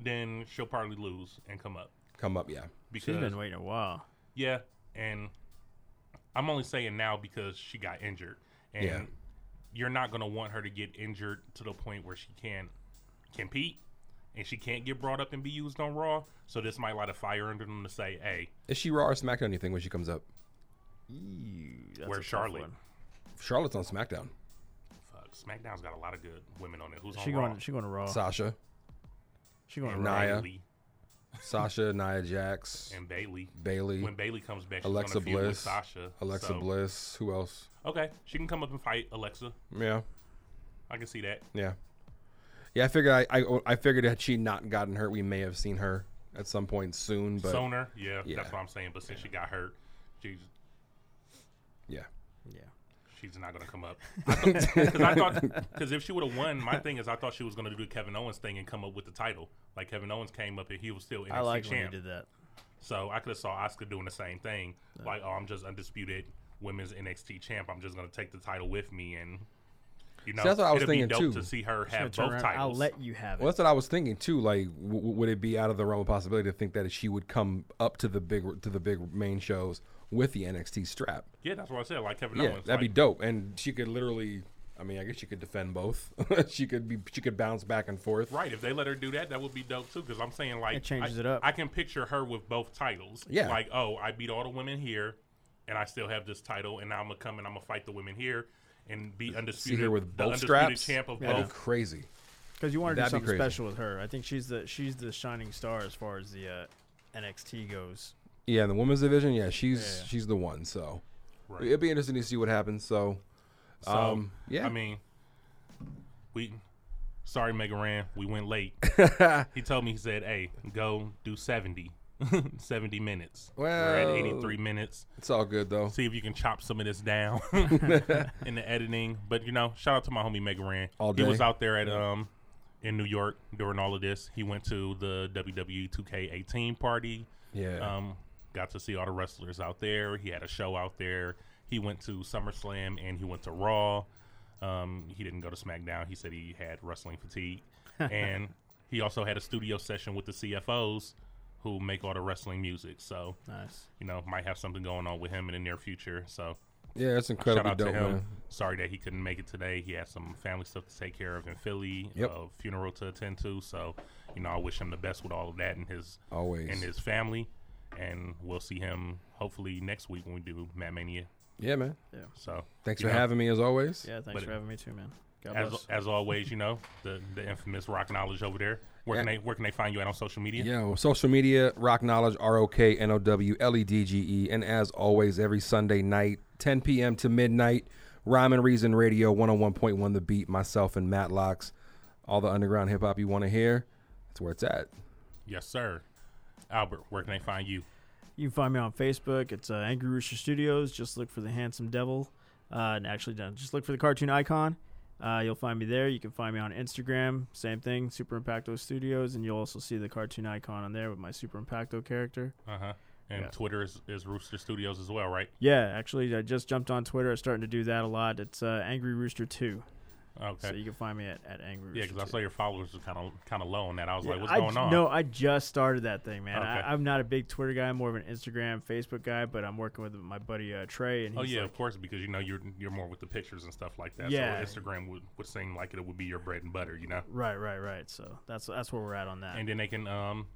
A: then she'll probably lose and come up
B: Come up, yeah.
A: because
C: She's been waiting a while.
A: yeah, and I'm only saying now because she got injured, and
B: Yeah.
A: you're not gonna want her to get injured to the point where she can't compete and she can't get brought up and be used on Raw. So this might light a fire under them to say, hey,
B: Is she Raw or SmackDown? You think when she comes up?
C: Ew, that's
A: Where's
C: a tough
A: Charlotte?
C: one.
B: Charlotte's on SmackDown.
A: fuck, SmackDown's got a lot of good women on it. Who's
C: She
A: on Raw?
C: going. She going to Raw.
A: Oh.
B: Sasha,
C: she going to
A: and
C: Raw.
B: Nia.
A: Bailey
B: Sasha, Nia Jax,
A: and Bailey.
B: Bailey,
A: when Bailey comes back, she's
B: Alexa
A: gonna feud with
B: Bliss,
A: Sasha,
B: Alexa
A: so-
B: Bliss. Who else?
A: Okay, she can come up and fight Alexa.
B: Yeah,
A: I can see that.
B: yeah, yeah. I figured. I, I I figured had she not gotten hurt, we may have seen her at some point soon. But
A: Sooner, yeah,
B: Yeah.
A: that's what I'm saying. But since she got hurt, she's
B: yeah,
C: Yeah.
A: she's not gonna come up. Because I thought, <laughs> because if she would have won, my thing is I thought she was gonna do the Kevin Owens thing and come up with the title. Like Kevin Owens came up and he was still NXT
C: I like when
A: champ.
C: he did that.
A: So I could have saw Oscar doing the same thing. Like, oh, I'm just undisputed women's NXT champ. I'm just gonna take the title with me and. You know,
B: that's what I was
A: it'd be
B: thinking,
A: dope
B: too.
A: to see her
C: Gonna
A: have
C: turn
A: both
C: around,
A: titles.
C: I'll let you have it.
B: Well, that's what I was thinking too. Like, w- w- would it be out of the realm of possibility to think that she would come up to the big to the big main shows with the NXT strap?
A: yeah, that's what I said. Like Kevin
B: yeah,
A: Owens,
B: that'd be
A: like,
B: dope. And she could literally, I mean, I guess she could defend both. <laughs> she could be, she could bounce back and forth.
A: Right. If they let her do that, that would be dope too. Because I'm saying like
C: It changes
A: I,
C: it up.
A: I can picture her with both titles.
B: Yeah.
A: Like oh, I beat all the women here, and I still have this title, and now I'm gonna come and I'm gonna fight the women here, and be
B: See
A: undisputed.
B: her with
A: the
B: both
A: undisputed
B: straps.
A: champ of
B: That'd be
A: both.
B: crazy.
C: Because you want to do
B: That'd be
C: something
B: crazy.
C: special with her. I think she's the she's the shining star as far as the uh, NXT goes.
B: Yeah, in the women's division, yeah, she's
C: Yeah.
B: she's the one. So
A: Right.
B: it'd be interesting to see what happens. So,
A: So,
B: um, yeah,
A: I mean, we. Sorry, Megaran, we went
B: <laughs>
A: late. he told me he said, "Hey, go do <laughs> 70, 70 minutes. We're
B: Well-
A: at 83 minutes.
B: it's all good though.
A: see if you can chop some of this
B: <laughs>
A: down <laughs> in the editing. But you know, shout out to my homie Megaran.
B: All
A: He was
B: day.
A: out there at um in New York during all of this. He went to the E WWE 2K18 party.
B: Yeah,
A: Um, got to see all the wrestlers out there. He had a show out there. He went to SummerSlam and he went to Raw. Um, he didn't go to SmackDown. He said he had wrestling
B: <laughs>
A: fatigue, and he also had a studio session with the CFOs who make all the wrestling music. So
C: Nice.
A: you know, might have something going on with him in the near future. So
B: yeah, it's
A: shout
B: incredibly
A: out to
B: dope,
A: him.
B: man.
A: Sorry that he couldn't make it today. He had some family stuff to take care of in Philly,
B: Yep.
A: a funeral to attend to. So, you know, I wish him the best with all of that and his
B: Always.
A: and his family. And we'll see him hopefully next week when we do Mad Mania.
B: Yeah, man.
A: So
B: Thanks
A: you
B: for
A: know,
B: having me as always.
C: Yeah, thanks
A: But-
C: for having me too, man. God
A: As,
C: bless.
A: as always, you know the the infamous rock knowledge over there. Where can
B: Yeah.
A: they where can they find you at on social media?
B: Yeah, well, social media, Rock Knowledge, R O K N O W L E D G E. And as always, every Sunday night, 10 p.m. to midnight, Rhyme and Reason Radio 101.1 The Beat, myself and Matlocks. All the underground hip hop you want to hear, that's where it's at.
A: Yes, sir. Albert, where can they find you?
C: you can find me on Facebook. It's uh, Angry Rooster Studios. Just look for the handsome devil. Uh, and actually, no, just look for the cartoon icon. Uh, you'll find me there. You can find me on Instagram. Same thing, Super Impacto Studios, and you'll also see the cartoon icon on there with my Super Impacto character.
A: Uh huh. And
C: Yeah.
A: Twitter is, is Rooster Studios as well, right?
C: Yeah, actually, I just jumped on Twitter. I'm starting to do that a lot. It's uh, Angry Rooster Two, so
A: Okay.
C: you can find me at, at Angry Rooster.
A: Yeah, because I
C: Two.
A: saw your followers were kind of kind of low on that. I was
C: Yeah,
A: like, what's
C: I
A: going
C: j-
A: on?
C: No, I just started that thing, man.
A: Okay.
C: I, I'm not a big Twitter guy. I'm more of an Instagram, Facebook guy. But I'm working with my buddy uh, Trey, and
A: Oh
C: he's
A: yeah,
C: like,
A: of course, because you know you're you're more with the pictures and stuff like that.
C: Yeah.
A: So Instagram would, would seem like it would be your bread and butter, you know.
C: right, right, right. So that's that's where we're at on that.
A: And then they can um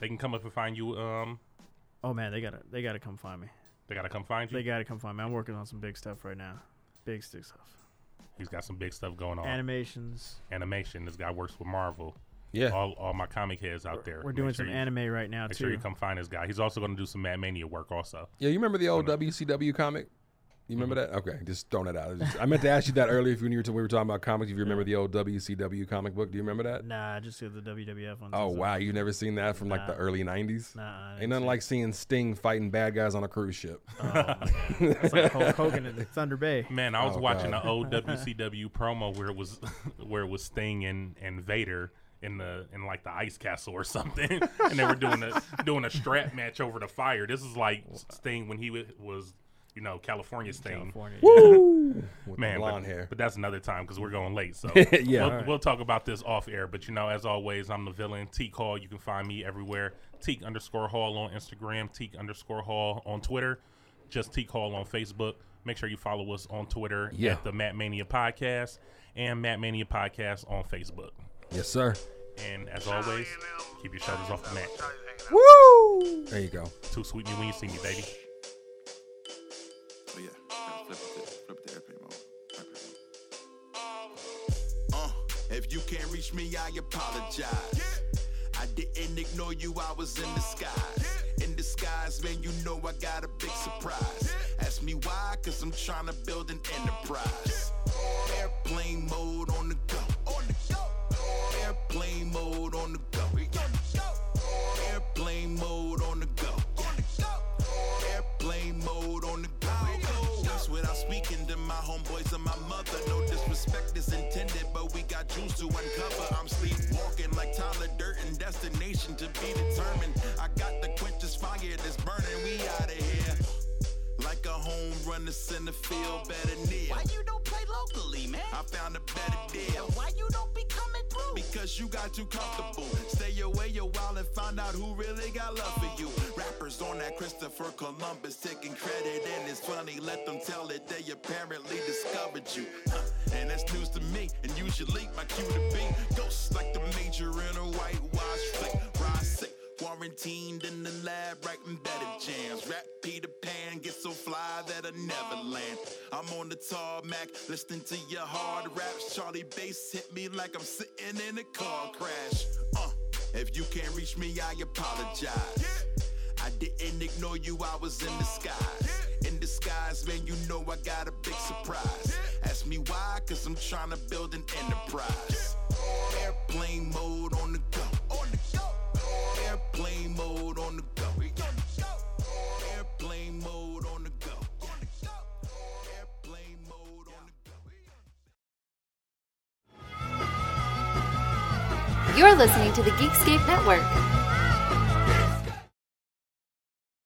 A: they can come up and find you. Um,
C: oh man, they gotta they gotta come find me.
A: they gotta come find you.
C: They gotta come find me. I'm working on some big stuff right now. Big stick stuff.
A: He's got some big stuff going on.
C: Animations.
A: Animation. This guy works with Marvel.
B: Yeah.
A: All all my comic heads out there.
C: We're
A: make
C: doing
A: sure
C: some
A: you-
C: anime right now
A: Make
C: too.
A: sure you come find this guy. He's also going to do some Mad Mania work also.
B: Yeah, you remember the old WCW comic? You remember
C: Mm-hmm.
B: that? Okay, just throwing that out. I, just- I meant to ask you that earlier if you knew we were talking about comics. If you remember the old WCW comic book, do you remember that?
C: Nah, I just did the WWF one.
B: Oh wow, you never seen that from like the
C: Nah.
B: early '90s?
C: Nah, I
B: Ain't
C: didn't
B: nothing
C: see
B: like seeing Sting fighting bad guys on a cruise ship.
C: it. <laughs> Oh, my God. That's like Hulk
A: <laughs>
C: Hogan in the Thunder Bay.
A: Man, I was
B: Oh,
A: watching
B: God.
A: an
B: <laughs>
A: old WCW promo where it was <laughs> where it was Sting and, and Vader in the in like the ice castle or something, <laughs> and they were doing a doing a strap match over the fire. This is like Sting when he wa- was you know California Sting.
C: California.
B: Woo! With the
A: Man, but-
B: blonde hair.
A: but that's another time because we're going late. So
B: <laughs> Yeah.
A: we'll,
B: All right.
A: we'll talk about this off air. But you know, as always, I'm the villain Teak Hall. You can find me everywhere. Teak underscore Hall on Instagram. Teak underscore Hall on Twitter. Just Teak Hall on Facebook. Make sure you follow us on Twitter
B: Yeah.
A: at the Matt Mania Podcast and Matt Mania Podcast on Facebook.
B: Yes, sir.
A: And as always, keep your shoulders off the mat.
B: Woo! There you go.
A: Too sweet me when you see me, baby.
D: But yeah, gotta flip it, to- flip it to airplane mode. Airplane mode.
E: Uh, if you can't reach me, I apologize. I didn't ignore you, I was in disguise. In disguise, man, you know I got a big surprise. Ask me why, cause I'm trying to build an enterprise. Airplane mode on the go. On the go. Airplane mode on the go. Airplane mode on the go. On the go. Airplane mode on the go. That's without speaking to my homeboys and my mother. No disrespect is intended, but we got jewels to uncover. I'm sleepwalking like Tyler Durden, destination to be determined. I got the quenchest fire that's burning. We out of here. Like a home run to center field, better near.
F: Oh. Why you don't play locally, man?
E: I found a better
F: And
E: deal.
F: why you don't be coming through?
E: Because you got too comfortable. Stay away a while and find out who really got love for
F: Oh.
E: you. Rappers on that Christopher Columbus taking credit, and it's funny. Let them tell it they apparently discovered you. Huh, And that's news to me, and usually my cue to be ghosts like the major in a white wash flick. Rise sick, quarantined in the lab, writing better jams. Rap Peter Pan, get so fly that I never land. I'm on the tarmac, listening to your hard raps. Charlie bass hit me like I'm sitting in a car crash. Uh, if you can't reach me, I apologize. I didn't ignore you, I was in disguise. In disguise, man, you know I got a big surprise. Ask me why, cause I'm trying to build an enterprise. Airplane mode on the go. On the go. Airplane mode on the go. Airplane mode on the go. On the go. Airplane mode on the go.
G: You're listening to the Geekscape Network.